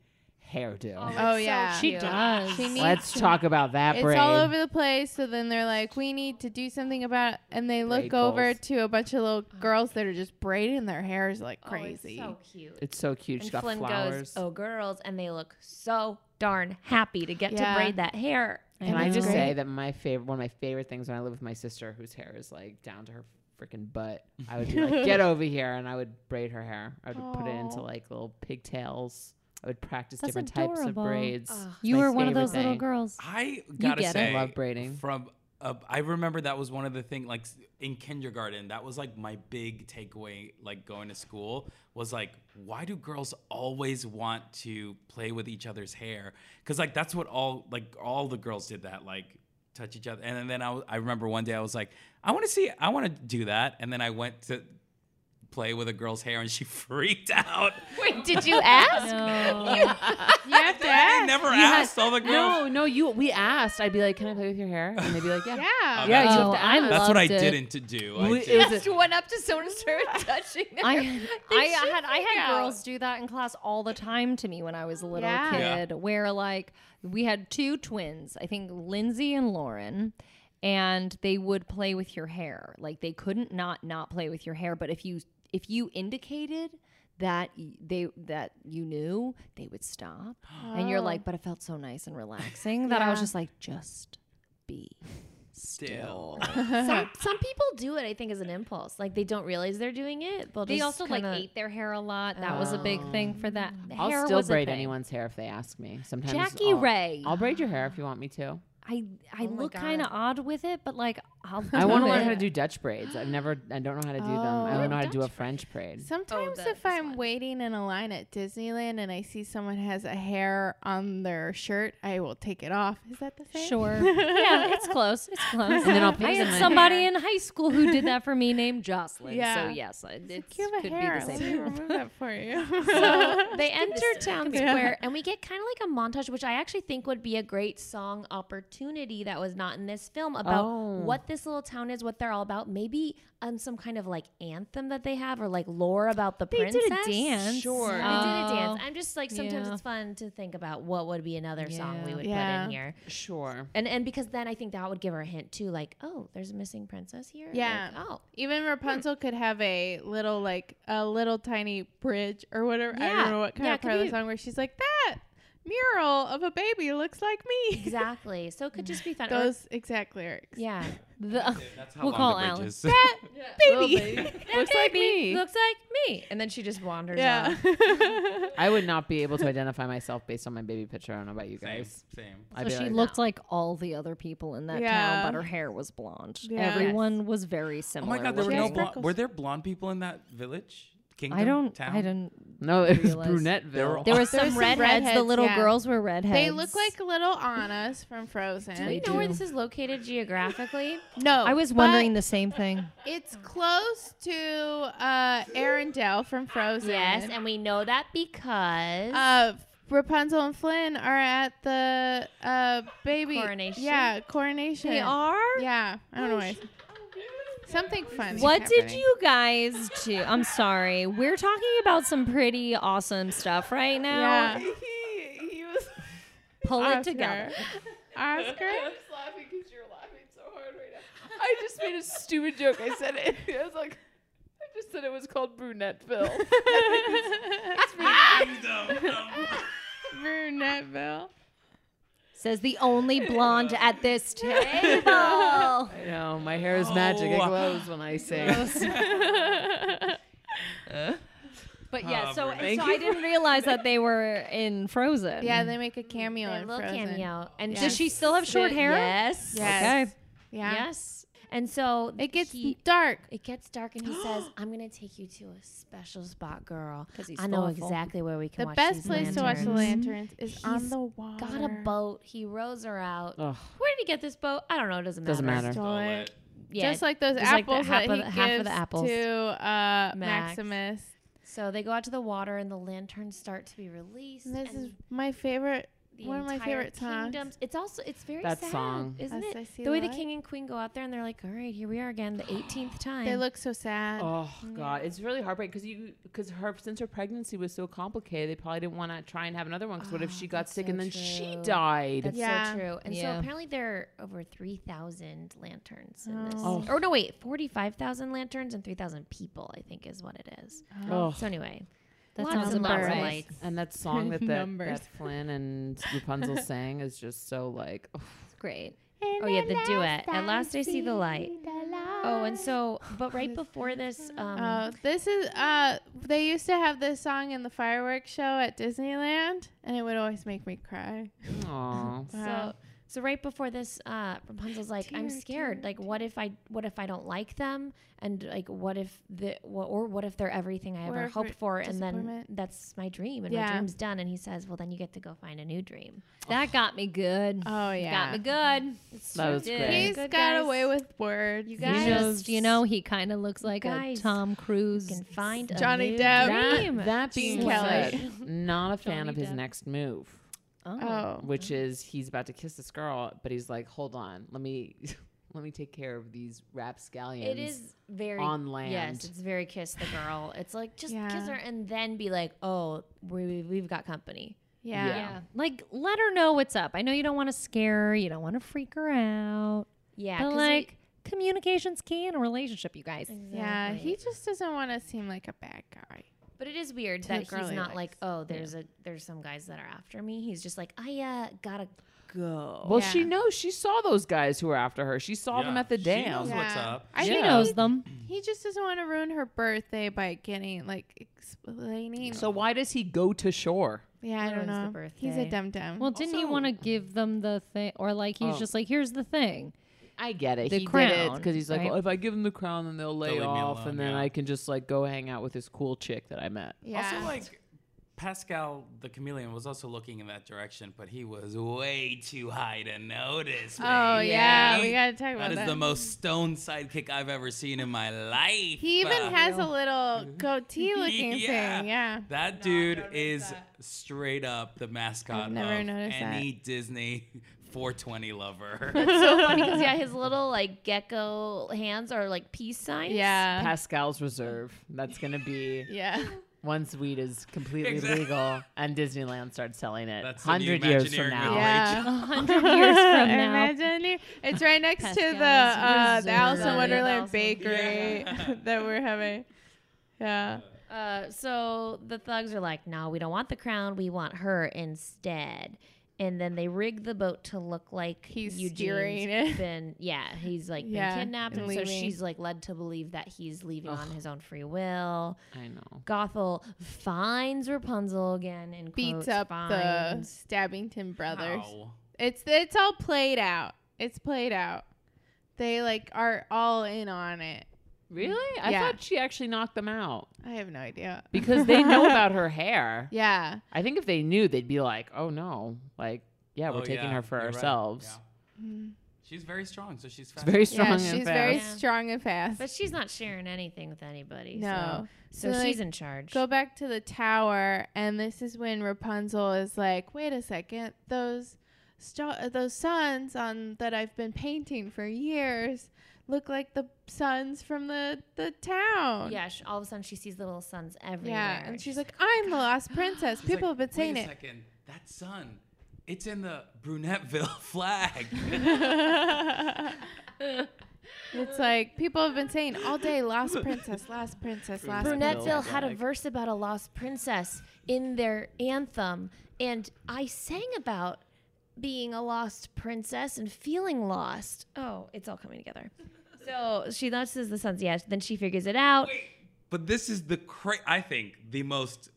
Speaker 4: hairdo.
Speaker 1: Oh, yeah.
Speaker 5: She
Speaker 2: cute.
Speaker 5: does.
Speaker 1: She needs
Speaker 4: Let's talk about that
Speaker 1: It's
Speaker 4: braid.
Speaker 1: all over the place. So then they're like, we need to do something about it. And they look
Speaker 4: Braid
Speaker 1: over
Speaker 4: balls.
Speaker 1: to a bunch of little girls that are just braiding their hairs like
Speaker 2: Oh, it's
Speaker 1: crazy.
Speaker 2: so cute.
Speaker 4: It's so cute. She's
Speaker 2: and
Speaker 4: got
Speaker 2: Flynn
Speaker 4: flowers.
Speaker 2: goes, "Oh, girls," and they look so darn happy to get
Speaker 1: Yeah.
Speaker 2: to braid that hair.
Speaker 4: Can I
Speaker 5: know.
Speaker 4: just
Speaker 5: Great.
Speaker 4: say that my favorite, one of my favorite things when I live with my sister, whose hair is like down to her freaking butt, I would be like, "Get over here," and I would braid her hair. I would put it into
Speaker 1: Aw.
Speaker 4: like little pigtails. I would practice
Speaker 5: That's
Speaker 4: different types of
Speaker 5: adorable.
Speaker 4: braids.
Speaker 2: Ugh.
Speaker 5: You
Speaker 4: My
Speaker 5: were one of
Speaker 4: favorite
Speaker 5: those little
Speaker 4: thing.
Speaker 5: girls.
Speaker 6: I gotta
Speaker 5: get it.
Speaker 6: say,
Speaker 4: Love braiding.
Speaker 6: <laughs> From uh, I remember that was one of the things. Like s- in kindergarten, that was like my big takeaway. Like going to school was like, why do girls always want to play with each other's hair? Because like that's what all like all the girls did that like touch each other. And then I w- I remember one day I was like, I want to see, I want to do that. And then I went to play with a girl's hair and she <laughs> freaked out.
Speaker 2: Wait, did you ask?
Speaker 5: No.
Speaker 1: You have to
Speaker 6: I
Speaker 1: ask.
Speaker 6: never asked all the girls.
Speaker 4: No, no, you. We asked. I'd be like, "Can I play with your hair?" And they'd be
Speaker 5: <laughs>
Speaker 4: like, "Yeah."
Speaker 1: Yeah.
Speaker 4: Yeah, you
Speaker 5: Oh,
Speaker 4: have to
Speaker 5: I
Speaker 4: ask.
Speaker 6: That's what I
Speaker 5: Loved it.
Speaker 6: didn't to do. I
Speaker 4: We-
Speaker 6: did.
Speaker 4: it was a-
Speaker 2: Just went up to someone and started touching them. <laughs>
Speaker 5: I, I had I
Speaker 2: freak
Speaker 5: had
Speaker 2: out?
Speaker 5: girls do that in class all the time to me when I was a little
Speaker 1: Yeah.
Speaker 6: Yeah.
Speaker 5: kid. Where like we had two twins, I think Lindsay and Lauren, and they would play with your hair. Like they couldn't not not play with your hair, but if you if you indicated that y- they that you knew, they would stop. And you're
Speaker 1: Oh.
Speaker 5: like, but it felt so nice and relaxing that I was
Speaker 1: Yeah.
Speaker 5: just like, just be still.
Speaker 6: Still.
Speaker 2: some, some people do it, I think, as an impulse. Like they don't realize they're doing it. They'll
Speaker 5: They
Speaker 2: just
Speaker 5: also
Speaker 2: kinda-
Speaker 5: like ate their hair a lot. That was a big thing for that.
Speaker 4: I'll
Speaker 5: hair
Speaker 4: still
Speaker 5: was a
Speaker 4: braid
Speaker 5: thing.
Speaker 4: anyone's hair if they ask me. Sometimes
Speaker 5: Jackie
Speaker 4: I'll-
Speaker 5: Ray.
Speaker 4: I'll braid your hair if you want me to.
Speaker 5: I I
Speaker 1: Oh
Speaker 2: my
Speaker 5: look
Speaker 2: God.
Speaker 5: kind of odd with it, but like I'll
Speaker 4: I want to
Speaker 5: do
Speaker 4: learn how
Speaker 5: it.
Speaker 4: to do Dutch braids. I've never. I don't know how to do them. I
Speaker 1: Oh.
Speaker 4: don't know how to do a French
Speaker 5: Oh,
Speaker 4: braid.
Speaker 1: Sometimes
Speaker 2: that is
Speaker 1: if I'm waiting in a line at Disneyland and I see someone has a hair on their shirt, I will take it off. Is that the same?
Speaker 5: Sure. <laughs> yeah, it's close. It's
Speaker 4: <laughs>
Speaker 5: close.
Speaker 4: And then I'll fix
Speaker 5: I
Speaker 4: it.
Speaker 5: had somebody in high school who did that for me named Jocelyn.
Speaker 1: Yeah.
Speaker 5: So yes, I- it
Speaker 1: You have a
Speaker 5: could
Speaker 1: hair.
Speaker 5: be the
Speaker 1: Let
Speaker 5: same.
Speaker 1: me remove that for
Speaker 5: <laughs>
Speaker 1: you.
Speaker 2: So <laughs> they enter town
Speaker 1: Yeah.
Speaker 2: square, and we get kind of like a montage, which I actually think would be a great song opportunity that was not in this film about
Speaker 4: Oh.
Speaker 2: what this little town is, what they're all about. Maybe on some kind of like anthem that they have, or like lore about the
Speaker 5: They did
Speaker 2: princess.
Speaker 5: a dance. Sure.
Speaker 2: they
Speaker 4: Uh,
Speaker 2: did a dance.
Speaker 5: Oh.
Speaker 2: I'm just like sometimes
Speaker 5: Yeah.
Speaker 2: it's fun to think about what would be another song we
Speaker 5: Yeah.
Speaker 2: would put
Speaker 1: Yeah.
Speaker 2: in here.
Speaker 4: Sure.
Speaker 2: And and because then I think that would give her a hint too, like, oh, there's a missing princess here. Like,
Speaker 1: Yeah.
Speaker 2: oh.
Speaker 1: Even Rapunzel could have a little like a little tiny bridge or whatever. I
Speaker 2: Yeah.
Speaker 1: don't know what kind
Speaker 2: Yeah, it
Speaker 1: of
Speaker 2: could
Speaker 1: part of
Speaker 2: be-
Speaker 1: the song where she's like that mural of a baby looks like me. <laughs>
Speaker 2: Exactly. So it could just be fun. Or-
Speaker 1: Those exact lyrics. <laughs>
Speaker 2: Yeah.
Speaker 5: The,
Speaker 6: That's how
Speaker 5: we'll
Speaker 6: long
Speaker 5: call
Speaker 6: the bridge
Speaker 5: Alan.
Speaker 6: is.
Speaker 1: <laughs>
Speaker 2: baby.
Speaker 4: Looks like me.
Speaker 2: Looks like me. And then she just wanders
Speaker 1: Yeah.
Speaker 2: <laughs>
Speaker 1: <laughs>
Speaker 2: off.
Speaker 4: I would not be able to identify myself based on my baby picture. I don't know about you
Speaker 6: Same,
Speaker 4: guys.
Speaker 6: same.
Speaker 4: I'd
Speaker 5: So
Speaker 4: be
Speaker 5: she
Speaker 4: like,
Speaker 5: looked like all the other people in that
Speaker 1: Yeah.
Speaker 5: town, but her hair was blonde.
Speaker 1: Yeah.
Speaker 5: Everyone was very
Speaker 6: Oh
Speaker 5: similar.
Speaker 6: my god, there were
Speaker 1: She
Speaker 5: looking.
Speaker 6: no
Speaker 1: has
Speaker 6: blonde.
Speaker 1: freckles.
Speaker 6: Were there blonde people in that village? Kingdom
Speaker 5: I don't.
Speaker 6: Town? <laughs>
Speaker 5: I don't.
Speaker 4: no, it was
Speaker 5: realized.
Speaker 4: brunette.
Speaker 6: They were
Speaker 5: There were
Speaker 1: was
Speaker 5: some,
Speaker 1: some
Speaker 5: redheads. The
Speaker 1: redheads,
Speaker 5: little
Speaker 1: yeah.
Speaker 5: girls were redheads.
Speaker 1: They look like little Annas from Frozen.
Speaker 2: Do we
Speaker 5: They
Speaker 2: know where
Speaker 5: do.
Speaker 2: this is located
Speaker 1: <laughs>
Speaker 2: geographically?
Speaker 1: No.
Speaker 5: I was
Speaker 1: but
Speaker 5: wondering the same thing.
Speaker 1: It's close to uh, Arendelle from Frozen.
Speaker 2: yes, and we know that because
Speaker 1: uh, Rapunzel and Flynn are at the uh, baby
Speaker 2: Coronation?
Speaker 1: Yeah, coronation.
Speaker 2: they are.
Speaker 1: Yeah, I don't know why. Something funny.
Speaker 5: What did you guys do? I'm sorry. We're talking about some pretty awesome stuff right now.
Speaker 1: Yeah.
Speaker 2: <laughs>
Speaker 7: He, he was
Speaker 5: Pull
Speaker 1: Oscar.
Speaker 5: it together.
Speaker 1: Oscar.
Speaker 7: laughing because you're laughing so hard right now. I just made a stupid joke. I said it. I was like, I just said it was called Brunetteville.
Speaker 6: <laughs>
Speaker 4: <laughs>
Speaker 1: Brunetteville.
Speaker 5: Says the only blonde at this table.
Speaker 4: I know my hair is magic. It glows when I sing.
Speaker 5: But yeah,
Speaker 6: Oh,
Speaker 5: so, so
Speaker 6: Brunette.
Speaker 5: I didn't realize that they were in
Speaker 1: <laughs>
Speaker 5: Frozen.
Speaker 1: Yeah, they make a cameo
Speaker 2: A
Speaker 1: in
Speaker 2: little
Speaker 1: Frozen.
Speaker 2: cameo. And
Speaker 1: Yes.
Speaker 5: Does she still have short hair?
Speaker 2: Yes.
Speaker 1: Yes.
Speaker 5: Okay.
Speaker 1: Yeah.
Speaker 2: Yes. And so
Speaker 1: It gets
Speaker 2: he-
Speaker 1: dark.
Speaker 2: It gets dark,
Speaker 1: <gasps>
Speaker 2: and he says, "I'm gonna take you to a special spot, girl.
Speaker 5: 'Cause he's
Speaker 2: I know
Speaker 5: thoughtful.
Speaker 2: exactly where we can
Speaker 1: The
Speaker 2: watch
Speaker 1: best
Speaker 2: these
Speaker 1: place to watch the
Speaker 2: lanterns."
Speaker 1: lanterns is on
Speaker 2: He's
Speaker 1: the water.
Speaker 2: Got a boat. He rows her out.
Speaker 4: Ugh.
Speaker 2: Where did he get this boat? I don't know. It doesn't matter.
Speaker 4: Doesn't matter.
Speaker 1: Stole it.
Speaker 2: Yeah.
Speaker 1: Just like those
Speaker 2: just like the
Speaker 1: apples
Speaker 2: half
Speaker 1: that
Speaker 2: of
Speaker 1: he
Speaker 2: the- half of
Speaker 1: gives
Speaker 2: the apples.
Speaker 1: to uh,
Speaker 2: Max.
Speaker 1: Maximus.
Speaker 2: so they go out to the water, and the lanterns start to be released.
Speaker 1: And this
Speaker 2: and
Speaker 1: is my favorite.
Speaker 2: the
Speaker 1: one of my
Speaker 2: entire
Speaker 1: favorite songs.
Speaker 2: kingdoms. It's also it's very
Speaker 4: That
Speaker 2: sad,
Speaker 4: song.
Speaker 2: isn't
Speaker 1: As I
Speaker 2: it?
Speaker 1: See
Speaker 2: The way the
Speaker 1: Light.
Speaker 2: king and queen go out there, and they're like, "All right, here we are again, the 18th time."
Speaker 1: <gasps> They look so sad.
Speaker 4: Oh God, it's really heartbreaking because you because her since her pregnancy was so complicated, they probably didn't want to try and have another one. Because what if
Speaker 2: Oh,
Speaker 4: she got
Speaker 2: that's
Speaker 4: sick
Speaker 2: so
Speaker 4: and then she
Speaker 2: true.
Speaker 4: died?
Speaker 2: That's
Speaker 1: Yeah.
Speaker 2: so true. And so
Speaker 5: Yeah.
Speaker 2: apparently there are over 3,000 lanterns in this.
Speaker 1: Oh.
Speaker 2: Or no, wait, 45,000 lanterns and 3,000 people, I think is what it is.
Speaker 1: Oh.
Speaker 4: Ugh.
Speaker 2: So anyway,
Speaker 5: That
Speaker 2: lots
Speaker 5: sounds
Speaker 2: and lots
Speaker 5: about
Speaker 2: of
Speaker 5: right.
Speaker 2: lights.
Speaker 4: And that song that that,
Speaker 1: Numbers.
Speaker 4: that Flynn and Rapunzel sang is just so like ugh.
Speaker 5: It's great.
Speaker 2: Oh, yeah, the duet. At last I see the light. Oh, and so, but right before this, um,
Speaker 1: Oh, this is uh they used to have this song in the fireworks show at Disneyland and it would always make me cry.
Speaker 4: aw.
Speaker 1: Wow.
Speaker 2: So so right before this, uh, Rapunzel's like, "I'm scared. like, what if I what if I don't like them? And like, what if the wha- or what if they're everything I
Speaker 1: Or
Speaker 2: ever
Speaker 1: if we're
Speaker 2: hoped for? And then
Speaker 1: disappointment.
Speaker 2: that's my dream, and my
Speaker 1: Yeah.
Speaker 2: dream's done." And he says, "Well, then you get to go find a new dream."
Speaker 5: That got me good.
Speaker 1: Oh
Speaker 5: Got
Speaker 1: yeah.
Speaker 5: me good.
Speaker 4: That was
Speaker 2: Sure
Speaker 4: great.
Speaker 2: did.
Speaker 1: He's
Speaker 2: Good
Speaker 1: got
Speaker 2: guys.
Speaker 1: away with words. You
Speaker 5: He
Speaker 2: guys.
Speaker 5: just, you know, he kind of looks like
Speaker 2: Guys.
Speaker 5: a Tom Cruise.
Speaker 2: can find a
Speaker 1: Johnny
Speaker 2: new
Speaker 1: Depp.
Speaker 2: dream.
Speaker 4: That, that
Speaker 1: Gene
Speaker 4: being
Speaker 1: Kelly.
Speaker 4: said, not a fan
Speaker 5: Johnny
Speaker 4: of his
Speaker 5: Depp.
Speaker 4: next move,
Speaker 1: Oh.
Speaker 4: which is he's about to kiss this girl, but he's like, hold on, let me <laughs> let me take care of these rapscallions.
Speaker 2: It is very
Speaker 4: on land.
Speaker 2: Yes, it's very kiss the girl. It's like just
Speaker 1: Yeah.
Speaker 2: kiss her and then be like, "Oh, we, we've got company."
Speaker 1: Yeah.
Speaker 4: Yeah.
Speaker 5: Yeah. Like, let her know what's up. I know you don't want to scare her. You don't want to freak her out.
Speaker 2: Yeah,
Speaker 5: but,
Speaker 2: 'cause
Speaker 5: like, communication's key in a relationship, you guys.
Speaker 2: he,
Speaker 1: Yeah,
Speaker 2: Exactly.
Speaker 1: he just doesn't want to seem like a bad guy.
Speaker 2: But it is weird
Speaker 1: to
Speaker 2: that
Speaker 1: the
Speaker 2: he's
Speaker 1: girl he
Speaker 2: not like,
Speaker 1: likes.
Speaker 2: oh, there's a there's some guys that are after me. He's just like, I uh
Speaker 1: <laughs>
Speaker 2: gotta go.
Speaker 4: Well, she
Speaker 1: Yeah.
Speaker 4: knows. She saw those guys who were after her. She saw them
Speaker 6: Yeah,
Speaker 4: at the
Speaker 6: she
Speaker 4: dam.
Speaker 6: knows- what's up.
Speaker 1: I
Speaker 4: She
Speaker 1: think
Speaker 5: She
Speaker 4: Yeah.
Speaker 5: knows them.
Speaker 1: he, he just doesn't want to ruin her birthday by getting like explaining.
Speaker 4: So why does he go to shore?
Speaker 1: yeah, I don't
Speaker 2: Ruins the
Speaker 1: know. He's a
Speaker 2: birthday.
Speaker 1: dum dum.
Speaker 5: Well, didn't he
Speaker 4: Also-
Speaker 5: want to give them the thing? Or, like, he's
Speaker 4: Oh.
Speaker 5: just like, here's the thing.
Speaker 4: I get it.
Speaker 5: The
Speaker 4: he did it
Speaker 5: crown,
Speaker 4: because he's like,
Speaker 5: right?
Speaker 4: well, if I give him the crown, then they'll lay
Speaker 6: leave me
Speaker 4: off,
Speaker 6: alone,
Speaker 4: and then
Speaker 6: yeah.
Speaker 4: I can just like go hang out with this cool chick that I met.
Speaker 1: yeah.
Speaker 6: Also, like Pascal the chameleon was also looking in that direction, but he was way too high to notice.
Speaker 1: oh yeah.
Speaker 6: babe.
Speaker 1: we gotta talk
Speaker 6: That
Speaker 1: about
Speaker 6: is
Speaker 1: that.
Speaker 6: the most stone sidekick I've ever seen in my life.
Speaker 1: he even
Speaker 6: Uh,
Speaker 1: has a little goatee looking
Speaker 6: Yeah.
Speaker 1: thing. Yeah.
Speaker 6: That dude is straight up the mascot
Speaker 1: never
Speaker 6: of
Speaker 1: noticed that.
Speaker 6: any Disney <laughs> 420 lover.
Speaker 2: because yeah, his little like gecko hands are like peace signs.
Speaker 1: Yeah.
Speaker 4: Pascal's Reserve. That's gonna <laughs> be
Speaker 1: yeah.
Speaker 4: once weed is completely
Speaker 6: Exactly.
Speaker 4: legal and Disneyland starts selling it.
Speaker 6: That's the new
Speaker 4: Hundred years from
Speaker 6: Imagineering
Speaker 4: <laughs>
Speaker 6: Rachel.
Speaker 4: now.
Speaker 1: <laughs> Yeah.
Speaker 5: A hundred years from now.
Speaker 1: Imagine you- it's right next to the uh,
Speaker 5: Pascal's
Speaker 1: the Alice in
Speaker 5: Reserve.
Speaker 1: Wonderland
Speaker 2: Alice in-
Speaker 1: Bakery <laughs> that we're having. Yeah.
Speaker 2: Uh, so the thugs are like, no, we don't want the crown. We want her instead. and then they rig the boat to look like
Speaker 1: He's
Speaker 2: Eugene's
Speaker 1: steering it.
Speaker 2: Been yeah, he's like
Speaker 1: <laughs> Yeah,
Speaker 2: been kidnapped,
Speaker 1: and
Speaker 2: and so
Speaker 1: leaving.
Speaker 2: she's like led to believe that he's leaving on his own free will.
Speaker 4: I know.
Speaker 2: Gothel finds Rapunzel again and
Speaker 1: beats up the
Speaker 2: finds.
Speaker 1: Stabbington brothers.
Speaker 6: Ow.
Speaker 1: It's it's all played out. It's played out. They like are all in on it.
Speaker 4: Really? I
Speaker 1: Yeah.
Speaker 4: thought she actually knocked them out
Speaker 1: I have no idea
Speaker 4: because they <laughs> know about her hair.
Speaker 1: Yeah,
Speaker 4: I think if they knew, they'd be like, "Oh no, like, yeah, we're
Speaker 6: Oh,
Speaker 4: taking
Speaker 6: yeah,
Speaker 4: her for
Speaker 6: you're right.
Speaker 4: ourselves."
Speaker 6: Yeah.
Speaker 1: Mm-hmm.
Speaker 6: She's very strong, so she's
Speaker 4: It's
Speaker 6: fast.
Speaker 4: very strong
Speaker 1: yeah.
Speaker 4: and
Speaker 1: She's
Speaker 4: fast.
Speaker 1: very
Speaker 2: fast.
Speaker 1: strong and fast.
Speaker 2: But she's not sharing anything with anybody.
Speaker 1: no.
Speaker 2: so, so,
Speaker 1: So,
Speaker 2: she's
Speaker 1: like,
Speaker 2: in charge.
Speaker 1: Go back to the tower, and this is when Rapunzel is like, "Wait a second, those sta- those suns on that I've been painting for years look like the suns from the the town."
Speaker 2: yeah, she, all of a sudden she sees the little suns everywhere.
Speaker 1: yeah. And she's like, "I'm the lost princess."
Speaker 6: <gasps> She's
Speaker 1: People
Speaker 6: like,
Speaker 1: have been saying
Speaker 6: Wait a
Speaker 1: it.
Speaker 6: second, that sun, it's in the Brunetteville <laughs> flag.
Speaker 1: <laughs> It's like people have been saying all day, "Lost princess, lost princess, lost." princess."
Speaker 2: Brunetteville had a verse about a lost princess in their anthem, and I sang about being a lost princess and feeling lost. Oh, it's all coming together. <laughs> So she notices the sun's yeah. Then she figures it out.
Speaker 6: but this is the cra- I think the most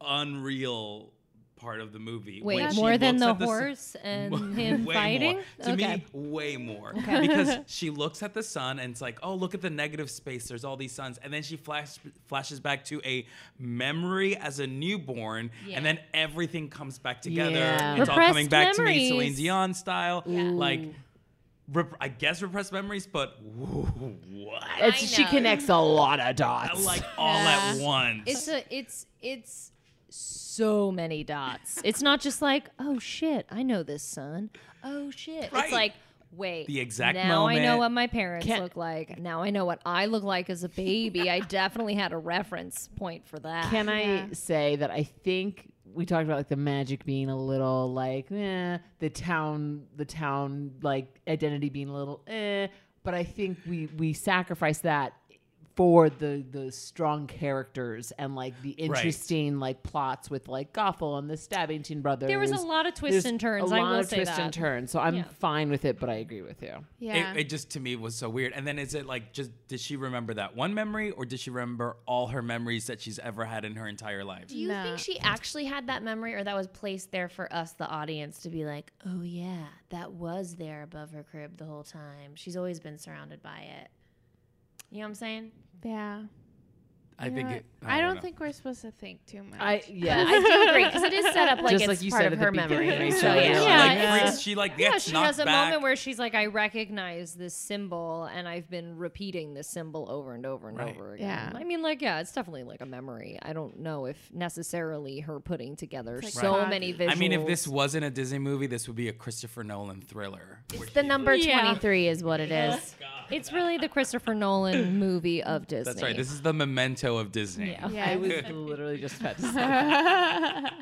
Speaker 6: unreal part of the movie.
Speaker 5: Wait,
Speaker 6: when she
Speaker 5: more than
Speaker 6: looks
Speaker 5: the
Speaker 6: at sun-
Speaker 5: horse and
Speaker 6: Mo- <laughs>
Speaker 5: him
Speaker 6: way
Speaker 5: fighting?
Speaker 6: More. To
Speaker 5: Okay.
Speaker 6: me, way more. <laughs>
Speaker 5: <laughs>
Speaker 6: Because she looks at the sun and it's like, oh, look at the negative space. There's all these suns. And then she flash, flashes back to a memory as a newborn. And then everything comes back together.
Speaker 4: Yeah.
Speaker 6: It's all coming
Speaker 5: Repressed
Speaker 6: back to me, Celine
Speaker 5: memories.
Speaker 6: Dion style. Like, rep- I guess repressed memories, but <laughs> woo, what?
Speaker 4: It's, she
Speaker 2: know.
Speaker 4: connects a lot of dots.
Speaker 6: Like, all at once.
Speaker 5: It's a it's it's so many dots. It's not just like, oh shit, I know this son. Oh shit.
Speaker 6: Right.
Speaker 5: It's like Wait.
Speaker 6: The exact
Speaker 5: Now I know
Speaker 6: moment.
Speaker 5: what my parents
Speaker 4: Can't-
Speaker 5: look like. Now I know what I look like as a baby. I definitely had a reference point for that.
Speaker 4: Can I say that I think we talked about like the magic being a little like eh, the town, the town like identity being a little eh, but I think we we sacrifice that for the the strong characters and like the interesting like plots with like Gothel and the Stabbington brothers.
Speaker 5: there was a lot of
Speaker 4: There's
Speaker 5: twists and turns.
Speaker 4: A
Speaker 5: I
Speaker 4: lot
Speaker 5: will
Speaker 4: of
Speaker 5: say
Speaker 4: twists
Speaker 5: that.
Speaker 4: and turns. So I'm
Speaker 5: Yeah.
Speaker 4: fine with it, but I agree with you.
Speaker 1: Yeah.
Speaker 6: It, it just to me was so weird. And then is it like just did she remember that one memory or did she remember all her memories that she's ever had in her entire life?
Speaker 2: Do you
Speaker 1: No.
Speaker 2: think she actually had that memory, or that was placed there for us, the audience, to be like, "Oh yeah, that was there above her crib the whole time. She's always been surrounded by it." You know what I'm saying?
Speaker 1: yeah.
Speaker 6: I
Speaker 1: You
Speaker 6: think
Speaker 1: know
Speaker 6: it,
Speaker 1: what? I, don't
Speaker 6: know.
Speaker 1: think we're supposed to think too much.
Speaker 4: I
Speaker 5: <laughs>
Speaker 4: yeah.
Speaker 2: I do agree because it is set
Speaker 4: <laughs>
Speaker 2: up like
Speaker 4: Just
Speaker 2: it's
Speaker 4: like you
Speaker 2: part
Speaker 4: said
Speaker 2: of
Speaker 4: at
Speaker 2: her
Speaker 4: the
Speaker 2: memory.
Speaker 4: beginning,
Speaker 2: So
Speaker 4: Rachel,
Speaker 2: yeah,
Speaker 4: yeah.
Speaker 5: Yeah.
Speaker 6: Like,
Speaker 5: Yeah.
Speaker 6: freaks- she like
Speaker 5: Yeah,
Speaker 6: gets
Speaker 5: she
Speaker 6: knocked
Speaker 5: has a
Speaker 6: back.
Speaker 5: moment where she's like, I recognize this symbol and I've been repeating this symbol over and over and
Speaker 6: Right.
Speaker 5: over again.
Speaker 1: Yeah.
Speaker 5: I mean, like, yeah, it's definitely like a memory. I don't know if necessarily her putting together
Speaker 1: It's like
Speaker 5: so
Speaker 1: Right.
Speaker 5: many visuals.
Speaker 6: I mean, if this wasn't a Disney movie, this would be a Christopher Nolan thriller.
Speaker 2: It's the number
Speaker 5: Yeah.
Speaker 2: 23 is what it is.
Speaker 5: It's really the
Speaker 6: <laughs>
Speaker 5: Christopher Nolan movie of Disney.
Speaker 6: That's right. This is the memento of Disney.
Speaker 5: Yeah.
Speaker 1: yeah.
Speaker 4: I was literally just about to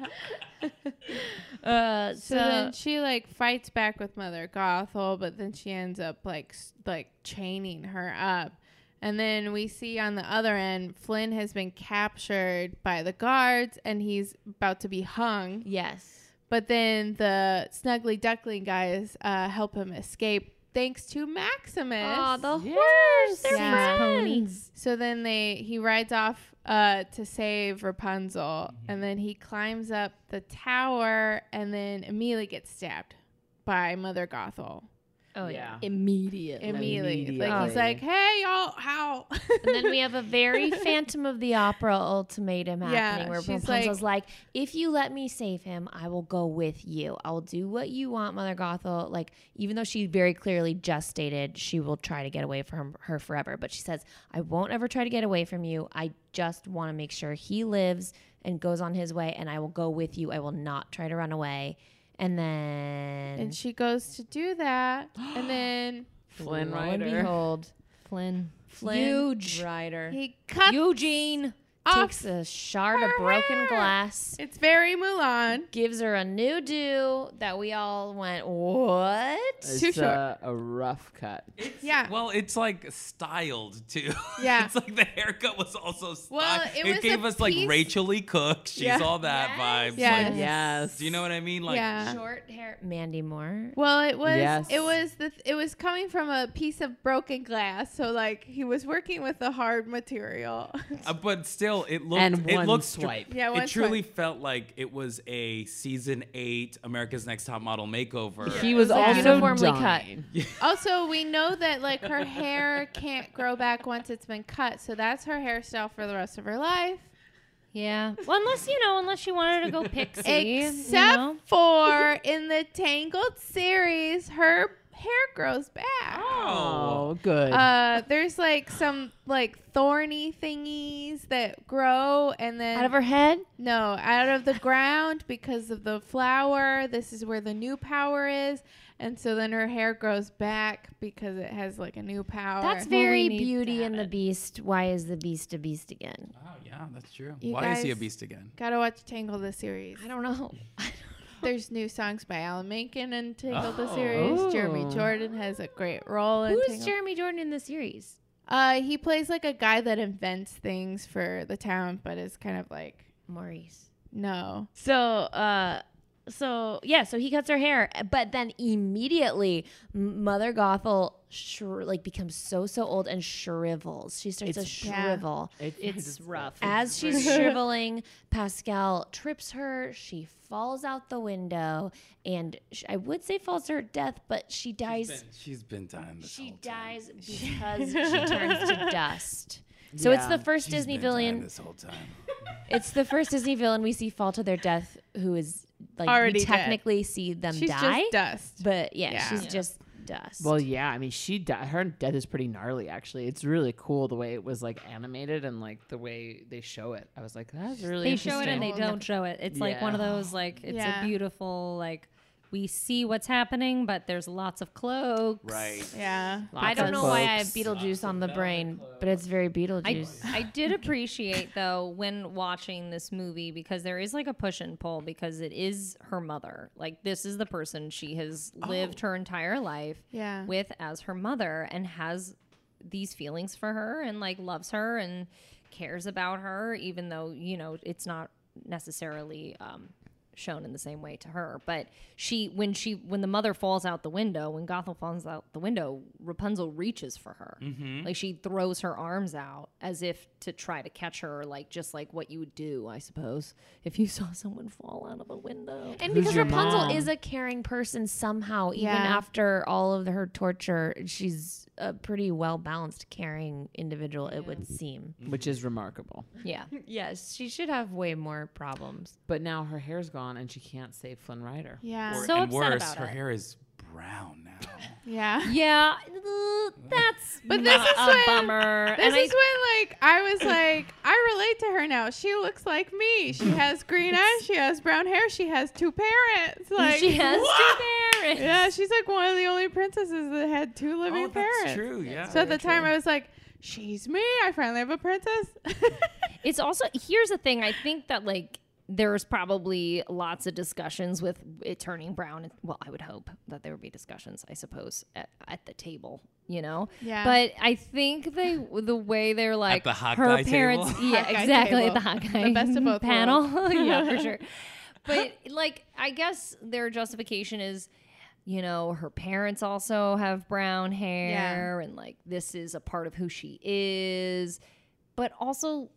Speaker 5: <laughs>
Speaker 4: say
Speaker 1: <laughs>
Speaker 6: <laughs>
Speaker 5: Uh,
Speaker 1: So then she like fights back with Mother Gothel, but then she ends up like s- like chaining her up. And then we see on the other end, Flynn has been captured by the guards and he's about to be hung.
Speaker 2: Yes.
Speaker 1: But then the snuggly duckling guys uh, help him escape thanks to Maximus.
Speaker 2: Oh, the
Speaker 4: Yes.
Speaker 2: horse. They're
Speaker 1: Yeah.
Speaker 2: friends.
Speaker 1: So then they he rides off uh, to save Rapunzel, and then he climbs up the tower, and then immediately gets stabbed by Mother Gothel.
Speaker 2: Oh, yeah.
Speaker 4: yeah.
Speaker 5: immediately.
Speaker 1: Immediately, like he's
Speaker 4: Immediately.
Speaker 1: like, "Hey, y'all, how?" <laughs>
Speaker 2: And then we have a
Speaker 6: <laughs>
Speaker 2: very Phantom of the Opera ultimatum
Speaker 1: Yeah,
Speaker 2: happening where
Speaker 1: she's
Speaker 2: Rapunzel's like, if you let me save him, I will go with you. I'll do what you want, Mother Gothel. Like, even though she very clearly just stated she will try to get away from her forever, but she says, I won't ever try to get away from you. I just want to make sure he lives and goes on his way, and I will go with you. I will not try to run away. And then.
Speaker 1: and she goes to do that, and then
Speaker 4: Flynn
Speaker 5: Lo and
Speaker 4: Rider.
Speaker 5: behold, Flynn.
Speaker 2: Flynn
Speaker 5: Huge.
Speaker 2: Rider.
Speaker 1: he cuts
Speaker 5: Eugene
Speaker 2: takes a shard of
Speaker 1: her
Speaker 2: broken
Speaker 1: hair.
Speaker 2: glass,
Speaker 1: It's very Mulan.
Speaker 2: gives her a new do that we all went, what?
Speaker 4: It's
Speaker 1: Too short.
Speaker 4: uh, a rough cut.
Speaker 1: Yeah.
Speaker 6: Well, it's like styled too. <laughs>
Speaker 1: Yeah.
Speaker 6: it's like the haircut was also styled.
Speaker 1: Well, it
Speaker 6: it
Speaker 1: was a
Speaker 6: gave us like
Speaker 1: piece-
Speaker 6: Rachel E. Cook. She's
Speaker 1: Yeah.
Speaker 6: all that vibes.
Speaker 1: Yes.
Speaker 6: Like,
Speaker 4: Yes.
Speaker 6: do you know what I mean? Like,
Speaker 1: yeah.
Speaker 2: Short hair, Mandy Moore.
Speaker 1: Well, it was
Speaker 4: Yes.
Speaker 1: it was the it was coming from a piece of broken glass, so like he was working with the hard material. <laughs>
Speaker 6: uh, but still, it looked.
Speaker 4: And
Speaker 6: it
Speaker 4: one
Speaker 6: looked
Speaker 4: swipe.
Speaker 1: Yeah, one
Speaker 6: it truly felt like it was a season eight America's Next Top Model makeover.
Speaker 4: He was also
Speaker 2: uniformly
Speaker 4: done.
Speaker 2: cut.
Speaker 1: also, we know that like her hair can't grow back once it's been cut, so that's her hairstyle for the rest of her life.
Speaker 5: Yeah. Well, unless you know, unless you wanted to go pixie, you
Speaker 1: Except
Speaker 5: know?
Speaker 1: for in the Tangled series, her hair grows back.
Speaker 4: Oh, good.
Speaker 1: Uh, there's like some like thorny thingies that grow, and then
Speaker 2: Out of her head?
Speaker 1: No, out of the ground because of the flower. This is where the new power is. And so then her hair grows back because it has like a new power.
Speaker 2: That's
Speaker 5: Well, we
Speaker 2: very
Speaker 5: need
Speaker 2: Beauty
Speaker 5: that.
Speaker 2: and the Beast. Why is the Beast a beast again?
Speaker 6: Oh yeah, that's true.
Speaker 1: You
Speaker 6: Why is he a
Speaker 1: guys-
Speaker 6: beast again?
Speaker 1: Gotta watch Tangle the series.
Speaker 2: I don't know.
Speaker 1: There's new songs by Alan Menken in Tangle the series. Jeremy
Speaker 4: Oh.
Speaker 1: Jordan has a great role in
Speaker 2: Who's
Speaker 1: Tangled.
Speaker 2: Jeremy Jordan in the series?
Speaker 1: uh, he plays like a guy that invents things for the town, but is kind of like
Speaker 2: Maurice.
Speaker 1: no.
Speaker 2: So, uh, so yeah, so he cuts her hair, but then immediately M- Mother Gothel shri- like becomes so so old and shrivels. She starts to
Speaker 4: It's-
Speaker 1: Yeah.
Speaker 2: shrivel.
Speaker 5: it's rough.
Speaker 2: As she's shriveling, Pascal trips her. She falls out the window, and sh- I would say falls to her death, but she dies.
Speaker 6: She's been- she's been dying this
Speaker 2: she
Speaker 6: whole time.
Speaker 2: dies because she
Speaker 1: <laughs>
Speaker 2: turns to dust. So it's
Speaker 4: Yeah.
Speaker 2: the first
Speaker 6: She's
Speaker 2: Disney
Speaker 6: been dying
Speaker 2: villain.
Speaker 6: this whole time.
Speaker 2: <laughs> It's the first Disney villain we see fall to their death, who is like
Speaker 1: Already
Speaker 2: we
Speaker 1: dead.
Speaker 2: technically see them
Speaker 1: She's
Speaker 2: die,
Speaker 1: just dust.
Speaker 2: but yeah,
Speaker 1: Yeah.
Speaker 2: she's
Speaker 1: Yeah.
Speaker 2: just dust.
Speaker 4: Well, yeah. I mean, she di- her death is pretty gnarly. Actually, it's really cool the way it was like animated and like the way they show it. I was like, that's really
Speaker 5: they
Speaker 4: interesting.
Speaker 5: show it and they
Speaker 1: Interesting.
Speaker 5: don't show it. It's like one of those like it's
Speaker 1: Yeah.
Speaker 5: a beautiful like we see what's happening, but there's lots of cloaks.
Speaker 6: Right.
Speaker 1: yeah.
Speaker 2: I
Speaker 4: Lots
Speaker 2: don't
Speaker 4: of
Speaker 2: know why I have
Speaker 4: folks.
Speaker 2: Beetlejuice on the brain, but it's very
Speaker 5: I,
Speaker 2: Beetlejuice.
Speaker 5: I did appreciate though when watching this movie because there is like a push and pull because it is her mother. Like this is the person she has lived her entire life
Speaker 1: Yeah.
Speaker 5: with as her mother and has these feelings for her and like loves her and cares about her even though, you know, it's not necessarily um shown in the same way to her but she when she when the mother falls out the window when gothel falls out the window rapunzel reaches for her like she throws her arms out as if to try to catch her like just like what you would do i suppose if you saw someone fall out of a window
Speaker 2: and
Speaker 4: Who's
Speaker 2: because
Speaker 4: your
Speaker 2: Rapunzel
Speaker 4: mom?
Speaker 2: is a caring person somehow, even
Speaker 1: Yeah.
Speaker 2: after all of her torture, she's a pretty well balanced, caring individual, it would seem.
Speaker 1: Mm-hmm.
Speaker 4: which is remarkable.
Speaker 5: yeah
Speaker 2: Yes, she should have way more problems.
Speaker 4: But now her hair's gone and she can't save Flynn Rider.
Speaker 1: Yeah.
Speaker 6: Or,
Speaker 5: So
Speaker 6: and
Speaker 5: upset
Speaker 6: worse,
Speaker 5: about
Speaker 6: her
Speaker 5: it.
Speaker 6: hair is brown
Speaker 1: <laughs>
Speaker 6: now.
Speaker 1: yeah.
Speaker 2: <laughs>
Speaker 5: Yeah, uh, that's
Speaker 1: <laughs> But
Speaker 5: not
Speaker 1: this is
Speaker 5: a
Speaker 1: when-
Speaker 5: bummer.
Speaker 1: This
Speaker 5: and
Speaker 1: is when like I was like I relate to her now. She looks like me.
Speaker 2: <laughs>
Speaker 1: She has green eyes. She has brown hair. She has two parents.
Speaker 2: <laughs>
Speaker 1: Like
Speaker 2: she has two parents.
Speaker 1: yeah, she's like one of the only princesses that had two living
Speaker 6: oh, that's
Speaker 1: parents.
Speaker 6: true. Yeah.
Speaker 1: So at the time I was like, she's me. I finally have a princess.
Speaker 5: I, it's also here's the thing. I think that like there's probably lots of discussions with it turning brown. Well, I would hope that there would be discussions. I suppose at, at the table, you know.
Speaker 1: Yeah.
Speaker 5: But I think they the way they're like
Speaker 6: the hot
Speaker 5: her
Speaker 6: guy
Speaker 5: parents.
Speaker 6: table?
Speaker 5: Yeah,
Speaker 1: Hot guy
Speaker 5: <laughs> exactly.
Speaker 1: table.
Speaker 5: At the hot guy
Speaker 1: The best of both
Speaker 5: panel. <laughs> yeah,
Speaker 1: <laughs>
Speaker 5: for sure. But like, I guess their justification is you know, her parents also have brown hair and like this is a part of who she is. But also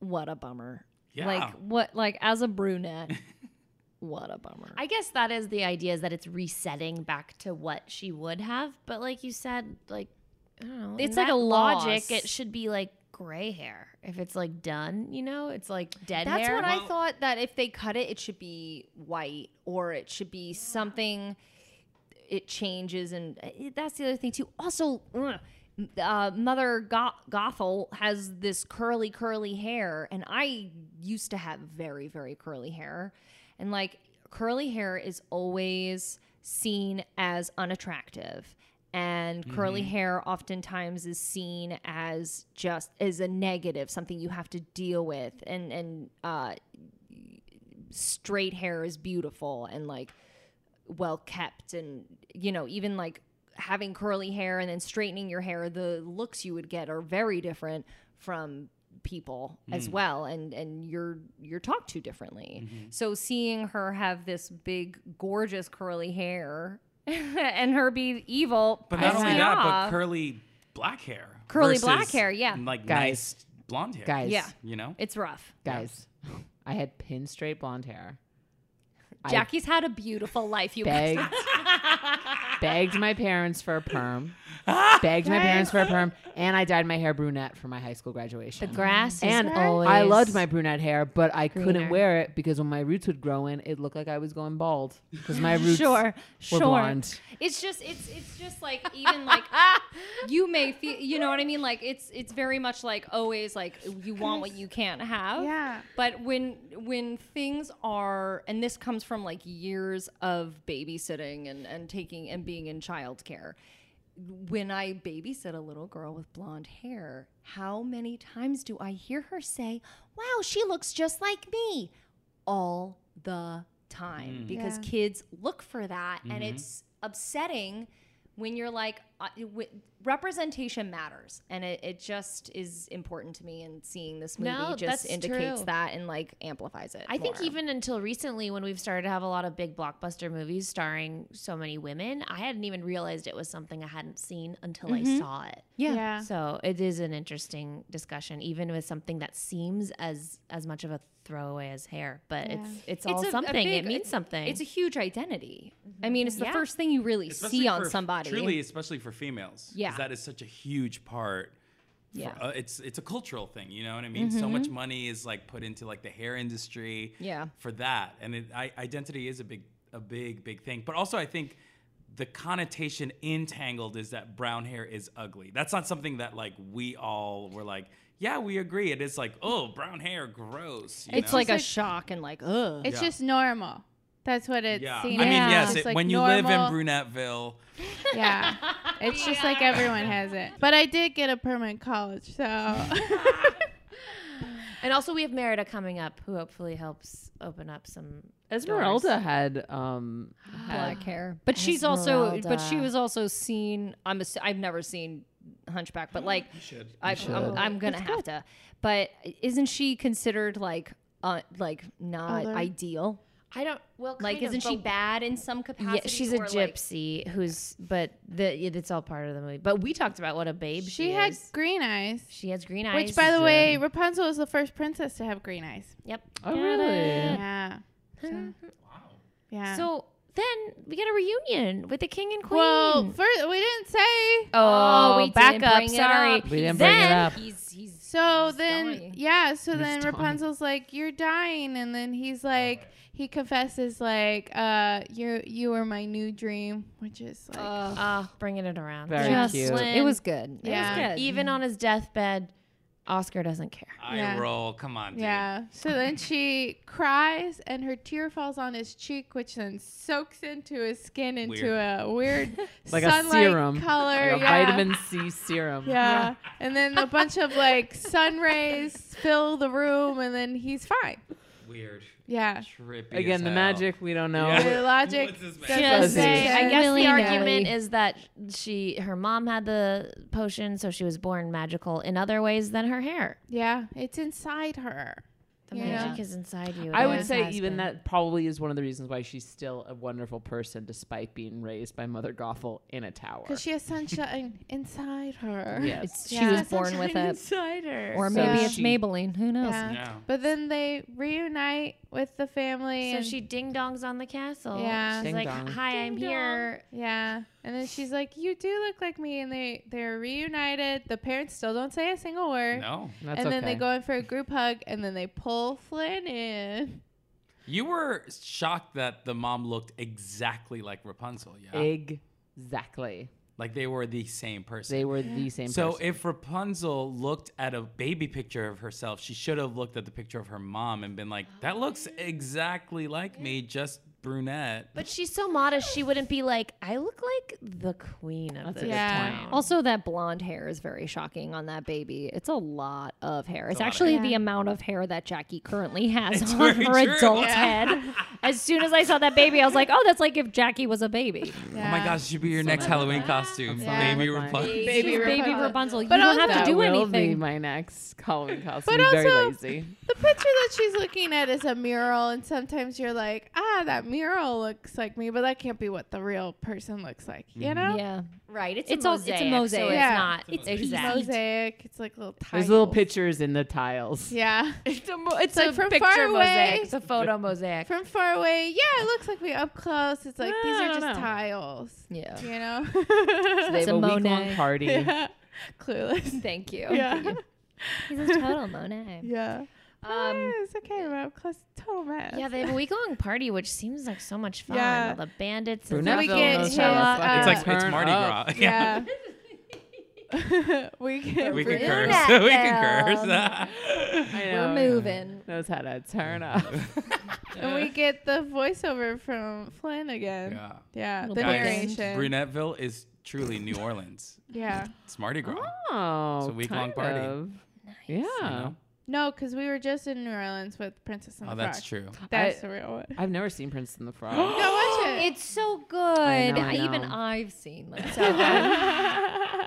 Speaker 5: what a bummer.
Speaker 6: Yeah.
Speaker 5: Like what like as a brunette, <laughs> what a bummer.
Speaker 2: I guess that is the idea is that it's resetting back to what she would have. But like you said, like I don't know. in
Speaker 5: It's like
Speaker 2: that
Speaker 5: a
Speaker 2: logic.
Speaker 5: loss.
Speaker 2: It should be like gray hair. If it's like done, you know, it's like dead
Speaker 5: That's
Speaker 2: hair.
Speaker 5: what I thought that if they cut it it should be white or it should be something it changes and uh, it, that's the other thing too. Also, ugh, uh, Mother Go- Gothel has this curly, curly hair, and I used to have very, very curly hair, and like curly hair is always seen as unattractive and curly hair oftentimes is seen as just as a negative, something you have to deal with, and and uh, straight hair is beautiful and like well kept and you know even like having curly hair and then straightening your hair the looks you would get are very different from people
Speaker 6: Mm.
Speaker 5: as well and and you're you're talked to differently
Speaker 6: Mm-hmm.
Speaker 5: so seeing her have this big gorgeous curly hair <laughs> and her be evil
Speaker 6: But not
Speaker 5: pissed
Speaker 6: only
Speaker 5: me
Speaker 6: that,
Speaker 5: off.
Speaker 6: but curly black hair.
Speaker 5: Curly black
Speaker 6: versus,
Speaker 5: hair, yeah.
Speaker 6: Like
Speaker 4: Guys.
Speaker 6: nice blonde hair.
Speaker 4: Guys.
Speaker 5: Yeah.
Speaker 6: You know?
Speaker 5: it's rough
Speaker 4: Guys, <laughs> I had pin straight blonde hair. I-
Speaker 5: jackie's had a beautiful life you guys
Speaker 4: begged begged my parents for a perm. Begged my parents for a perm, and I dyed my hair brunette for my high school
Speaker 2: The
Speaker 4: graduation.
Speaker 2: grass is
Speaker 4: and
Speaker 2: always.
Speaker 4: I loved my brunette hair, but I couldn't
Speaker 2: greener.
Speaker 4: wear it because when my roots would grow in, it looked like I was going bald because my roots
Speaker 5: sure
Speaker 4: were
Speaker 5: sure
Speaker 4: blonde.
Speaker 5: It's just it's it's just like even like you may feel you know what I mean like it's it's very much like always like you want what you can't have.
Speaker 1: <laughs> Yeah.
Speaker 5: But when when things are and this comes from like years of babysitting and and taking and being in childcare. When I babysit a little girl with blonde hair, how many times do I hear her say, "Wow, she looks just like me." all the time because
Speaker 1: Yeah.
Speaker 5: kids look for that and it's upsetting when you're like uh, w- representation matters and it, it just is important to me and seeing this movie
Speaker 2: No,
Speaker 5: just
Speaker 2: that's
Speaker 5: indicates
Speaker 2: true.
Speaker 5: that and like amplifies it
Speaker 2: I think
Speaker 5: more.
Speaker 2: even until recently, when we've started to have a lot of big blockbuster movies starring so many women, I hadn't even realized it was something I hadn't seen until I saw it.
Speaker 5: Mm-hmm. yeah,
Speaker 1: Yeah.
Speaker 2: So it is an interesting discussion, even with something that seems as as much of a throwaway as hair, but it's it's all
Speaker 5: a- a
Speaker 2: something.
Speaker 5: big-
Speaker 2: it means something.
Speaker 5: it's a huge identity i mean it's the
Speaker 2: Yeah.
Speaker 5: first thing you really
Speaker 6: Especially
Speaker 5: see on
Speaker 6: for-
Speaker 5: somebody
Speaker 6: Truly, especially for females. 'cause
Speaker 5: Yeah.
Speaker 6: That is such a huge part. for-
Speaker 5: Yeah. Mm-hmm.
Speaker 6: uh, it's it's a cultural thing, you know what I mean? So much money is like put into like the hair industry.
Speaker 5: Yeah.
Speaker 6: For that, and it, I, identity is a big a big big thing. But also, I think the connotation entangled is that brown hair is ugly. That's not something that like we all were like, yeah, we agree. It is like, oh, brown hair, gross. you
Speaker 5: it's
Speaker 6: know?
Speaker 5: like a shock and like ugh
Speaker 1: It's
Speaker 6: Yeah.
Speaker 1: just normal. That's what it
Speaker 6: yeah.
Speaker 1: seems.
Speaker 6: I mean,
Speaker 5: Yeah.
Speaker 6: yes.
Speaker 1: Just
Speaker 6: It,
Speaker 1: like
Speaker 6: when you
Speaker 1: normal-
Speaker 6: live in Brunetteville, <laughs>
Speaker 1: Yeah. It's just like everyone has it. But I did get a perm in college, so
Speaker 6: <laughs>
Speaker 2: and also we have Merida coming up, who hopefully helps open up some.
Speaker 4: Esmeralda had um
Speaker 5: black hair. But she's also, but she
Speaker 2: Esmeralda.
Speaker 5: was also seen. I'm, ass- I've never seen Hunchback, but like, I, am I'm gonna have to. But isn't she considered like, uh, like not
Speaker 1: Older.
Speaker 5: ideal?
Speaker 2: I don't. Well,
Speaker 5: Like,
Speaker 2: kind of,
Speaker 5: isn't she
Speaker 2: but-
Speaker 5: bad in some capacity?
Speaker 2: yeah, she's a
Speaker 5: or, like-
Speaker 2: gypsy who's, but the it- it's all part of the movie. But we talked about what a babe she,
Speaker 1: she had
Speaker 2: is.
Speaker 1: green eyes.
Speaker 2: She has green eyes.
Speaker 1: Which, by the way, Rapunzel is the first princess to have green eyes.
Speaker 2: yep.
Speaker 4: Oh
Speaker 2: Got
Speaker 4: really?
Speaker 2: it.
Speaker 1: Yeah.
Speaker 6: <laughs>
Speaker 1: So, Yeah.
Speaker 2: So then we get a reunion with the king and queen.
Speaker 1: well, first we didn't say.
Speaker 2: oh,
Speaker 5: we
Speaker 2: back
Speaker 5: didn't
Speaker 2: up.
Speaker 5: bring it
Speaker 2: Sorry,
Speaker 5: up.
Speaker 4: We didn't bring it
Speaker 2: then,
Speaker 4: up.
Speaker 5: He's he's
Speaker 1: So
Speaker 5: dying.
Speaker 1: then, yeah. So then
Speaker 4: dying.
Speaker 1: Rapunzel's like, "You're dying," and then he's like, he confesses, like, "Uh, you you were my new dream," which is like,
Speaker 2: Ah, bringing it around.
Speaker 4: Very
Speaker 2: Just
Speaker 4: cute.
Speaker 2: when-
Speaker 5: it was good. It
Speaker 1: Yeah.
Speaker 5: was good.
Speaker 2: even on his deathbed, Oscar doesn't care.
Speaker 6: I
Speaker 1: Yeah.
Speaker 6: roll. Come on, dude.
Speaker 1: Yeah. So then she cries and her tear falls on his cheek, which then soaks into his skin into a weird
Speaker 2: <laughs>
Speaker 4: Like a
Speaker 1: sunlight
Speaker 4: serum.
Speaker 1: color.
Speaker 4: Like a
Speaker 1: yeah.
Speaker 4: vitamin C serum.
Speaker 1: Yeah. And then a bunch of like
Speaker 2: <laughs>
Speaker 1: sun rays fill the room and then he's fine.
Speaker 6: Weird.
Speaker 1: Yeah.
Speaker 6: Trippy. as
Speaker 4: Again, the
Speaker 6: hell.
Speaker 4: magic we don't know.
Speaker 6: Yeah.
Speaker 1: The logic
Speaker 6: What's his
Speaker 1: doesn't
Speaker 6: magic?
Speaker 4: Just
Speaker 1: say
Speaker 4: say,
Speaker 2: I
Speaker 1: it.
Speaker 2: guess
Speaker 5: Willy
Speaker 2: the
Speaker 5: nilly.
Speaker 2: argument is that she, her mom had the potion, so she was born magical in other ways than her hair.
Speaker 1: Yeah. It's inside her.
Speaker 2: The
Speaker 1: Yeah.
Speaker 2: magic is inside you.
Speaker 4: I
Speaker 2: It
Speaker 4: would
Speaker 2: always
Speaker 4: say
Speaker 2: has
Speaker 4: even
Speaker 2: been.
Speaker 4: that probably is one of the reasons why she's still a wonderful person despite being raised by Mother Gothel in a tower.
Speaker 1: Because she has sunshine inside her.
Speaker 4: yes.
Speaker 5: It's- she
Speaker 1: Yeah.
Speaker 5: was born with it,
Speaker 1: Inside her.
Speaker 5: or
Speaker 4: So
Speaker 5: maybe it's
Speaker 4: she-
Speaker 5: Maybelline. Who knows?
Speaker 1: Yeah.
Speaker 6: Yeah.
Speaker 1: But then they reunite with the family.
Speaker 2: So
Speaker 1: and
Speaker 2: she ding dongs on the castle.
Speaker 1: Yeah.
Speaker 2: She's
Speaker 4: Ding
Speaker 2: like,
Speaker 4: dong.
Speaker 2: "Hi, I'm here."
Speaker 1: Yeah. And then she's like, You do look like me. And they, they're reunited. The parents still don't say a single word.
Speaker 6: No.
Speaker 4: That's
Speaker 1: And then they
Speaker 4: okay.
Speaker 1: go in for a group hug and then they pull Flynn in.
Speaker 6: You were shocked that the mom looked exactly like Rapunzel, yeah?
Speaker 4: Exactly.
Speaker 6: like they were the same person.
Speaker 4: They were the same
Speaker 6: so
Speaker 4: person.
Speaker 6: if Rapunzel looked at a baby picture of herself, she should have looked at the picture of her mom and been like, that looks exactly like me, just brunette.
Speaker 2: But she's so modest, she wouldn't be like, I look like the queen of
Speaker 4: That's a
Speaker 2: this
Speaker 4: good
Speaker 1: Yeah.
Speaker 2: town.
Speaker 5: Also, that blonde hair is very shocking on that baby. It's a lot of hair. It's
Speaker 6: lot of
Speaker 5: actually
Speaker 1: hair.
Speaker 5: the
Speaker 1: Yeah.
Speaker 5: amount of hair that
Speaker 4: <laughs>
Speaker 5: Jackie currently has
Speaker 6: It's
Speaker 5: on
Speaker 6: very
Speaker 5: her
Speaker 6: true.
Speaker 5: adult head. As soon as I saw that baby, I was like, oh, that's like if Jackie was a baby.
Speaker 1: Yeah.
Speaker 6: Oh my gosh, should be your
Speaker 4: That's
Speaker 6: next
Speaker 4: what I look
Speaker 6: Halloween
Speaker 4: like.
Speaker 6: costume.
Speaker 4: That's
Speaker 1: what I
Speaker 6: Baby
Speaker 4: look like.
Speaker 6: Rapunzel.
Speaker 5: She's
Speaker 1: Baby
Speaker 5: baby
Speaker 1: Rapunzel.
Speaker 5: Rapunzel. You
Speaker 1: But
Speaker 5: don't have
Speaker 1: also-
Speaker 5: to do
Speaker 4: will be
Speaker 5: anything.
Speaker 4: my
Speaker 6: <laughs>
Speaker 4: next Halloween costume.
Speaker 1: But
Speaker 4: I'm very
Speaker 1: also-
Speaker 4: lazy.
Speaker 1: The picture that she's looking at is a mural, and sometimes you're like, ah, that mural looks like me, but that can't be what the real person looks like, you know?
Speaker 5: Yeah.
Speaker 2: Right. It's,
Speaker 5: It's
Speaker 2: a
Speaker 5: all- it's
Speaker 2: mosaic.
Speaker 5: a mosaic.
Speaker 2: So it's
Speaker 1: Yeah.
Speaker 2: not.
Speaker 6: It's
Speaker 2: It's
Speaker 6: a mosaic.
Speaker 2: exact.
Speaker 1: Mosaic. It's like little tiles.
Speaker 4: There's little pictures in the tiles.
Speaker 1: Yeah.
Speaker 2: <laughs> It's a, mo- it's
Speaker 1: like
Speaker 2: a
Speaker 1: from
Speaker 2: picture
Speaker 1: far away.
Speaker 2: mosaic. It's a photo mosaic.
Speaker 1: From far away, yeah, it looks like me. Up close, it's like these
Speaker 4: No,
Speaker 1: are
Speaker 4: no,
Speaker 1: just
Speaker 4: no.
Speaker 1: tiles,
Speaker 5: Yeah.
Speaker 1: you know?
Speaker 4: They have
Speaker 5: It's a
Speaker 4: a week long
Speaker 5: Monet.
Speaker 1: <laughs>
Speaker 4: party.
Speaker 1: yeah.
Speaker 5: <laughs>
Speaker 1: Clueless.
Speaker 5: <laughs> Thank you.
Speaker 1: Yeah.
Speaker 5: He's a total Monet.
Speaker 1: Yeah.
Speaker 5: Um,
Speaker 1: Yeah, Ah, it's okay, but up close, total mess.
Speaker 2: Yeah, they have a week long party, which seems like so much fun.
Speaker 1: Yeah.
Speaker 2: All the bandits and
Speaker 4: Brunette
Speaker 1: we
Speaker 2: stuff.
Speaker 1: get
Speaker 4: knows
Speaker 1: his,
Speaker 4: how to
Speaker 1: uh,
Speaker 6: It's
Speaker 4: fucking
Speaker 6: like it's
Speaker 4: turn
Speaker 6: Mardi
Speaker 4: up.
Speaker 6: Gras. <laughs>
Speaker 1: Yeah. <laughs> we can.
Speaker 6: We can
Speaker 1: breathe.
Speaker 6: curse. <laughs>
Speaker 5: Brunette
Speaker 6: we can <laughs>
Speaker 5: film.
Speaker 6: curse.
Speaker 4: I
Speaker 5: We're
Speaker 4: know,
Speaker 5: moving.
Speaker 4: Knows how to turn up.
Speaker 1: And we get the voiceover from Flynn again. Yeah.
Speaker 6: yeah.
Speaker 1: the
Speaker 5: Guys,
Speaker 6: Guys,
Speaker 1: narration.
Speaker 6: Brunetteville is truly New Orleans.
Speaker 1: yeah.
Speaker 6: It's Mardi Gras.
Speaker 4: Oh,
Speaker 6: It's a week-long
Speaker 4: kind
Speaker 6: party.
Speaker 4: of. Yeah.
Speaker 6: You know?
Speaker 1: No, because we were just in New Orleans with Princess and
Speaker 6: Oh,
Speaker 1: the
Speaker 6: that's
Speaker 1: Frog.
Speaker 6: true.
Speaker 1: That's the real one. <gasps>
Speaker 4: I've never seen Prince and the Frog. <laughs>
Speaker 1: Go watch it.
Speaker 5: Oh, It's so good.
Speaker 4: I know, I
Speaker 5: Even
Speaker 4: know.
Speaker 5: I've seen that. <laughs>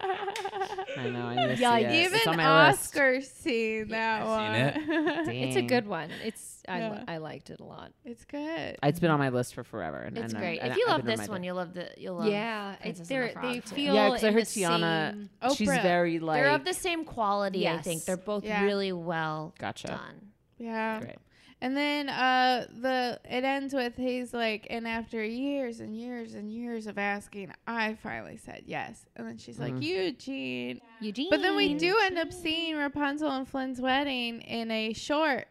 Speaker 1: <laughs>
Speaker 4: I know. I need to
Speaker 5: Yeah,
Speaker 4: see it.
Speaker 1: Even
Speaker 4: it's on my list.
Speaker 1: Oscar seen that
Speaker 6: I've seen
Speaker 1: one. <laughs>
Speaker 5: it's a
Speaker 4: Dang.
Speaker 5: good one. It's I,
Speaker 1: Yeah.
Speaker 5: I liked it a lot.
Speaker 1: it's good.
Speaker 4: It's been on my list for forever. and-
Speaker 2: It's
Speaker 4: and I'm-
Speaker 2: great.
Speaker 4: and
Speaker 2: if you
Speaker 4: I've
Speaker 2: love
Speaker 4: been
Speaker 2: this one,
Speaker 4: reminded.
Speaker 2: you'll love the you'll love
Speaker 5: yeah,
Speaker 2: Princess
Speaker 5: it's
Speaker 2: and the
Speaker 5: they
Speaker 2: Frog,
Speaker 5: they
Speaker 2: too.
Speaker 5: feel
Speaker 4: yeah, because I
Speaker 5: in
Speaker 4: heard
Speaker 5: the
Speaker 4: Tiana.
Speaker 5: same-
Speaker 4: She's
Speaker 1: Oprah.
Speaker 4: very like.
Speaker 2: They're of the same quality, I think.
Speaker 5: Yes.
Speaker 2: They're both
Speaker 1: Yeah.
Speaker 2: really well
Speaker 4: Gotcha.
Speaker 2: done.
Speaker 1: Yeah.
Speaker 4: Great.
Speaker 1: And then uh the it ends with he's like, and after years and years and years of asking, I finally said yes. And then she's
Speaker 4: Mm-hmm.
Speaker 1: like, Eugene.
Speaker 5: Eugene.
Speaker 1: But then we do end up seeing Rapunzel and Flynn's wedding in a short.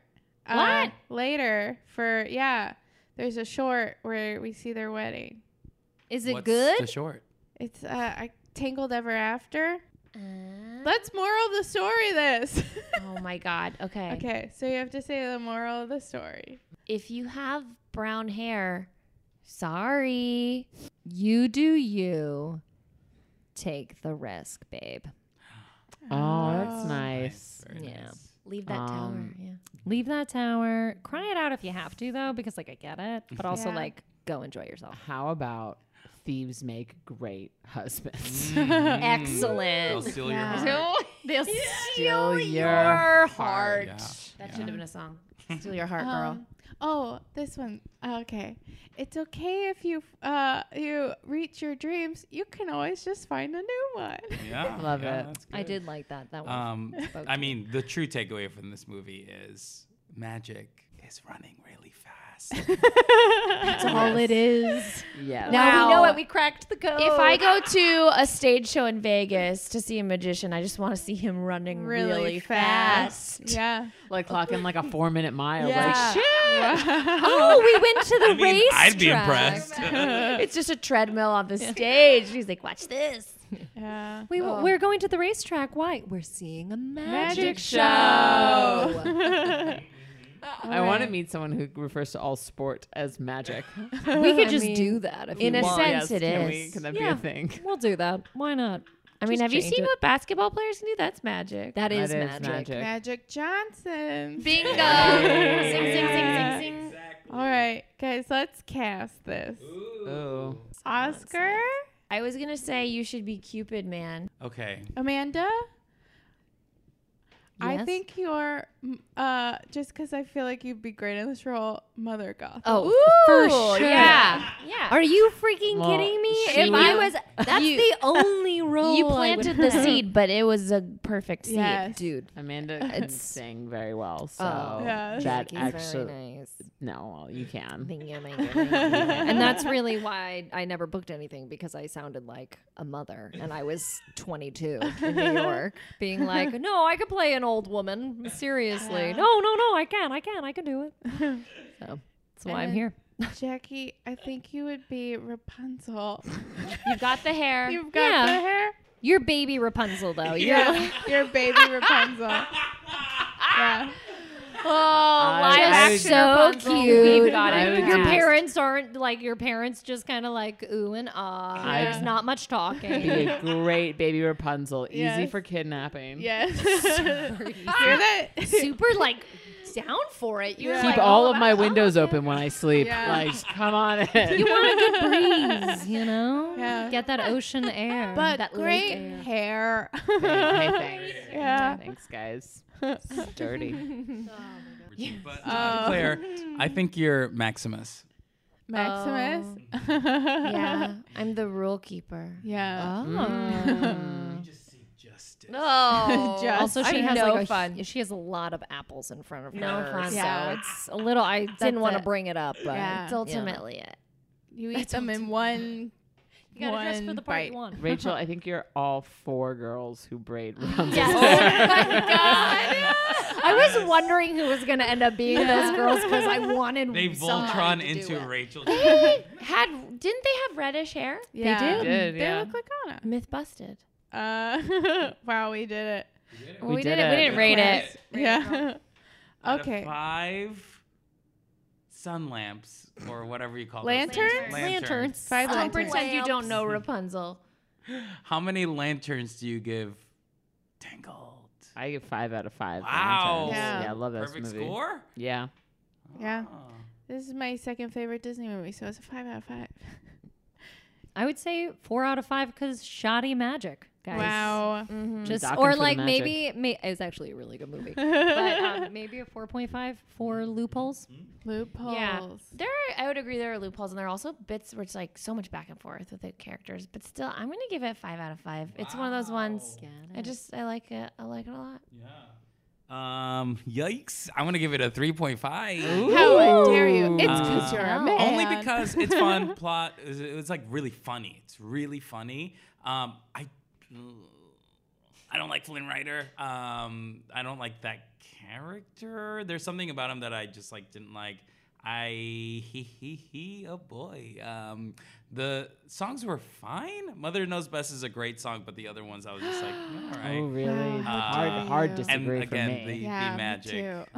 Speaker 1: uh, later for yeah, there's a short where we see their wedding.
Speaker 5: Is it
Speaker 6: What's
Speaker 5: good?
Speaker 6: The short.
Speaker 1: It's uh, I Tangled Ever After.
Speaker 2: Uh,
Speaker 1: Let's moral of the story this. <laughs>
Speaker 2: oh my god. Okay.
Speaker 1: okay, so you have to say the moral of the story.
Speaker 2: If you have brown hair, sorry.
Speaker 5: you do you. Take the risk, babe.
Speaker 4: Oh, that's
Speaker 1: Oh.
Speaker 4: nice.
Speaker 6: Very
Speaker 5: Yeah.
Speaker 6: nice.
Speaker 5: <laughs>
Speaker 2: Leave that
Speaker 4: Um,
Speaker 2: tower. Yeah.
Speaker 5: Leave that tower. Cry it out if you have to, though, because like I get it, but also
Speaker 1: Yeah.
Speaker 5: like go enjoy yourself.
Speaker 4: How about thieves make great
Speaker 2: <laughs>
Speaker 4: husbands?
Speaker 6: Mm. They'll
Speaker 2: Excellent.
Speaker 6: steal
Speaker 1: Yeah.
Speaker 6: your heart.
Speaker 2: <laughs> They'll
Speaker 4: Steal
Speaker 2: steal
Speaker 4: your
Speaker 2: your
Speaker 4: heart.
Speaker 2: heart.
Speaker 6: Yeah.
Speaker 2: That
Speaker 6: Yeah.
Speaker 2: should have been a song. Steal your heart, girl.
Speaker 1: Um, oh, this one. Okay, it's okay if you uh you reach your dreams. You can always just find a new one.
Speaker 6: Yeah.
Speaker 4: Love
Speaker 6: yeah,
Speaker 4: it.
Speaker 6: that's
Speaker 5: I
Speaker 6: good.
Speaker 5: did like that. That one.
Speaker 6: Um,
Speaker 5: spoke
Speaker 6: I
Speaker 5: to
Speaker 6: mean, the true takeaway from this movie is magic is running really fast. <laughs>
Speaker 2: That's all it is. <laughs>
Speaker 4: yes.
Speaker 2: Now we know it. We
Speaker 5: cracked the code.
Speaker 2: If I go to a stage show in Vegas to see a magician, I just want to see him running really, fast.
Speaker 1: Yeah.
Speaker 4: Like clocking like a four minute mile.
Speaker 1: Yeah.
Speaker 4: Like, shit.
Speaker 5: oh, we went to
Speaker 2: <laughs>
Speaker 5: the
Speaker 6: I mean,
Speaker 5: race.
Speaker 6: I'd be <laughs> impressed.
Speaker 5: <laughs>
Speaker 2: It's just a treadmill on the stage. He's like, watch this.
Speaker 1: Yeah.
Speaker 5: We, We're going to the racetrack. Why? We're seeing a magic,
Speaker 1: Magic
Speaker 5: show.
Speaker 4: I want to meet someone who refers to all sport as <laughs> magic.
Speaker 5: we could just do that if
Speaker 2: in
Speaker 5: you
Speaker 2: a
Speaker 5: want.
Speaker 2: sense, it
Speaker 4: can
Speaker 2: is.
Speaker 4: We, can that
Speaker 5: Yeah.
Speaker 4: be a thing?
Speaker 5: We'll do that. Why not?
Speaker 2: I mean,
Speaker 5: Just
Speaker 2: have you
Speaker 5: change
Speaker 2: seen
Speaker 5: it.
Speaker 2: what basketball players can do? That's magic.
Speaker 5: That is,
Speaker 4: That
Speaker 5: magic.
Speaker 1: Magic Johnson.
Speaker 2: Bingo! Sing, sing, sing, sing, sing.
Speaker 1: All right, guys, let's cast this.
Speaker 4: Ooh.
Speaker 1: Oscar,
Speaker 2: I was gonna say you should be Cupid, man.
Speaker 6: Okay.
Speaker 1: Amanda. I
Speaker 5: Yes?
Speaker 1: think you're, m- uh, just because I feel like you'd be great in this role, Mother
Speaker 5: <laughs>
Speaker 1: Gotham.
Speaker 5: Oh,
Speaker 2: Ooh,
Speaker 5: for sure.
Speaker 2: Yeah, yeah.
Speaker 5: Are you freaking
Speaker 4: Well,
Speaker 5: kidding me?
Speaker 4: she-
Speaker 5: If I was, that's
Speaker 2: You-
Speaker 5: the only role
Speaker 2: you
Speaker 5: I would
Speaker 2: planted the
Speaker 5: <laughs> have.
Speaker 2: seed, but it was a perfect seed.
Speaker 1: Yes.
Speaker 5: dude.
Speaker 4: Amanda <laughs> can
Speaker 5: It's-
Speaker 4: sing very well, so
Speaker 1: Yes.
Speaker 4: Oh, that
Speaker 5: Jackie's
Speaker 4: actually
Speaker 5: very nice.
Speaker 4: no, well, you can.
Speaker 5: Thank you, thank you, <laughs> thank you. and that's really why I never booked anything because I sounded like a mother, and I was 22 in New York, being like, "No, I could play an old woman. Seriously, no, no, no, I can, I can, I can do it." So that's why I'm
Speaker 1: And-
Speaker 5: here.
Speaker 1: Jackie, I think you would be Rapunzel.
Speaker 2: You got the hair.
Speaker 1: <laughs> You've got
Speaker 5: Yeah.
Speaker 1: the hair.
Speaker 5: You're Oh, baby Rapunzel, though. You're
Speaker 1: Yeah, you're baby Rapunzel. yeah.
Speaker 5: <laughs> Live
Speaker 4: Oh, I-
Speaker 5: action
Speaker 2: so
Speaker 5: Rapunzel,
Speaker 2: cute.
Speaker 5: We've got
Speaker 4: I
Speaker 5: it.
Speaker 4: would
Speaker 5: Your
Speaker 4: do-
Speaker 5: parents aren't like your parents just kind of like ooh and ah.
Speaker 4: I-
Speaker 5: There's not much
Speaker 4: <laughs> Be
Speaker 5: talking.
Speaker 4: a great baby Rapunzel. Easy
Speaker 1: Yes.
Speaker 4: for kidnapping.
Speaker 1: Yes. Hear that?
Speaker 5: Super like down for it. You're
Speaker 1: Yeah.
Speaker 5: like,
Speaker 4: Keep all of
Speaker 5: about
Speaker 4: my
Speaker 5: it.
Speaker 4: windows open when I sleep.
Speaker 1: Yeah.
Speaker 4: Like, come on in.
Speaker 5: You want a good breeze, you know?
Speaker 1: Yeah.
Speaker 5: Get that ocean air.
Speaker 1: <laughs> but
Speaker 5: that lake
Speaker 1: great
Speaker 5: air.
Speaker 1: hair.
Speaker 4: hey, thanks.
Speaker 1: Yeah.
Speaker 4: Thanks, <laughs> guys. Dirty.
Speaker 6: But
Speaker 1: Oh.
Speaker 6: Claire,
Speaker 5: <laughs>
Speaker 6: I think you're Maximus.
Speaker 1: Maximus. <laughs>
Speaker 2: yeah, I'm the rule keeper. <laughs>
Speaker 1: Yeah.
Speaker 6: You just see justice.
Speaker 5: No.
Speaker 2: Oh.
Speaker 1: Just-
Speaker 5: Mm. also, she
Speaker 1: I'm
Speaker 5: has
Speaker 1: no
Speaker 5: like a,
Speaker 1: fun.
Speaker 5: She has a lot of apples in front of her.
Speaker 2: No fun.
Speaker 5: So
Speaker 1: Yeah.
Speaker 5: it's a little. I didn't want to
Speaker 2: it.
Speaker 5: bring it up, but
Speaker 1: Yeah.
Speaker 2: That's ultimately it.
Speaker 1: You eat them in one.
Speaker 5: you gotta dress for
Speaker 1: one
Speaker 5: the part
Speaker 1: bite.
Speaker 5: you want.
Speaker 4: Rachel, I think you're all four girls who braid Rapunzel's
Speaker 5: Yes.
Speaker 4: hair.
Speaker 1: Oh
Speaker 5: I was wondering who was gonna end up being those girls because I wanted.
Speaker 6: They
Speaker 5: somebody
Speaker 6: Voltron
Speaker 5: to
Speaker 6: into
Speaker 5: do it. <laughs>
Speaker 6: Rachel.
Speaker 2: Had didn't they have reddish hair?
Speaker 1: Yeah.
Speaker 4: They did,
Speaker 1: They
Speaker 4: yeah.
Speaker 1: look like Anna.
Speaker 2: Myth busted.
Speaker 1: Uh, <laughs> wow, we did it.
Speaker 4: We did it.
Speaker 2: We didn't rate it.
Speaker 1: <laughs> yeah.
Speaker 6: Out of
Speaker 1: okay.
Speaker 6: Five sun lamps or whatever you call
Speaker 1: Lanterns?
Speaker 6: Those.
Speaker 5: Lanterns.
Speaker 1: Five
Speaker 5: Don't
Speaker 1: lanterns.
Speaker 5: pretend you don't know
Speaker 2: Rapunzel.
Speaker 6: How many lanterns do you give Tangled?
Speaker 4: I give five out of five. for
Speaker 6: Wow.
Speaker 4: Lanterns.
Speaker 1: Yeah.
Speaker 4: Yeah. I love that
Speaker 6: Perfect
Speaker 4: movie.
Speaker 6: score?
Speaker 4: Yeah.
Speaker 1: Yeah.
Speaker 6: Oh.
Speaker 1: This is my second favorite Disney movie, so it's a five out of five.
Speaker 5: I would say four out of five because shoddy magic, guys.
Speaker 1: Wow.
Speaker 4: Mm.
Speaker 5: Just
Speaker 4: Docking for
Speaker 5: or
Speaker 4: the
Speaker 5: like
Speaker 4: magic.
Speaker 5: maybe may, it's actually a really good movie, but um, maybe a four point five for loopholes.
Speaker 1: Loopholes.
Speaker 2: Yeah, there. Are, I would agree. There are loopholes, and there are also bits where it's like so much back and forth with the characters. But still, I'm gonna give it five out of five. It's one of those ones. I just I like it. I like it a lot.
Speaker 6: Um, yikes. I'm going to give it a 3.5.
Speaker 1: How dare you? It's
Speaker 6: Uh,
Speaker 1: because you're a man.
Speaker 6: Only because it's fun. Plot. It's, it's like really funny. It's really funny. Um, I, I don't like Flynn Rider. Um, I don't like that character. There's something about him that I just like didn't like. I he he he oh boy. Um, the songs were fine. Mother Knows Best is a great song, but the other ones I was just like, all right.
Speaker 4: Oh, really?
Speaker 1: Wow.
Speaker 4: hard,
Speaker 6: Uh,
Speaker 4: hard
Speaker 1: And
Speaker 6: and
Speaker 4: disagree for
Speaker 6: again, the,
Speaker 4: me.
Speaker 1: Yeah,
Speaker 6: the
Speaker 1: me
Speaker 6: magic,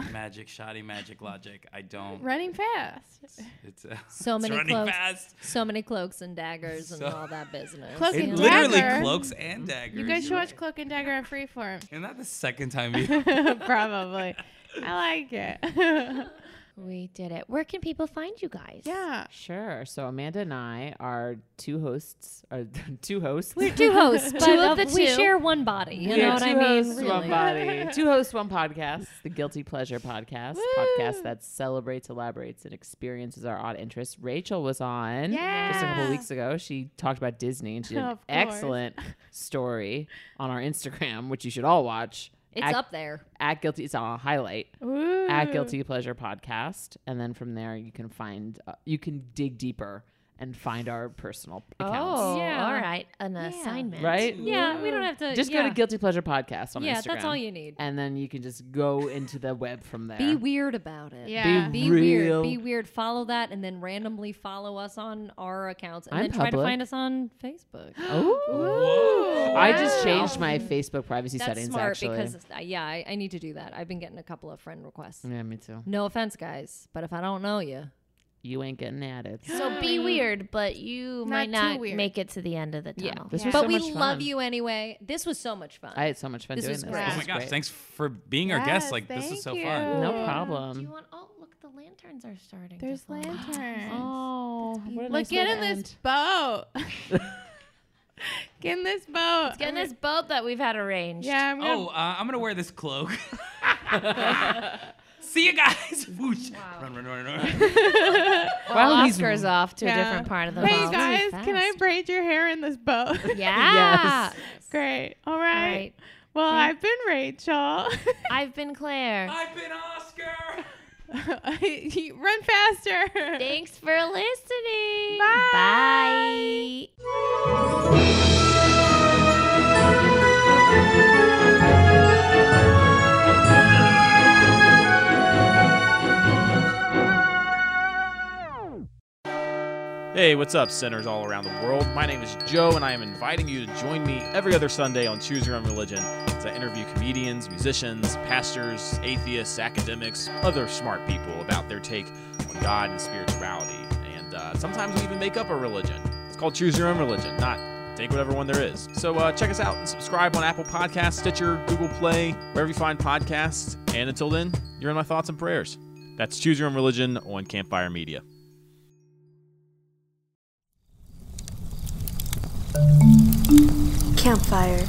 Speaker 1: too.
Speaker 6: magic, shoddy magic logic. I don't.
Speaker 1: Running fast.
Speaker 6: It's uh,
Speaker 5: So
Speaker 6: it's
Speaker 5: many
Speaker 6: running
Speaker 5: cloaks.
Speaker 6: fast.
Speaker 5: So many cloaks and daggers
Speaker 6: So-
Speaker 5: and all that business.
Speaker 1: Cloak
Speaker 6: It
Speaker 1: and
Speaker 6: literally
Speaker 1: dagger.
Speaker 6: cloaks and daggers.
Speaker 1: You guys should
Speaker 6: You're
Speaker 1: watch Cloak and Dagger on
Speaker 6: <laughs>
Speaker 1: Freeform. <laughs>
Speaker 6: right. Isn't that the second time you? <laughs>
Speaker 1: Probably. I like it. <laughs>
Speaker 2: We did it. Where can people find you guys?
Speaker 1: yeah.
Speaker 4: Sure. So Amanda and I are two hosts. Are <laughs> two hosts. <laughs>
Speaker 5: We're <laughs> two hosts. but
Speaker 2: of the
Speaker 5: We
Speaker 2: two.
Speaker 5: share one body. You know
Speaker 4: Yeah,
Speaker 5: what
Speaker 4: two
Speaker 5: I mean?
Speaker 4: Hosts,
Speaker 5: Really.
Speaker 4: One body. two hosts, one podcast. The Guilty Pleasure Podcast. Podcast that celebrates, elaborates, and experiences our odd interests. Rachel was on just a couple
Speaker 1: Yeah.
Speaker 4: weeks ago. She talked about Disney and she did an
Speaker 1: Of course.
Speaker 4: excellent story on our Instagram, which you should all watch.
Speaker 5: It's
Speaker 4: at,
Speaker 5: up there.
Speaker 4: at Guilty. It's on a highlight.
Speaker 1: Ooh.
Speaker 5: Hmm.
Speaker 4: at Ah, guilty pleasure podcast and then from there you can find uh, you can dig deeper and find our personal accounts
Speaker 2: Oh,
Speaker 5: Yeah.
Speaker 2: all right. An assignment.
Speaker 4: right
Speaker 5: Yeah, we don't have to.
Speaker 4: just go to guilty pleasure podcast on
Speaker 5: Yeah,
Speaker 4: instagram
Speaker 5: that's all you need.
Speaker 4: and then you can just go into the web from there
Speaker 5: Be weird about it.
Speaker 1: Yeah.
Speaker 5: Be
Speaker 4: real.
Speaker 5: weird. Be weird. Follow that, and then randomly follow us on our accounts, and
Speaker 4: I'm
Speaker 5: then try to
Speaker 4: public.
Speaker 5: find us on
Speaker 4: <gasps>
Speaker 5: Facebook.
Speaker 4: oh
Speaker 6: Whoa.
Speaker 4: i just changed my facebook privacy
Speaker 5: That's
Speaker 4: settings
Speaker 5: smart
Speaker 4: actually
Speaker 5: because uh, yeah, I, I need to do that. I've been getting a couple of friend requests.
Speaker 4: yeah me too
Speaker 5: No offense, guys, but if I don't know you,
Speaker 4: you ain't getting at
Speaker 5: <gasps>
Speaker 4: it
Speaker 2: So be weird, but you might
Speaker 1: Not too
Speaker 2: not
Speaker 1: weird.
Speaker 2: make it to the end of the
Speaker 5: yeah.
Speaker 2: tunnel.
Speaker 4: This was
Speaker 5: but
Speaker 4: so
Speaker 5: we
Speaker 4: much
Speaker 5: love
Speaker 4: fun.
Speaker 5: you anyway. This was so much fun.
Speaker 4: i had so much fun
Speaker 5: This
Speaker 4: doing
Speaker 5: was
Speaker 4: this
Speaker 5: great.
Speaker 4: This
Speaker 6: oh my
Speaker 4: is
Speaker 6: gosh!
Speaker 4: great.
Speaker 6: Thanks for being our guest.
Speaker 1: Yes,
Speaker 6: Like this was so
Speaker 1: thank
Speaker 6: fun.
Speaker 1: you.
Speaker 4: no
Speaker 1: Yeah.
Speaker 2: Do you
Speaker 4: problem
Speaker 2: want? Oh, look, the lanterns are starting. to
Speaker 1: There's
Speaker 2: fall.
Speaker 1: <gasps> lanterns.
Speaker 4: <gasps> oh what a
Speaker 1: Look,
Speaker 4: nice
Speaker 1: get
Speaker 4: way
Speaker 1: in
Speaker 4: to
Speaker 1: this boat.
Speaker 4: end.
Speaker 1: <laughs> get in this boat.
Speaker 2: Get in
Speaker 4: Oh.
Speaker 2: this boat that we've had arranged.
Speaker 1: Yeah, I'm gonna
Speaker 6: Oh, uh, I'm gonna wear
Speaker 1: <laughs>
Speaker 6: this cloak. <laughs> See you guys. <laughs> Whoosh. Run, run, run, run.
Speaker 1: <laughs>
Speaker 2: Well,
Speaker 4: Well, he's-
Speaker 2: Oscar's off to a
Speaker 1: Yeah.
Speaker 2: different part of the
Speaker 1: Hey
Speaker 2: boat.
Speaker 1: guys, can I
Speaker 5: fast.
Speaker 1: braid your hair in this boat? <laughs>
Speaker 2: Yeah.
Speaker 4: Yes.
Speaker 1: Great. All
Speaker 2: All
Speaker 1: right.
Speaker 2: right.
Speaker 1: Well, I've been Rachel. <laughs>
Speaker 2: I've been Claire.
Speaker 6: I've been Oscar.
Speaker 1: You Run faster.
Speaker 2: <laughs> Thanks for listening.
Speaker 1: Bye.
Speaker 2: Bye.
Speaker 8: Hey, what's up, sinners all around the world? My name is Joe, and I am inviting you to join me every other Sunday on Choose Your Own Religion as I interview comedians, musicians, pastors, atheists, academics, other smart people about their take on God and spirituality. And uh, sometimes we even make up a religion. It's called Choose Your Own Religion, not take whatever one there is. So uh, check us out and subscribe on Apple Podcasts, Stitcher, Google Play, wherever you find podcasts. And until then, you're in my thoughts and prayers. That's Choose Your Own Religion on Campfire Media.
Speaker 9: Campfire.